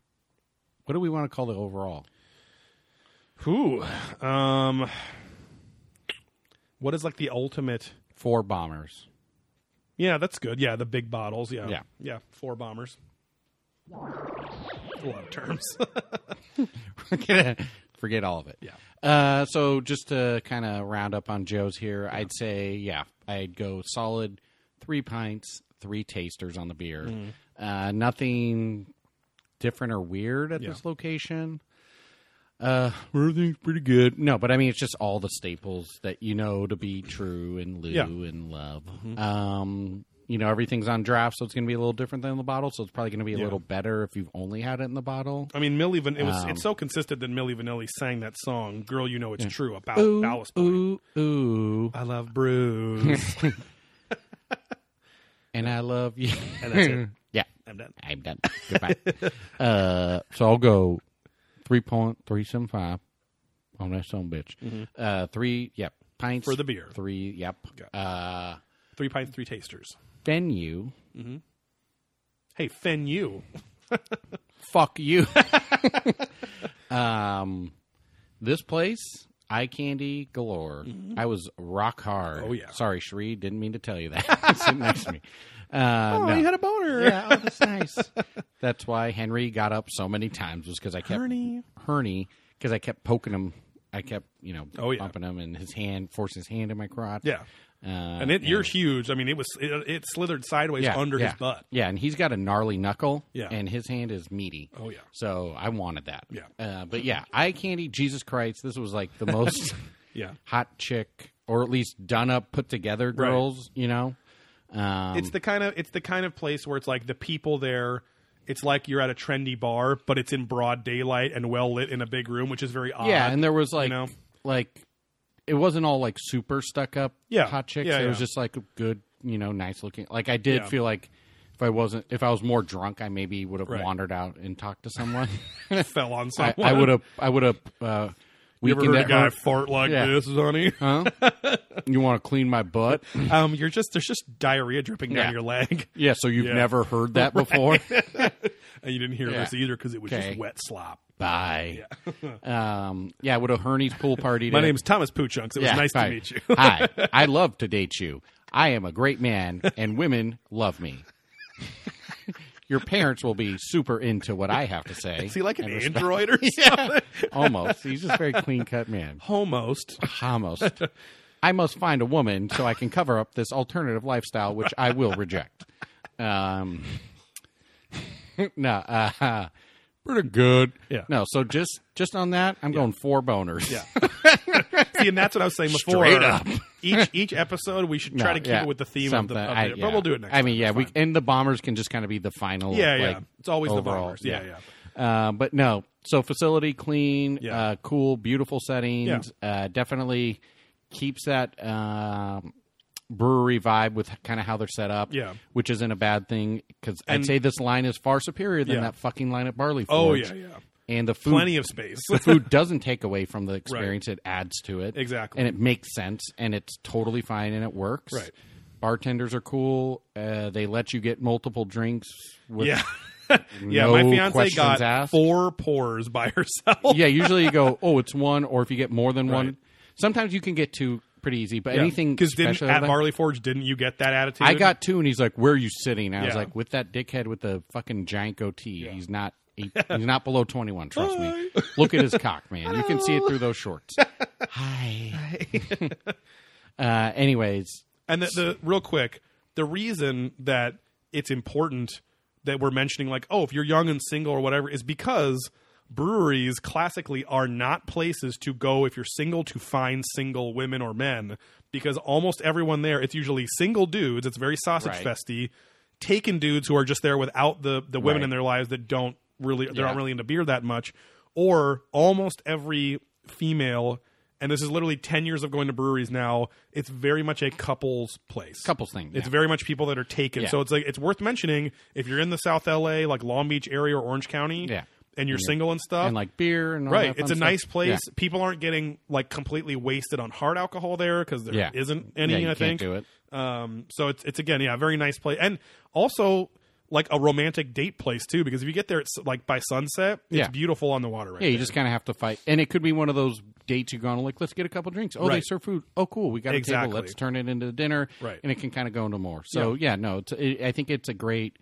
B: What do we want to call the overall?
A: Who um what is like the ultimate
B: Four bombers.
A: Yeah, that's good. Yeah, the big bottles, yeah.
B: Yeah.
A: Yeah, four bombers. A lot of terms.
B: Forget all of it.
A: Yeah.
B: Uh, so just to kind of round up on Joe's here, I'd say yeah, I'd go solid three pints, three tasters on the beer. Uh, nothing different or weird at
A: Yeah.
B: this location. Uh, everything's pretty good. No, but I mean, it's just all the staples that you know to be true and Lou
A: Yeah.
B: and love. Um, you know, everything's on draft, so it's going to be a little different than the bottle. So it's probably going to be a little better if you've only had it in the bottle.
A: I mean, Millie. Van- it was.
B: Um,
A: it's so consistent that Millie Vanilli sang that song, "Girl, You Know It's True" about Ballast Point.
B: ooh, ooh,
A: I love brews.
B: and I love you.
A: and that's it.
B: yeah,
A: I'm done.
B: I'm done. Goodbye. uh, so I'll go three point three seven five on that son of a bitch. Uh, three, yep, pints
A: Mm-hmm. For the beer.
B: Three, yep. Uh,
A: Three pints, three tasters.
B: venue,
A: Hey, Fen you.
B: Uh, fuck you. um, this place, eye candy galore. I was rock hard.
A: Mm-hmm. Oh, yeah.
B: Sorry, Sheree, didn't mean to tell you that. Sitting next to me. Uh,
A: Oh,
B: no.
A: you had a boner.
B: yeah, oh, that's nice. That's why Henry got up so many times was because I kept
A: Ernie.
B: Herney because I kept poking him. I kept you know
A: Oh, yeah.
B: bumping him and his hand forcing his hand in my crotch.
A: Yeah.
B: uh,
A: And it, you're huge. I mean, it was it, it slithered sideways
B: yeah,
A: under
B: yeah.
A: his butt.
B: Yeah, and he's got a gnarly knuckle.
A: Yeah.
B: and his hand is meaty.
A: Oh, yeah.
B: so I wanted that.
A: Yeah.
B: uh, but yeah, eye candy. Jesus Christ, this was like the most
A: Yeah.
B: hot chick or at least done up put together girls. You know, um,
A: It's the kind of it's the kind of place where it's like the people there. It's like you're at a trendy bar, but it's in broad daylight and well lit in a big room, which is very odd.
B: Yeah, and there was like
A: know?
B: like it wasn't all like super stuck up
A: Yeah.
B: hot chicks.
A: Yeah,
B: it was
A: yeah.
B: just like good, you know, nice looking. Like I did
A: Yeah.
B: feel like if I wasn't if I was more drunk, I maybe would have
A: Right.
B: wandered out and talked to someone.
A: fell on
B: I
A: someone.
B: I would have I would have uh
A: You ever
B: weakened
A: heard a
B: at
A: guy
B: her.
A: fart like
B: Yeah. Uh-huh.
A: this, honey?
B: You want to clean my butt?
A: Um, you're just there's just diarrhea dripping down
B: Yeah.
A: your leg,
B: yeah, so you've
A: Yeah.
B: never heard that before.
A: and you didn't hear
B: Yeah.
A: this either because it was
B: Okay.
A: just wet slop.
B: Bye. Yeah. um yeah, would a Herney's pool party
A: My
B: to-
A: name's Thomas Poochunks. It was
B: Yeah,
A: nice
B: hi.
A: to meet you.
B: Hi, I love to date you. I am a great man, and women love me. Your parents will be super into what I have to say.
A: Is he like an
B: and respect-
A: android or something?
B: Almost. He's just a very clean cut man.
A: Almost.
B: Almost. I must find a woman so I can cover up this alternative lifestyle, which I will reject. Um, no, uh, pretty good.
A: Yeah.
B: No, so just just on that, I'm going four boners.
A: Yeah. See, and that's what I was saying before.
B: Straight up.
A: Each each episode, we should try
B: No,
A: to keep
B: yeah,
A: it with the theme
B: something.
A: of the. Of
B: I-
A: it,
B: yeah.
A: But we'll do it next.
B: I mean,
A: time.
B: yeah,
A: It's
B: we
A: fine.
B: and the bombers can just kind of be the final.
A: Yeah, yeah.
B: like,
A: It's always the
B: overall,
A: bombers. Yeah,
B: Uh, but no, so facility clean,
A: Yeah.
B: uh, cool, beautiful settings. Uh, definitely keeps that um, brewery vibe with kind of how they're set up.
A: Yeah.
B: which isn't a bad thing because I'd
A: And-
B: say this line is far superior than
A: Yeah.
B: that fucking line at Barley.
A: Oh
B: Forge.
A: yeah, yeah.
B: and the food
A: Plenty of space.
B: the food doesn't take away from the experience; it adds to it.
A: Exactly.
B: and it makes sense, and it's totally fine, and it works.
A: Right.
B: Bartenders are cool. Uh, they let you get multiple drinks. With,
A: yeah. yeah, my
B: No
A: fiance
B: questions
A: got
B: asked.
A: four pours by herself.
B: Yeah, Usually you go, oh, it's one, or if you get more than one, sometimes you can get two pretty easy. But anything
A: because didn't
B: special
A: at
B: like-
A: Barley Forge didn't you get that attitude?
B: I got two, and he's like, "Where are you sitting?" I was
A: Yeah.
B: like, "With that dickhead with the fucking giant goatee. He's not. He, he's not below twenty one. Trust me. Look at his cock, man. You can see it through those shorts. Hi. uh, anyways,
A: And the, the real quick, the reason that it's important that we're mentioning like, oh, if you're young and single or whatever, is because breweries classically are not places to go if you're single to find single women or men because almost everyone there it's usually single dudes it's very sausage
B: Right.
A: festy taken dudes who are just there without the the women
B: Right.
A: in their lives that don't really they're not
B: Yeah.
A: really into beer that much or almost every female and this is literally 10 years of going to breweries now it's very much a couples place
B: Couples thing.
A: it's
B: yeah.
A: very much people that are taken.
B: Yeah.
A: So it's like it's worth mentioning if you're in the South LA, like Long Beach area or Orange County,
B: Yeah.
A: and you're single and stuff.
B: and like beer and all
A: right,
B: that
A: it's
B: fun
A: a
B: stuff.
A: nice place.
B: Yeah.
A: People aren't getting like completely wasted on hard alcohol there because there
B: Yeah.
A: not any.
B: Yeah, you
A: I
B: can't
A: think.
B: do it.
A: Um, so it's it's again, yeah, a very nice place, and also like a romantic date place too. Because if you get there, it's like by sunset. It's
B: Yeah.
A: beautiful on the water. Right
B: Yeah, you
A: there.
B: just kind of have to fight, and it could be one of those dates you're going to like. Let's get a couple drinks. Oh, they
A: Right.
B: serve food. Oh, cool. We got a
A: Exactly.
B: table. Let's turn it into dinner.
A: Right.
B: and it can kind of go into more. So yeah, no, it's, it, I think it's a great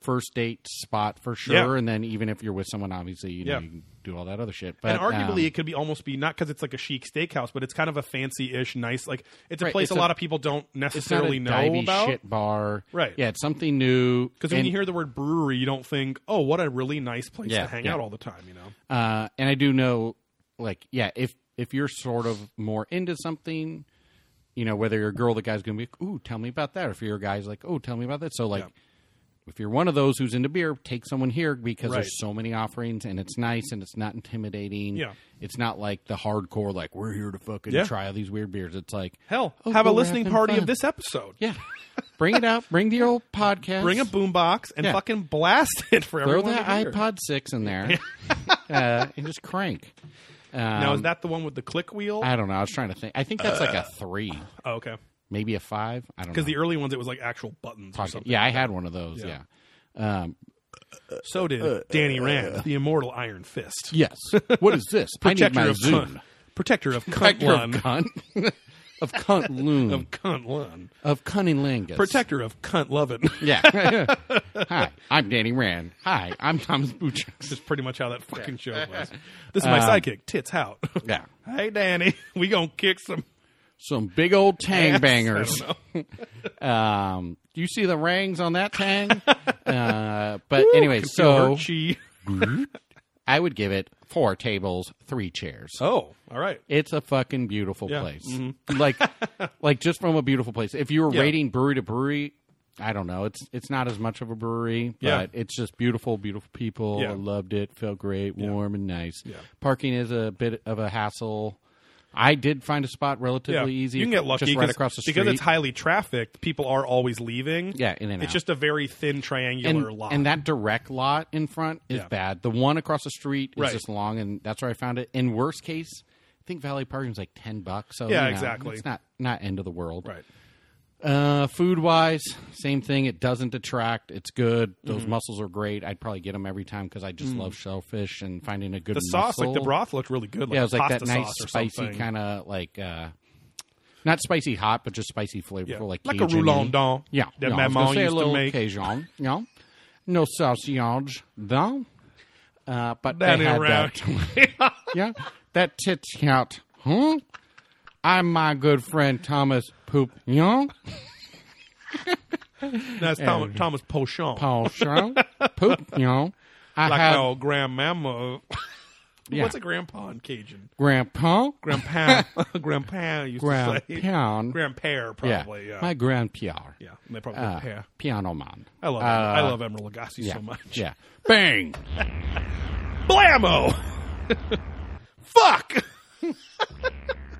B: first date spot for sure.
A: Yeah.
B: And then even if you're with someone, obviously you know
A: Yeah.
B: you can do all that other shit. But
A: and arguably,
B: um,
A: it could be almost be not because it's like a chic steakhouse, but it's kind of a fancy-ish, nice. Like it's a
B: Right,
A: place
B: it's
A: a,
B: a-
A: lot of people don't
B: it's not
A: necessarily
B: a
A: know
B: divey
A: about.
B: shit bar.
A: Right.
B: Yeah, it's something new.
A: Because when
B: And-
A: you hear the word brewery, you don't think, "Oh, what a really nice place
B: Yeah,
A: to hang
B: yeah.
A: out all the time," you know?
B: Uh, and I do know, like, yeah, if if you're sort of more into something, you know, whether you're a girl, the guy's going to be, ooh, tell me about that. Or if you're a guy's like, oh, tell me about that. So, like, if you're one of those who's into beer, take someone here because
A: Right.
B: there's so many offerings and it's nice and it's not intimidating.
A: Yeah.
B: It's not like the hardcore, like, we're here to fucking
A: Yeah.
B: try all these weird beers. It's like,
A: Hell,
B: oh,
A: have a
B: well, we're
A: listening
B: having
A: party
B: fun.
A: of this episode.
B: Yeah. Bring it out. Bring the old podcast.
A: Bring a boombox and
B: Yeah.
A: fucking blast it for
B: Throw
A: everyone.
B: that
A: to hear.
B: iPod 6 in there uh, and just crank.
A: Now
B: Um,
A: is that the one with the click wheel?
B: I don't know. I was trying to think. I think that's like a three,
A: oh, okay,
B: maybe a five. I don't know.
A: because the early ones it was like actual buttons or
B: Pocket-
A: something.
B: yeah, I had one of those. Yeah.
A: Yeah.
B: Um,
A: So did
B: Uh,
A: Danny Rand, the immortal Iron Fist,
B: yes. What is this? I need
A: protector
B: my
A: of
B: Zoom.
A: cunt, protector of
B: Protector of
A: cunt
B: cunt. of cunt loon.
A: of cunt lun,
B: Of cunning lingus.
A: protector of cunt lovin.
B: Yeah. Hi, I'm Danny Rand. Hi, I'm Thomas Buchuk.
A: That's pretty much how that fucking show was. This is
B: Um,
A: my sidekick, tits out.
B: Yeah.
A: hey, Danny, we gonna kick some
B: Some big old tang
A: ass. I
B: bangers.
A: don't know.
B: Um, you see the rings on that tang? uh, but anyway,
A: Computer
B: so
A: chi.
B: I would give it four tables, three chairs.
A: Oh, all right.
B: It's a fucking beautiful
A: Yeah. Mm-hmm.
B: place. Like, like just from a beautiful place. If you were
A: Yeah.
B: rating brewery to brewery, I don't know. It's it's not as much of a brewery, but
A: Yeah.
B: it's just beautiful, beautiful people.
A: Yeah.
B: I loved it. Felt great, warm and nice.
A: Yeah.
B: Parking is a bit of a hassle. I did find a spot
A: Yeah.
B: relatively easy.
A: You can get lucky
B: just right
A: 'cause-
B: across the street.
A: because it's highly trafficked. People are always leaving.
B: Yeah, in and
A: it's
B: out.
A: just a very thin triangular
B: and,
A: lot.
B: and that direct lot in front is
A: Yeah.
B: bad. The one across the street is
A: Right.
B: just long, and that's where I found it. In worst case, I think Valley Parking's like ten bucks. So
A: Yeah,
B: you know,
A: exactly.
B: It's not not end of the world.
A: right.
B: Uh, food wise, same thing. It doesn't detract. It's good. Those
A: Mm-hmm.
B: mussels are great. I'd probably get them every time because I just love shellfish and finding a good
A: Mm. The sauce, like the
B: mussel.
A: broth, looked really good. Like
B: Yeah, it was
A: a
B: like
A: pasta
B: that nice
A: sauce or
B: spicy
A: something.
B: kind of like uh, not spicy hot, but just spicy flavorful,
A: Yeah.
B: like
A: Like a
B: Cajun-y.
A: roulon d'en
B: Yeah,
A: that
B: yeah, I was
A: maman
B: gonna say
A: used
B: a
A: to
B: little
A: make.
B: Cajun, yeah, no sausage, though. Uh, but they
A: Danny
B: had
A: around.
B: that, yeah, that tits count, huh? I'm my good friend Thomas Poop, yeah.
A: That's Thomas, Thomas Pochon.
B: Paul Shaw, Poop, yeah. I
A: like
B: had
A: my old grandmama.
B: Yeah.
A: What's a grandpa in Cajun?
B: Grandpa,
A: Grandpa. grandpa used to say.
B: Grandpa,
A: Grandpa,
B: yeah,
A: probably. Yeah.
B: my grandpa,
A: yeah. They probably
B: uh,
A: grandpa.
B: piano man.
A: I love I love Emeril Lagasse
B: yeah,
A: so much.
B: yeah, bang.
A: Blammo! Fuck!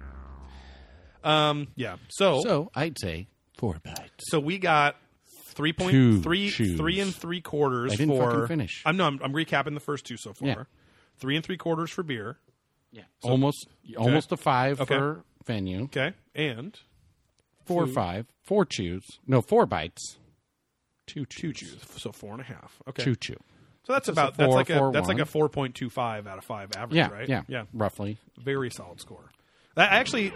A: um, yeah. So, so,
B: So I'd say four bites.
A: we got three
B: Two
A: point three
B: chews.
A: three and three quarters
B: I didn't
A: for
B: fucking finish.
A: I'm no, I'm, I'm recapping the first two so far.
B: Yeah.
A: Three and three quarters for beer.
B: Yeah, almost almost a five
A: Okay.
B: for venue.
A: Okay, and
B: Four five, four chews. No, four bites. Two
A: two
B: chews.
A: chews, so four and a half. Okay,
B: Choo choo.
A: so that's about
B: four,
A: that's like
B: four,
A: a that's like
B: one.
A: a four point two five out of five average,
B: Yeah,
A: right?
B: yeah,
A: yeah.
B: Roughly.
A: very solid score. I I actually,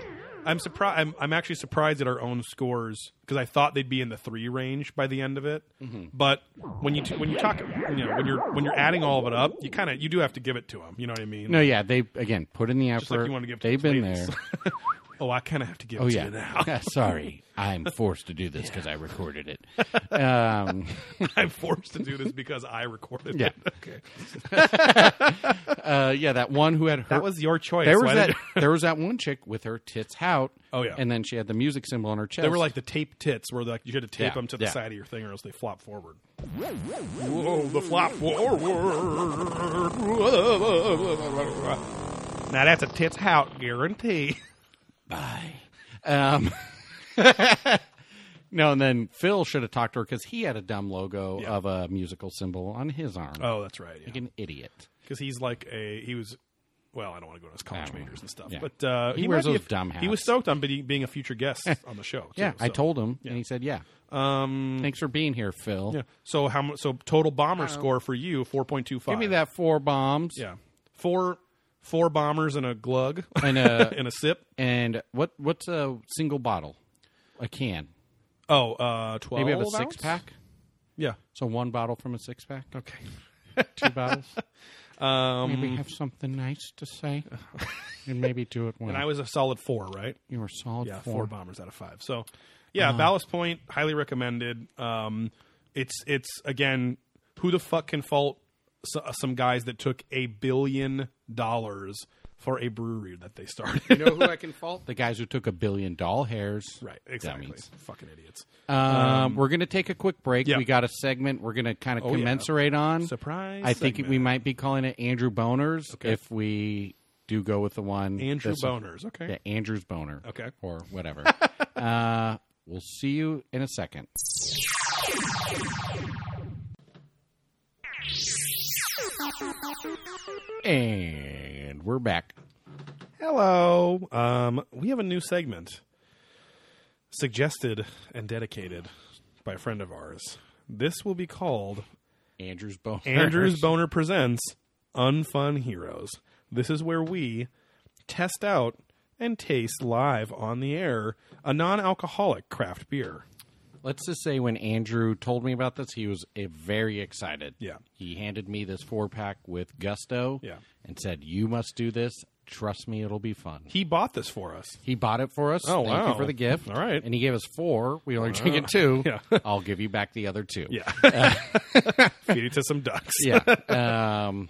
A: I'm surprised. I'm, I'm actually surprised at our own scores because I thought they'd be in the three range by the end of it.
B: Mm-hmm.
A: But when you t- when you talk, you know, when you're when you're adding all of it up, you kind of you do have to give it to them. You know what I mean?
B: No, yeah. They again put in the effort.
A: like you wanna give to
B: They've
A: the
B: been
A: ladies.
B: there.
A: Oh, I kind of have to give
B: Oh
A: it to
B: yeah.
A: you now.
B: Yeah, Sorry, I'm forced to do this because I recorded it. Um,
A: I'm forced to do this because I recorded
B: Yeah.
A: it. Okay.
B: uh, yeah, that one who had her.
A: That was your choice.
B: there
A: Why
B: was
A: did-
B: that there was that one chick with her tits out.
A: Oh, yeah.
B: and then she had the music symbol on her chest.
A: They were like the tape tits, where like you had to tape
B: Yeah,
A: them to the
B: yeah.
A: side of your thing, or else they flop forward. Whoa, the flop forward. Now that's a tits out guarantee.
B: bye. Um, no, and then Phil should have talked to her because he had a dumb logo
A: Yeah.
B: of a musical symbol on his arm.
A: Oh, that's right.
B: Like an idiot.
A: because he's like a he was. Well, I don't want to go into his college
B: don't know.
A: majors and stuff,
B: Yeah.
A: but uh,
B: He wears
A: might be
B: those
A: a-
B: dumb
A: He was
B: hats.
A: stoked on being being a future guest on the show. too,
B: Yeah, I
A: so.
B: told him, and he said, "Yeah,
A: Um,
B: thanks for being here, Phil.
A: yeah. So how mu- So total bomber score for you four point two five.
B: Give me that four bombs
A: Yeah, four four bombers and a glug
B: and uh, a
A: and a sip.
B: and what what's a single bottle, a can?
A: Oh, uh, 12
B: Maybe I have a
A: ounce?
B: six pack.
A: Yeah.
B: So one bottle from a six pack,
A: Okay.
B: two bottles.
A: Um,
B: Maybe have something nice to say, and maybe do it when
A: and I was a solid four, right?
B: you were solid
A: Yeah, four
B: four. Uh-huh.
A: bombers out of five. So, yeah, Ballast Point, highly recommended. Um, it's it's again, who the fuck can fault s- uh, some guys that took a billion dollars for a brewery that they started?
B: You know who I can fault? The guys who took a billion doll hairs.
A: right, exactly.
B: Dummies.
A: Fucking idiots.
B: Um, we're going to take a quick break.
A: Yeah. Oh,
B: We got a segment we're going to kind of commensurate on.
A: Surprise
B: I think
A: segment.
B: we might be calling it Andrew Boners if we do go with the one.
A: Andrew
B: this-
A: Boners. Okay.
B: Yeah, Andrew's Boner.
A: Okay.
B: Or whatever. uh, we'll see you in a second. And we're back.
A: Hello. Um, we have a new segment suggested and dedicated by a friend of ours. This will be called
B: Andrew's Boner.
A: Andrew's Boner Presents Unfun Heroes. This is where we test out and taste live on the air a non alcoholic craft beer.
B: Let's just say when Andrew told me about this, he was eh, very excited.
A: Yeah.
B: He handed me this four pack with gusto
A: Yeah.
B: and said, You must do this. Trust me, it'll be fun.
A: He bought this for us.
B: He bought it for us.
A: Oh,
B: Thank
A: wow.
B: you for the gift.
A: All right.
B: And he gave us four. We only drank it two.
A: Yeah.
B: I'll give you back the other two.
A: Yeah. Feed it to some ducks.
B: Yeah. um,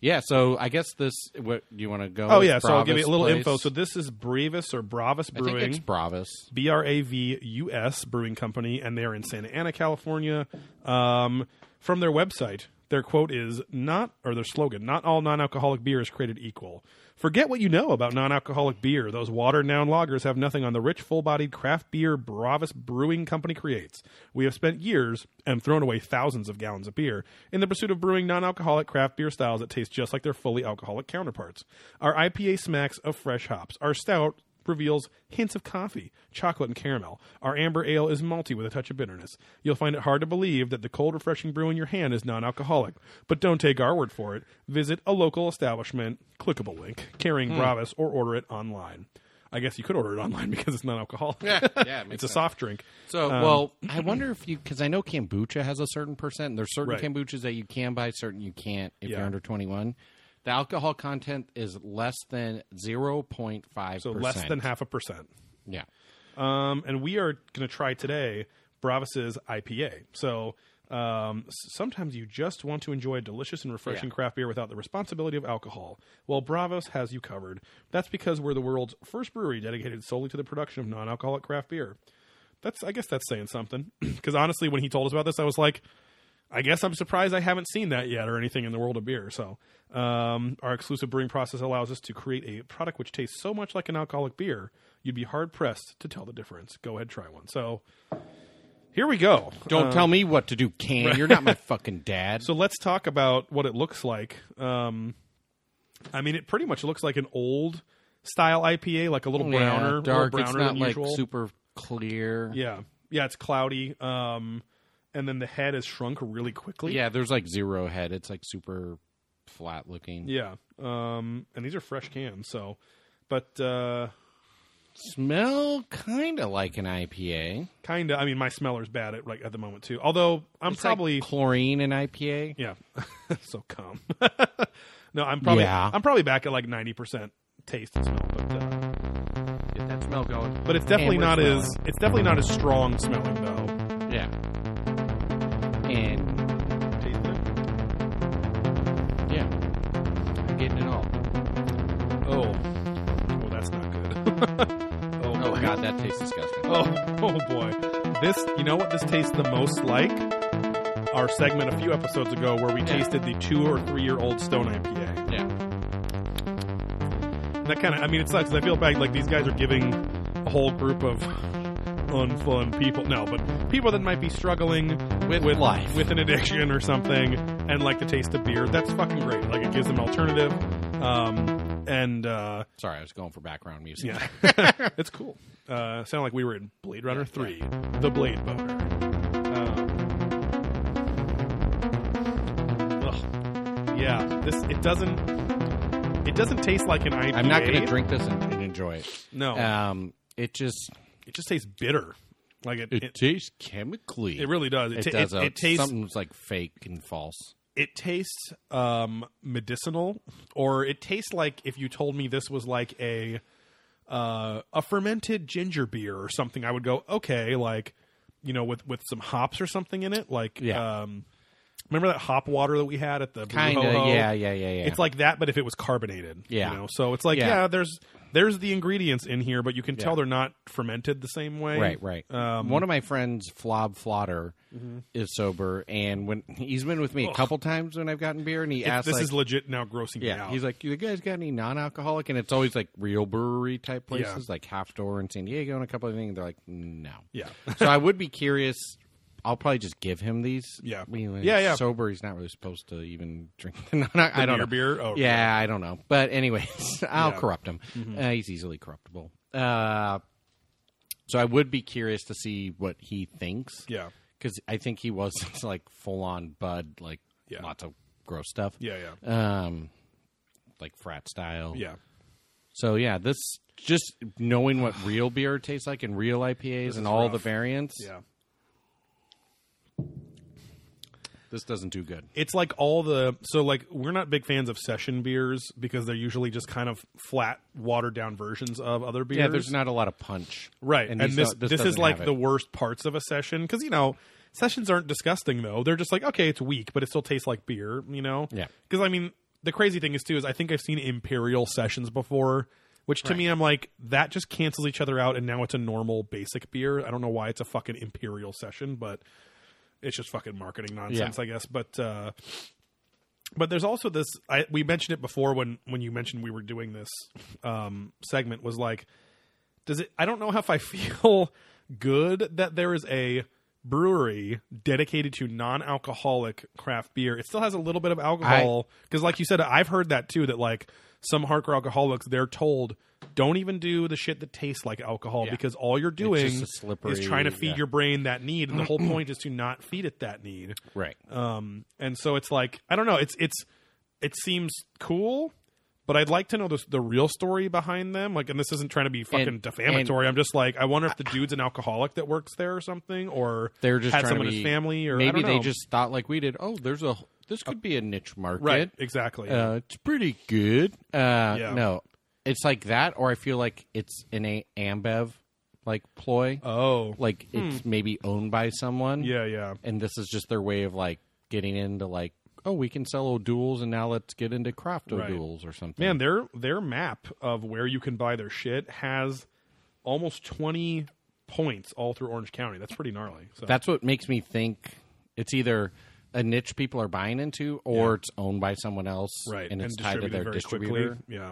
B: yeah. So I guess this, what, do you want to go?
A: Oh,
B: with
A: yeah. So I'll give you a
B: Bravis
A: little
B: place?
A: info. So this is Brevis or Bravis
B: I think it's
A: Brewing.
B: Bravis.
A: B R A V U S Brewing Company, and they're in Santa Ana, California. Um, from their website, their quote is not, or their slogan, not all non alcoholic beer is created equal. Forget what you know about non alcoholic beer. Those watered down lagers have nothing on the rich, full bodied craft beer Bravis Brewing Company creates. We have spent years and thrown away thousands of gallons of beer in the pursuit of brewing non alcoholic craft beer styles that taste just like their fully alcoholic counterparts. Our IPA smacks of fresh hops. Our stout reveals hints of coffee, chocolate, and caramel. Our amber ale is malty with a touch of bitterness. You'll find it hard to believe that the cold, refreshing brew in your hand is non alcoholic. But don't take our word for it. Visit a local establishment, clickable link, carrying
B: Hmm.
A: Bravis, or order it online. I guess you could order it online because it's non alcoholic.
B: Yeah, yeah, it
A: it's
B: makes
A: a um, soft drink.
B: So, well, I wonder if you because I know kombucha has a certain percent. And there's certain
A: Right.
B: kombuchas that you can buy, certain you can't if
A: Yeah.
B: you're under 21. The alcohol content is less than 0.5.
A: So less than half a percent.
B: Yeah.
A: Um, and we are going to try today Bravis's IPA. So um, s- sometimes you just want to enjoy a delicious and refreshing
B: Yeah.
A: craft beer without the responsibility of alcohol. Well, Bravos has you covered. That's because we're the world's first brewery dedicated solely to the production of non alcoholic craft beer. That's, I guess that's saying something. Because honestly, when he told us about this, I was like, I guess I'm surprised I haven't seen that yet or anything in the world of beer. So, um, our exclusive brewing process allows us to create a product which tastes so much like an alcoholic beer, you'd be hard pressed to tell the difference. Go ahead, try one. So, here we go.
B: Don't tell me what to do, can. You're not my fucking dad.
A: Um, So, let's talk about what it looks like. Um, I mean, it pretty much looks like an old style IPA, like a little
B: Yeah,
A: browner, a little
B: dark.
A: browner
B: It's not
A: than
B: like
A: usual.
B: super clear.
A: yeah, yeah, it's cloudy. Um, and then the head is shrunk really quickly.
B: Yeah, there's like zero head. It's like super flat looking.
A: Yeah. Um, and these are fresh cans, so but uh
B: Smell kind of like an IPA.
A: kinda I mean my smeller's bad at like at the moment too. Although I'm
B: It's like
A: probably
B: chlorine in IPA.
A: Yeah. so calm. no, I'm probably
B: Yeah.
A: I'm probably back at like ninety percent taste and smell, but uh,
B: smell going.
A: but it's definitely
B: And we're
A: not
B: smelling.
A: as it's definitely not as strong smelling though.
B: Yeah. And yeah, I'm getting it all.
A: Oh, oh, that's not good. oh,
B: Oh
A: boy.
B: god, that tastes disgusting.
A: Oh, oh boy. This, you know what this tastes the most like? Our segment a few episodes ago where we
B: Yeah.
A: tasted the two or three year old Stone IPA.
B: Yeah,
A: That kind of, I mean, it sucks. 'cause I feel bad. Like these guys are giving a whole group of unfun people. No, but people that might be struggling
B: With life.
A: with an addiction or something, and like the taste of beer. That's fucking great. Like it gives them alternative. Um, and uh,
B: sorry, I was going for background music.
A: yeah, it's cool. Uh, sound like we were in Blade Runner Three, the Blade Boner. Um, ugh. yeah, this it doesn't. It doesn't taste like an IPA.
B: I'm not going to drink this and, and enjoy it.
A: No,
B: Um, it just
A: it just tastes bitter. Like it, it, it,
B: tastes chemically.
A: really does.
B: it
A: ta-
B: does.
A: It,
B: uh,
A: it tastes.
B: something's like fake and false.
A: It tastes um, medicinal, or it tastes like if you told me this was like a uh, a fermented ginger beer or something. I would go okay, like you know, with with some hops or something in it. Like,
B: Yeah.
A: um, remember that hop water that we had at the Blue
B: Kind of.
A: Ho Ho?
B: Yeah, yeah, yeah, yeah.
A: It's like that, but if it was carbonated,
B: Yeah.
A: You know? So it's like, yeah.
B: Yeah.
A: there's there's the ingredients in here, but you can tell
B: Yeah.
A: they're not fermented the same way.
B: Right, right.
A: Um,
B: One of my friends, Flob Flotter, is sober, and when he's been with me a couple times when I've gotten beer, and he
A: It's-
B: asks,
A: this
B: like,
A: is legit now grossing me
B: yeah,
A: out.
B: he's like, "You guys got any non-alcoholic?" And it's always like real brewery type places, like Half Door in San Diego, and a couple of things. They're like, "No."
A: yeah.
B: so I would be curious. I'll probably just give him these.
A: Yeah.
B: I mean, when
A: Yeah,
B: he's
A: yeah.
B: Sober, he's not really supposed to even drink. the non- I
A: beer,
B: don't know.
A: beer? Oh, okay.
B: yeah, I don't know. But anyways, I'll
A: Yeah. Mm-hmm.
B: corrupt him. Uh, he's easily corruptible. Uh, so I would be curious to see what he thinks.
A: Yeah.
B: because I think he was like full on bud, like
A: Yeah.
B: lots of gross stuff.
A: Yeah, yeah.
B: Um, like frat style.
A: Yeah.
B: So yeah, this just knowing what real beer tastes like and real IPAs and all the
A: rough.
B: variants.
A: Yeah.
B: This doesn't do good.
A: It's like all the so like we're not big fans of session beers because they're usually just kind of flat, watered down versions of other beers.
B: Yeah, there's not a lot of punch.
A: right, and,
B: these
A: this
B: don't-
A: this, is
B: doesn't
A: like
B: have it.
A: the worst parts of a session because you know sessions aren't disgusting though. They're just like okay, it's weak, but it still tastes like beer. You know?
B: Yeah.
A: Because I mean, the crazy thing is too is I think I've seen imperial sessions before. Which to me, I'm like that just cancels each other out, and now it's a normal basic beer. I don't know why it's a fucking imperial session, but it's just fucking marketing nonsense,
B: Yeah.
A: I guess. But uh, but there's also this. I, we mentioned it before when when you mentioned we were doing this um, segment was like, does it? I don't know if I feel good that there is a brewery dedicated to non-alcoholic craft beer. It still has a little bit of alcohol because, like you said, I've heard that too. That like some hardcore alcoholics, they're told. Don't even do the shit that tastes like alcohol
B: Yeah.
A: because all you're doing
B: just a
A: is
B: slippery-
A: trying to feed
B: yeah.
A: your brain that need, and the whole point is to not feed it that need.
B: Right.
A: Um, and so it's like I don't know. It's it's it seems cool, but I'd like to know the the real story behind them. Like, and this isn't trying to be fucking
B: And-
A: defamatory. I'm just like I wonder if the dude's an alcoholic that works there or something, or
B: They're just
A: had
B: trying to
A: someone in his
B: be-
A: family, or I
B: Maybe
A: don't
B: they
A: know.
B: just thought like we did. Oh, there's a this could be a niche market.
A: right exactly.
B: Uh, it's pretty good. Uh, No, it's like that, or I feel like it's an a- Ambev like ploy.
A: oh
B: like it's maybe owned by someone.
A: yeah yeah
B: and this is just their way of like getting into like oh we can sell O'Doul's and now let's get into craft
A: Right.
B: O'Doul's or something.
A: man their their map of where you can buy their shit has almost twenty points all through Orange County. That's pretty gnarly. So
B: that's what makes me think it's either a niche people are buying into or it's owned by someone else
A: right
B: and it's tied to
A: distributed
B: their
A: very
B: distributor.
A: quickly. Yeah.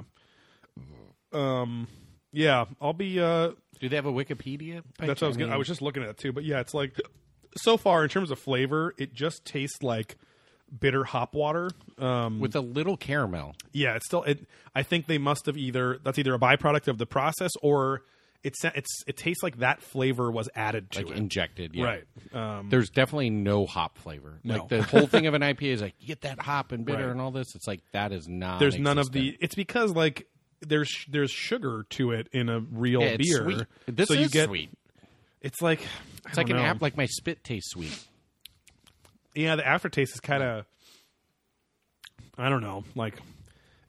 A: Um. Yeah, I'll be. Uh,
B: Do they have a Wikipedia? page?
A: that's what I was. Gonna, I was just looking at it too, but yeah, it's like so far in terms of flavor, it just tastes like bitter hop water. Um,
B: with a little caramel.
A: yeah, it's still. It, I think they must have either that's either a byproduct of the process or it's it's it tastes like that flavor was added to
B: Like
A: it.
B: injected, yeah.
A: Right. Um,
B: There's definitely no hop flavor.
A: No.
B: Like the whole thing of an IPA is like you get that hop and bitter
A: Right.
B: and all this. It's like that is not.
A: there's none of the. It's because like there's there's sugar to it in a real
B: yeah, it's
A: beer.
B: Sweet. This
A: so
B: is
A: you get,
B: sweet.
A: It's like I
B: It's like
A: don't
B: an
A: know.
B: app. Like my spit tastes sweet.
A: yeah the aftertaste is kind of i don't know like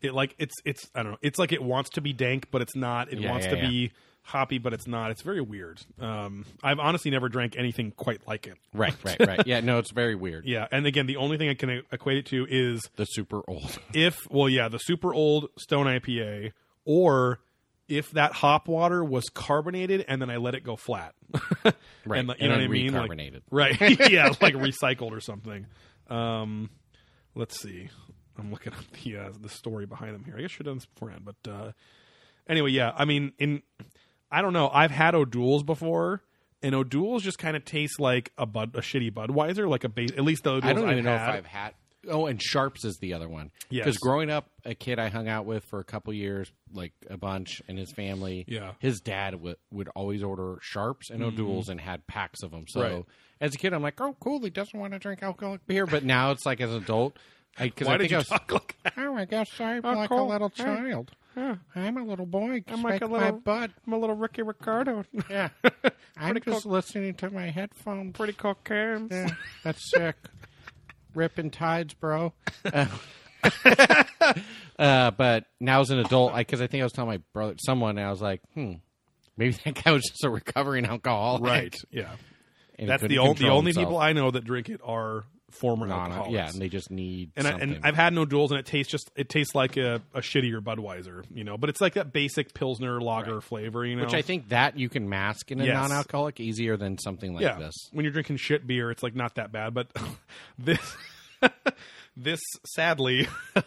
A: it like it's it's i don't know it's like it wants to be dank but it's not it
B: Yeah,
A: wants
B: yeah,
A: to
B: yeah.
A: be hoppy, but it's not. It's very weird. Um, I've honestly never drank anything quite like it.
B: Right, right, right. Yeah, no, it's very weird.
A: Yeah, and again, the only thing I can e-, equate it to is
B: The super old.
A: if, well, yeah, the super old Stone IPA, or if that hop water was carbonated and then I let it go flat.
B: Right,
A: And, like, you know
B: and
A: what I
B: then
A: mean? Like-
B: recarbonated.
A: right. yeah, like recycled or something. Um, let's see. I'm looking up the uh, the story behind them here. I guess I should have done this beforehand, but uh, anyway, yeah. I mean, in I don't know. I've had O'Douls before, and O'Douls just kind of tastes like a bud, a shitty Budweiser, like a base. At least the O'Douls
B: I don't
A: have
B: even know
A: had.
B: if I've had. Oh, and Sharps is the other one.
A: Yes.
B: Because growing up, a kid I hung out with for a couple years, like a bunch, and his family.
A: Yeah. Mm-hmm.
B: His dad w- would always order Sharps and O'Douls and had packs of them. So
A: Right.
B: as a kid, I'm like, oh, cool. He doesn't want to drink alcoholic beer, but now it's like as an adult. I, cause
A: Why
B: I
A: did
B: think
A: you
B: I was,
A: talk like that?
B: Oh my gosh, I'm like
A: cool.
B: a little
A: Yeah.
B: child. I'm a little boy.
A: I'm like a
B: Spank my
A: little
B: butt.
A: I'm a little Ricky Ricardo.
B: Yeah. I'm just listening to my headphones.
A: Pretty cocaine.
B: Yeah, that's sick. Ripping tides, bro. Uh, uh, but now as an adult, because I, think I was telling my brother, someone, and I was like, hmm, maybe that guy was just a recovering alcoholic.
A: Right. Yeah.
B: And
A: That's
B: couldn't
A: the, o- the
B: control
A: only
B: himself.
A: people I know that drink it are former alcoholics.
B: yeah, and they just need
A: and I,
B: something.
A: and I've had no duels, and it tastes just it tastes like a, a shittier Budweiser, you know. But it's like that basic pilsner lager flavor, you know.
B: which I think that you can mask in a
A: Yes.
B: non-alcoholic easier than something like
A: yeah,
B: this.
A: when you're drinking shit beer, it's like not that bad. But this this sadly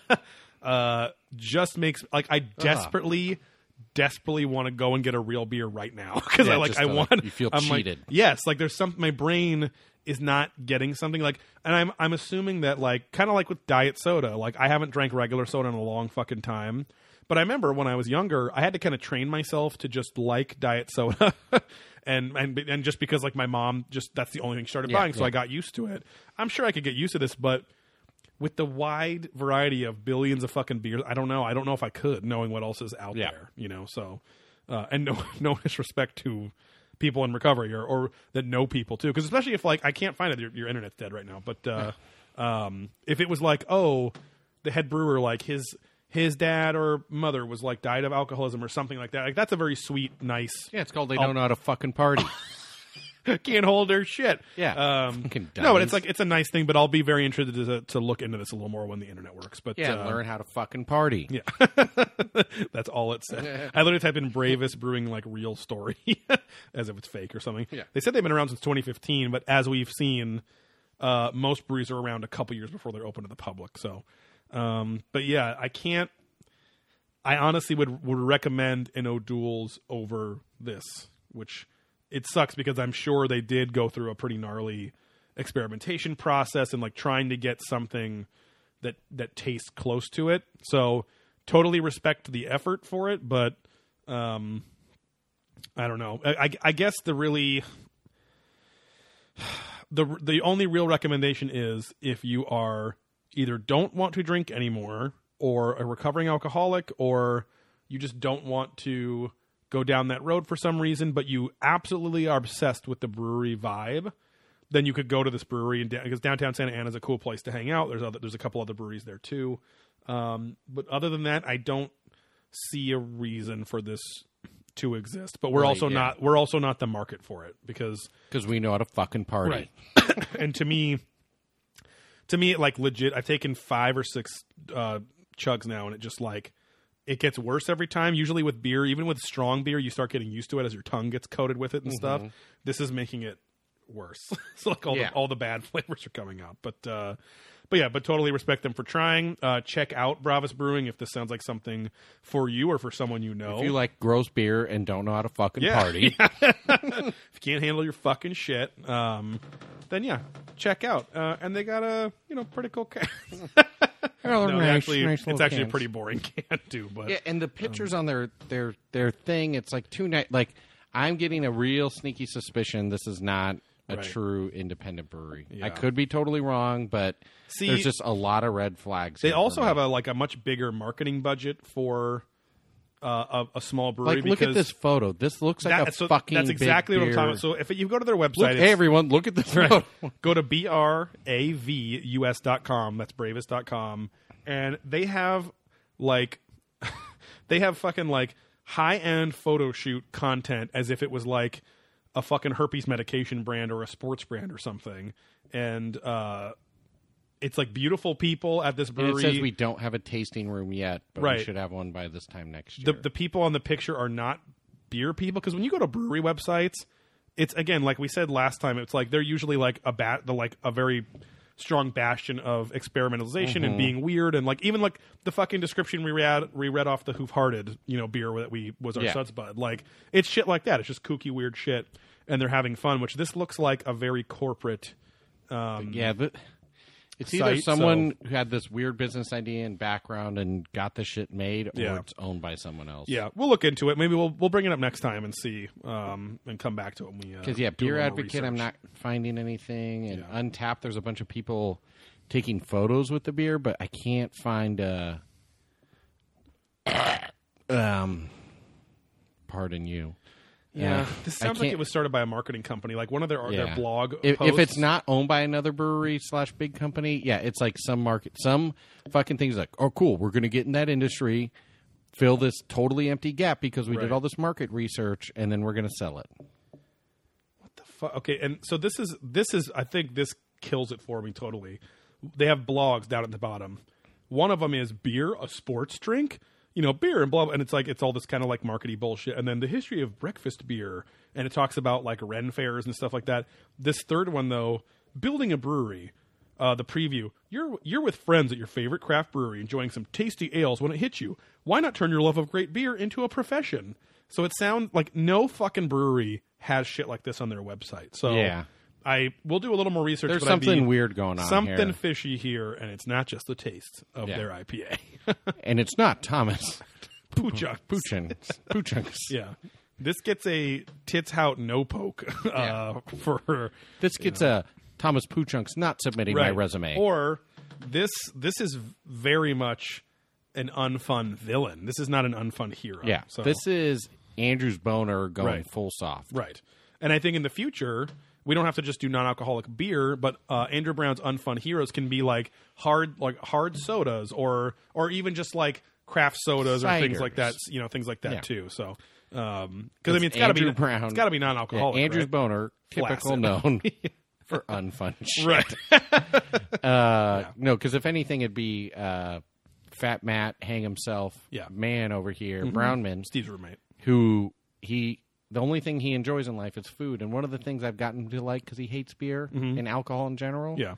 A: uh, just makes like
B: Uh-huh.
A: I desperately. Desperately want to go and get a real beer right now because
B: Yeah,
A: I like
B: just
A: I
B: feel like
A: want.
B: you feel
A: I'm like,
B: cheated.
A: yes, like there's some. My brain is not getting something like, and I'm I'm assuming that like kind of like with diet soda. Like I haven't drank regular soda in a long fucking time, but I remember when I was younger, I had to kind of train myself to just like diet soda, and and and just because like my mom just that's the only thing she started buying, so I got used to it. I'm sure I could get used to this, but with the wide variety of billions of fucking beers, I don't know. I don't know if I could, knowing what else is out
B: Yeah.
A: there. You know, so uh, and no no disrespect to people in recovery or, or that know people too, because especially if like I can't find it, your, your internet's dead right now. But uh, um, if it was like oh, the head brewer like his his dad or mother was like died of alcoholism or something like that. Like that's a very sweet, nice.
B: Yeah, it's called they don't know how to fucking party.
A: can't hold her shit.
B: Yeah.
A: Um,
B: Fucking
A: no, but
B: dummies.
A: it's like it's a nice thing. But I'll be very interested to, to look into this a little more when the internet works. But
B: Yeah,
A: uh,
B: learn how to fucking party. Yeah.
A: That's all it said. I literally typed in bravest brewing like real story as if it's fake or something.
B: Yeah.
A: They said they've been around since 2015, but as we've seen, uh, most breweries are around a couple years before they're open to the public. So, um, but yeah, I can't. I honestly would would recommend an O'Doul's over this, which it sucks because I'm sure they did go through a pretty gnarly experimentation process and like trying to get something that that tastes close to it. So totally respect the effort for it, but um, I don't know. I, I, I guess the really the the only real recommendation is if you are either don't want to drink anymore or a recovering alcoholic or you just don't want to go down that road for some reason but you absolutely are obsessed with the brewery vibe then you could go to this brewery and because downtown Santa Ana is a cool place to hang out there's other there's a couple other breweries there too um, but other than that I don't see a reason for this to exist but we're
B: Right,
A: also
B: yeah.
A: not we're also not the market for it because
B: Because we know how to fucking party.
A: Right. and to me, to me, like legit, I've taken five or six uh, chugs now, and it just like it gets worse every time. Usually with beer, even with strong beer, you start getting used to it as your tongue gets coated with it and stuff. This is making it worse. so like all
B: Mm-hmm. Yeah.
A: the, all the bad flavors are coming out, but. uh but yeah, but totally respect them for trying. Uh, check out Bravas Brewing if this sounds like something for you or for someone you know.
B: If you like gross beer and don't know how to fucking
A: Oh. Yeah.
B: party,
A: if you can't handle your fucking shit, um, then yeah, check out. Uh, and they got a you know pretty cool can.
B: Oh,
A: no, they
B: nice,
A: actually,
B: nice
A: it's
B: little
A: actually a
B: cans.
A: pretty Um, boring can too. But
B: Yeah, and the pictures on their their their thing, it's like two night. Like I'm getting a real sneaky suspicion this is not a
A: Right.
B: true independent brewery.
A: Yeah.
B: I could be totally wrong, but
A: See-
B: there's just a lot of red flags.
A: they also have a like a much bigger marketing budget for uh, a, a small brewery.
B: like look at
A: because
B: this photo. This looks like
A: that-
B: a
A: so
B: fucking.
A: that's
B: big
A: exactly what I'm talking
B: beer.
A: about. So if you go to their website,
B: look,
A: it's-
B: hey everyone, look at this photo.
A: go to bravus.com that's bravus.com and they have like they have fucking like high end photo shoot content as if it was like a fucking herpes medication brand or a sports brand or something. And uh, it's like beautiful people at this
B: And
A: brewery.
B: it says we don't have a tasting room yet, but
A: Right.
B: we should have one by this time next year.
A: the the people on the picture are not beer people because when you go to brewery websites, it's again like we said last time. It's like they're usually like a bat, the like a very strong bastion of experimentalization
B: Mm-hmm.
A: and being weird and like even like the fucking description we read we read off the Hoof Hearted you know beer that we was our
B: Yeah.
A: suds bud like it's shit like that. It's just kooky weird shit and they're having fun. Which this looks like a very corporate.
B: yeah, but it's either
A: Mm-hmm. Site,
B: someone who had this weird business idea and background and got the shit made, or
A: Yeah.
B: it's owned by someone else.
A: Yeah, we'll look into it. Maybe we'll we'll bring it up next time and see um and come back to it. when we uh,
B: Because yeah,
A: do a
B: beer
A: little more
B: advocate, I'm
A: research.
B: not finding anything, and Untapped, there's a bunch of people taking photos with the beer, but I can't find a. um, pardon you.
A: Yeah,
B: Uh,
A: this
B: I
A: sounds like
B: can't-
A: it was started by a marketing company, like one of their
B: Yeah.
A: their blog.
B: If, if
A: posts.
B: it's not owned by another brewery slash big company, yeah, it's like some market, some fucking things like, oh, cool, we're going to get in that industry, fill this totally empty gap because we
A: Right.
B: did all this market research, and then we're going to sell it.
A: Fu- okay, and so this is this is I think this kills it for me totally. They have blogs down at the bottom. One of them is beer, a sports drink. You know, beer and blah, blah and it's like it's all this kind of like markety bullshit. And then the history of breakfast beer, and it talks about like Ren fairs and stuff like that. This third one though, building a brewery. uh, the preview. You're you're with friends at your favorite craft brewery, enjoying some tasty ales when it hits you. Why not turn your love of great beer into a profession? So it sounds like no fucking brewery has shit like this on their website. So
B: Yeah.
A: I we'll do a little more research.
B: There's
A: but I'd
B: something
A: be-
B: weird going on
A: Something
B: here.
A: fishy here, and it's not just the taste of
B: Yeah.
A: their IPA.
B: And it's not Thomas
A: Poochuck.
B: Puchin. Puchinks.
A: Yeah. This gets a tits out no poke uh, for
B: This gets a Thomas Puchunks not submitting my resume.
A: Or this this is very much an unfun villain. This is not an unfun hero.
B: yeah,
A: So
B: this is Andrew's boner going
A: Right.
B: full soft.
A: right. And I think in the future we don't have to just do non-alcoholic beer, but uh, Andrew Brown's unfun heroes can be like hard like hard sodas or or even just like craft sodas or things
B: Ciders.
A: like that. You know things like that
B: Yeah.
A: too. So. Because I mean, it's got to be
B: Andrew Brown.
A: it's got to be
B: Yeah,
A: non-alcoholic.
B: Andrew's
A: right?
B: boner, typical
A: Flaccid.
B: known for unfun shit.
A: Right.
B: Uh, No, because if anything, it'd be uh, Fat Matt hang himself.
A: Yeah. Mm-hmm.
B: man over here, Brownman,
A: Steve's roommate.
B: who he the only thing he enjoys in life is food, and one of the things I've gotten to like because he hates beer and alcohol in general.
A: Mm-hmm. Yeah,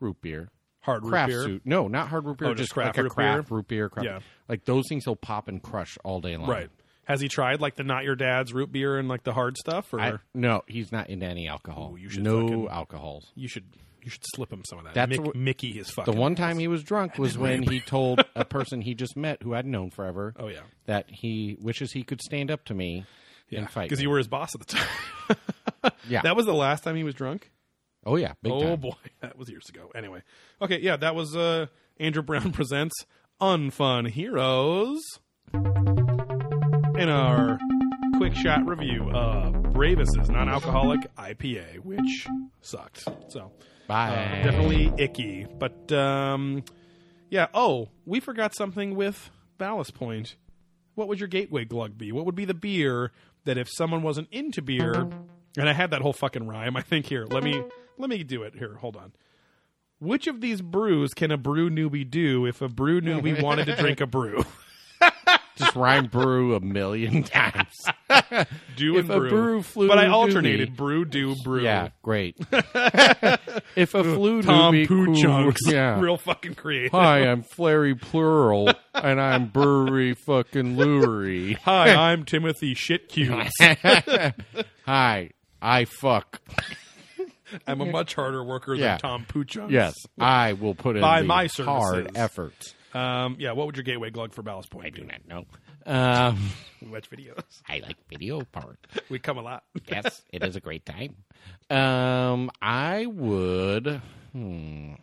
B: root beer,
A: hard root
B: craft
A: beer.
B: suit. No, not hard root beer.
A: Oh, just
B: just
A: craft
B: like
A: root
B: a craft
A: beer?
B: root beer. Craft.
A: Yeah.
B: like those things he'll pop and crush all day long.
A: Right. Has he tried like the not your dad's root beer and like the hard stuff? Or
B: I, no, he's not into any alcohol.
A: Ooh, you should
B: no
A: fucking-
B: alcohols.
A: you should you should slip him some of that.
B: That's
A: Mick,
B: what-
A: Mickey his
B: The
A: fucking.
B: one time he was drunk was when he told a person he just met who I'd known forever
A: oh yeah,
B: that he wishes he could stand up to me and fight.
A: because
B: me.
A: you were his boss at the time.
B: Yeah.
A: that was the last time he was drunk.
B: oh yeah, big
A: Oh
B: time.
A: boy, that was years ago. Anyway, okay, yeah, that was uh, Andrew Brown presents Unfun Heroes. In our quick shot review of Bravis's non-alcoholic IPA, which sucked. So
B: Bye.
A: Uh, definitely icky. But um, yeah. Oh, we forgot something with Ballast Point. What would your gateway glug be? What would be the beer that if someone wasn't into beer, and I had that whole fucking rhyme. I think here. Let me let me do it here. Hold on. Which of these brews can a brew newbie do if a brew newbie wanted to drink a brew?
B: Just rhyme brew a million times.
A: Do
B: If
A: and
B: a
A: brew.
B: brew flew
A: but I
B: newbie.
A: alternated brew, do, brew.
B: yeah, great. if a flu
A: Tom
B: newbie
A: Poo
B: cool-
A: Chunks.
B: yeah.
A: Real fucking creative.
B: Hi, I'm Flary Plural, and I'm Brewery fucking Lurie.
A: Hi, I'm Timothy Shitcube.
B: Hi, I fuck.
A: I'm a much harder worker
B: Yeah.
A: than Tom Puchunks.
B: Yes, I will put in
A: By
B: the
A: my services.
B: hard efforts.
A: Um, yeah, what would your gateway glug for Ballast Point be?
B: not know. Um,
A: We watch videos.
B: I like video part.
A: We come a lot.
B: Yes, it is a great time. Um, I would. Hmm.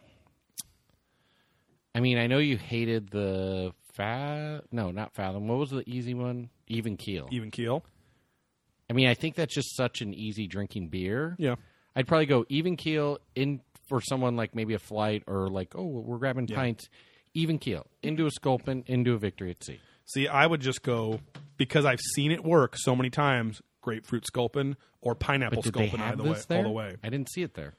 B: I mean, I know you hated the fa No, not fathom. What was the easy one? Even keel.
A: Even keel.
B: I mean, I think that's just such an easy drinking beer.
A: Yeah.
B: I'd probably go even keel in for someone like maybe a flight or like oh we're grabbing pints. Even keel into a sculpin into a victory at sea.
A: See, I would just go because I've seen it work so many times. Grapefruit sculpin or pineapple
B: But did they
A: sculpin
B: have
A: either way,
B: this there?
A: all the way.
B: I didn't see it there.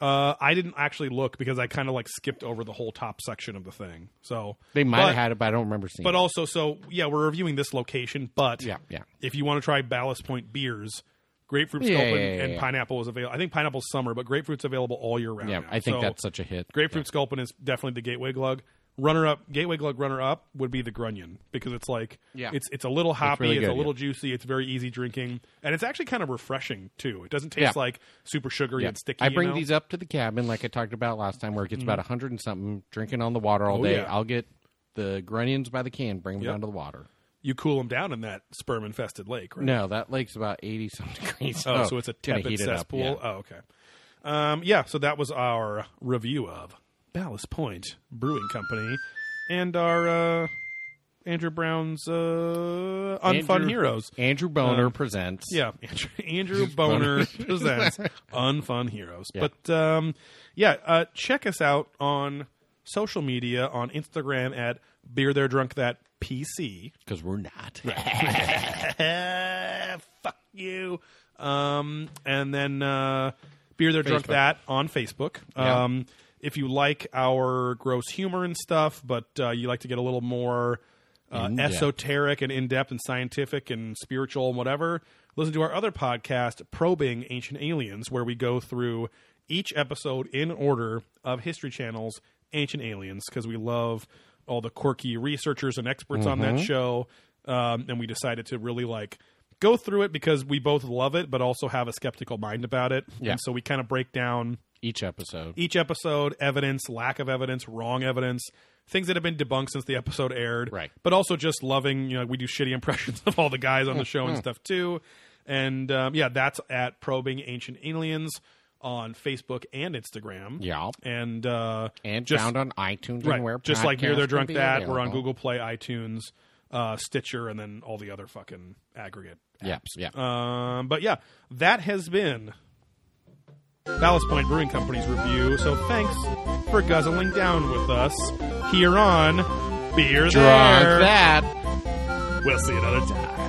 A: Uh, I didn't actually look because I kind of like skipped over the whole top section of the thing. So
B: They might
A: but-
B: have had it, but I don't remember seeing.
A: But
B: it.
A: also, so yeah, we're reviewing this location. But
B: Yeah, yeah.
A: if you want to try Ballast Point beers, grapefruit
B: Yeah,
A: sculpin
B: yeah, yeah,
A: and
B: yeah.
A: pineapple is available. I think pineapple's summer, but grapefruit's available all year round.
B: yeah,
A: now.
B: I think
A: So
B: that's such a hit.
A: grapefruit sculpin is definitely the gateway glug. Runner up, gateway glug runner up would be the grunion because it's like
B: Yeah.
A: it's it's a little hoppy,
B: really
A: it's,
B: good,
A: a little juicy, it's very easy drinking, and it's actually kind of refreshing too. It doesn't
B: Yeah.
A: taste like super sugary and sticky.
B: I
A: you
B: bring
A: know? Mm-hmm.
B: these up to the cabin, like I talked about last time, where it gets about about hundred and something. Drinking on the water all
A: Oh,
B: day.
A: yeah.
B: I'll get the grunions by the can, bring them
A: Yep.
B: down to the water.
A: You cool them down in that sperm infested lake, right?
B: No, that lake's about eighty some degrees.
A: Oh, so it's a
B: gotta
A: tepid
B: heat it up,
A: cesspool.
B: yeah.
A: Oh, okay. Um, yeah, so that was our review of Ballast Point Brewing Company and our uh, Andrew Brown's uh, Unfun
B: Andrew-
A: Heroes. Uh,
B: Andrew Boner presents.
A: Yeah, Andrew, Andrew Boner presents Unfun Heroes. But um, yeah, uh, check us out on social media on Instagram at Beer There Drunk That PC.
B: because we're not.
A: Ah, fuck you. Um, and then uh, beer there drunk
B: Facebook.
A: that on Facebook.
B: Yeah.
A: Um, if you like our gross humor and stuff, but uh, you like to get a little more uh,
B: In-depth.
A: esoteric and in depth and scientific and spiritual and whatever, listen to our other podcast, Probing Ancient Aliens, where we go through each episode in order of History Channel's Ancient Aliens because we love all the quirky researchers and experts on that show. Um, and we decided to really like go through it because we both love it, but also have a skeptical mind about it.
B: Yeah.
A: And so we kind of break down
B: Each episode.
A: each episode evidence, lack of evidence, wrong evidence, things that have been debunked since the episode aired.
B: Right.
A: But also just loving, you know, we do shitty impressions of all the guys on the show
B: Hmm.
A: and stuff too. And um, yeah, that's at Probing Ancient Aliens on Facebook and Instagram.
B: Yeah.
A: And uh,
B: And
A: just,
B: found on iTunes
A: right,
B: and where
A: just like Beer
B: podcasts
A: They're
B: can
A: Drunk
B: be
A: That. We're on
B: available.
A: Google Play, iTunes, uh, Stitcher, and then all the other fucking aggregate
B: Yeah, yeah.
A: um, but yeah, that has been Ballast Point Brewing Company's review. So thanks for guzzling down with us here on Beer
B: Drunk
A: There.
B: that.
A: We'll see you another time.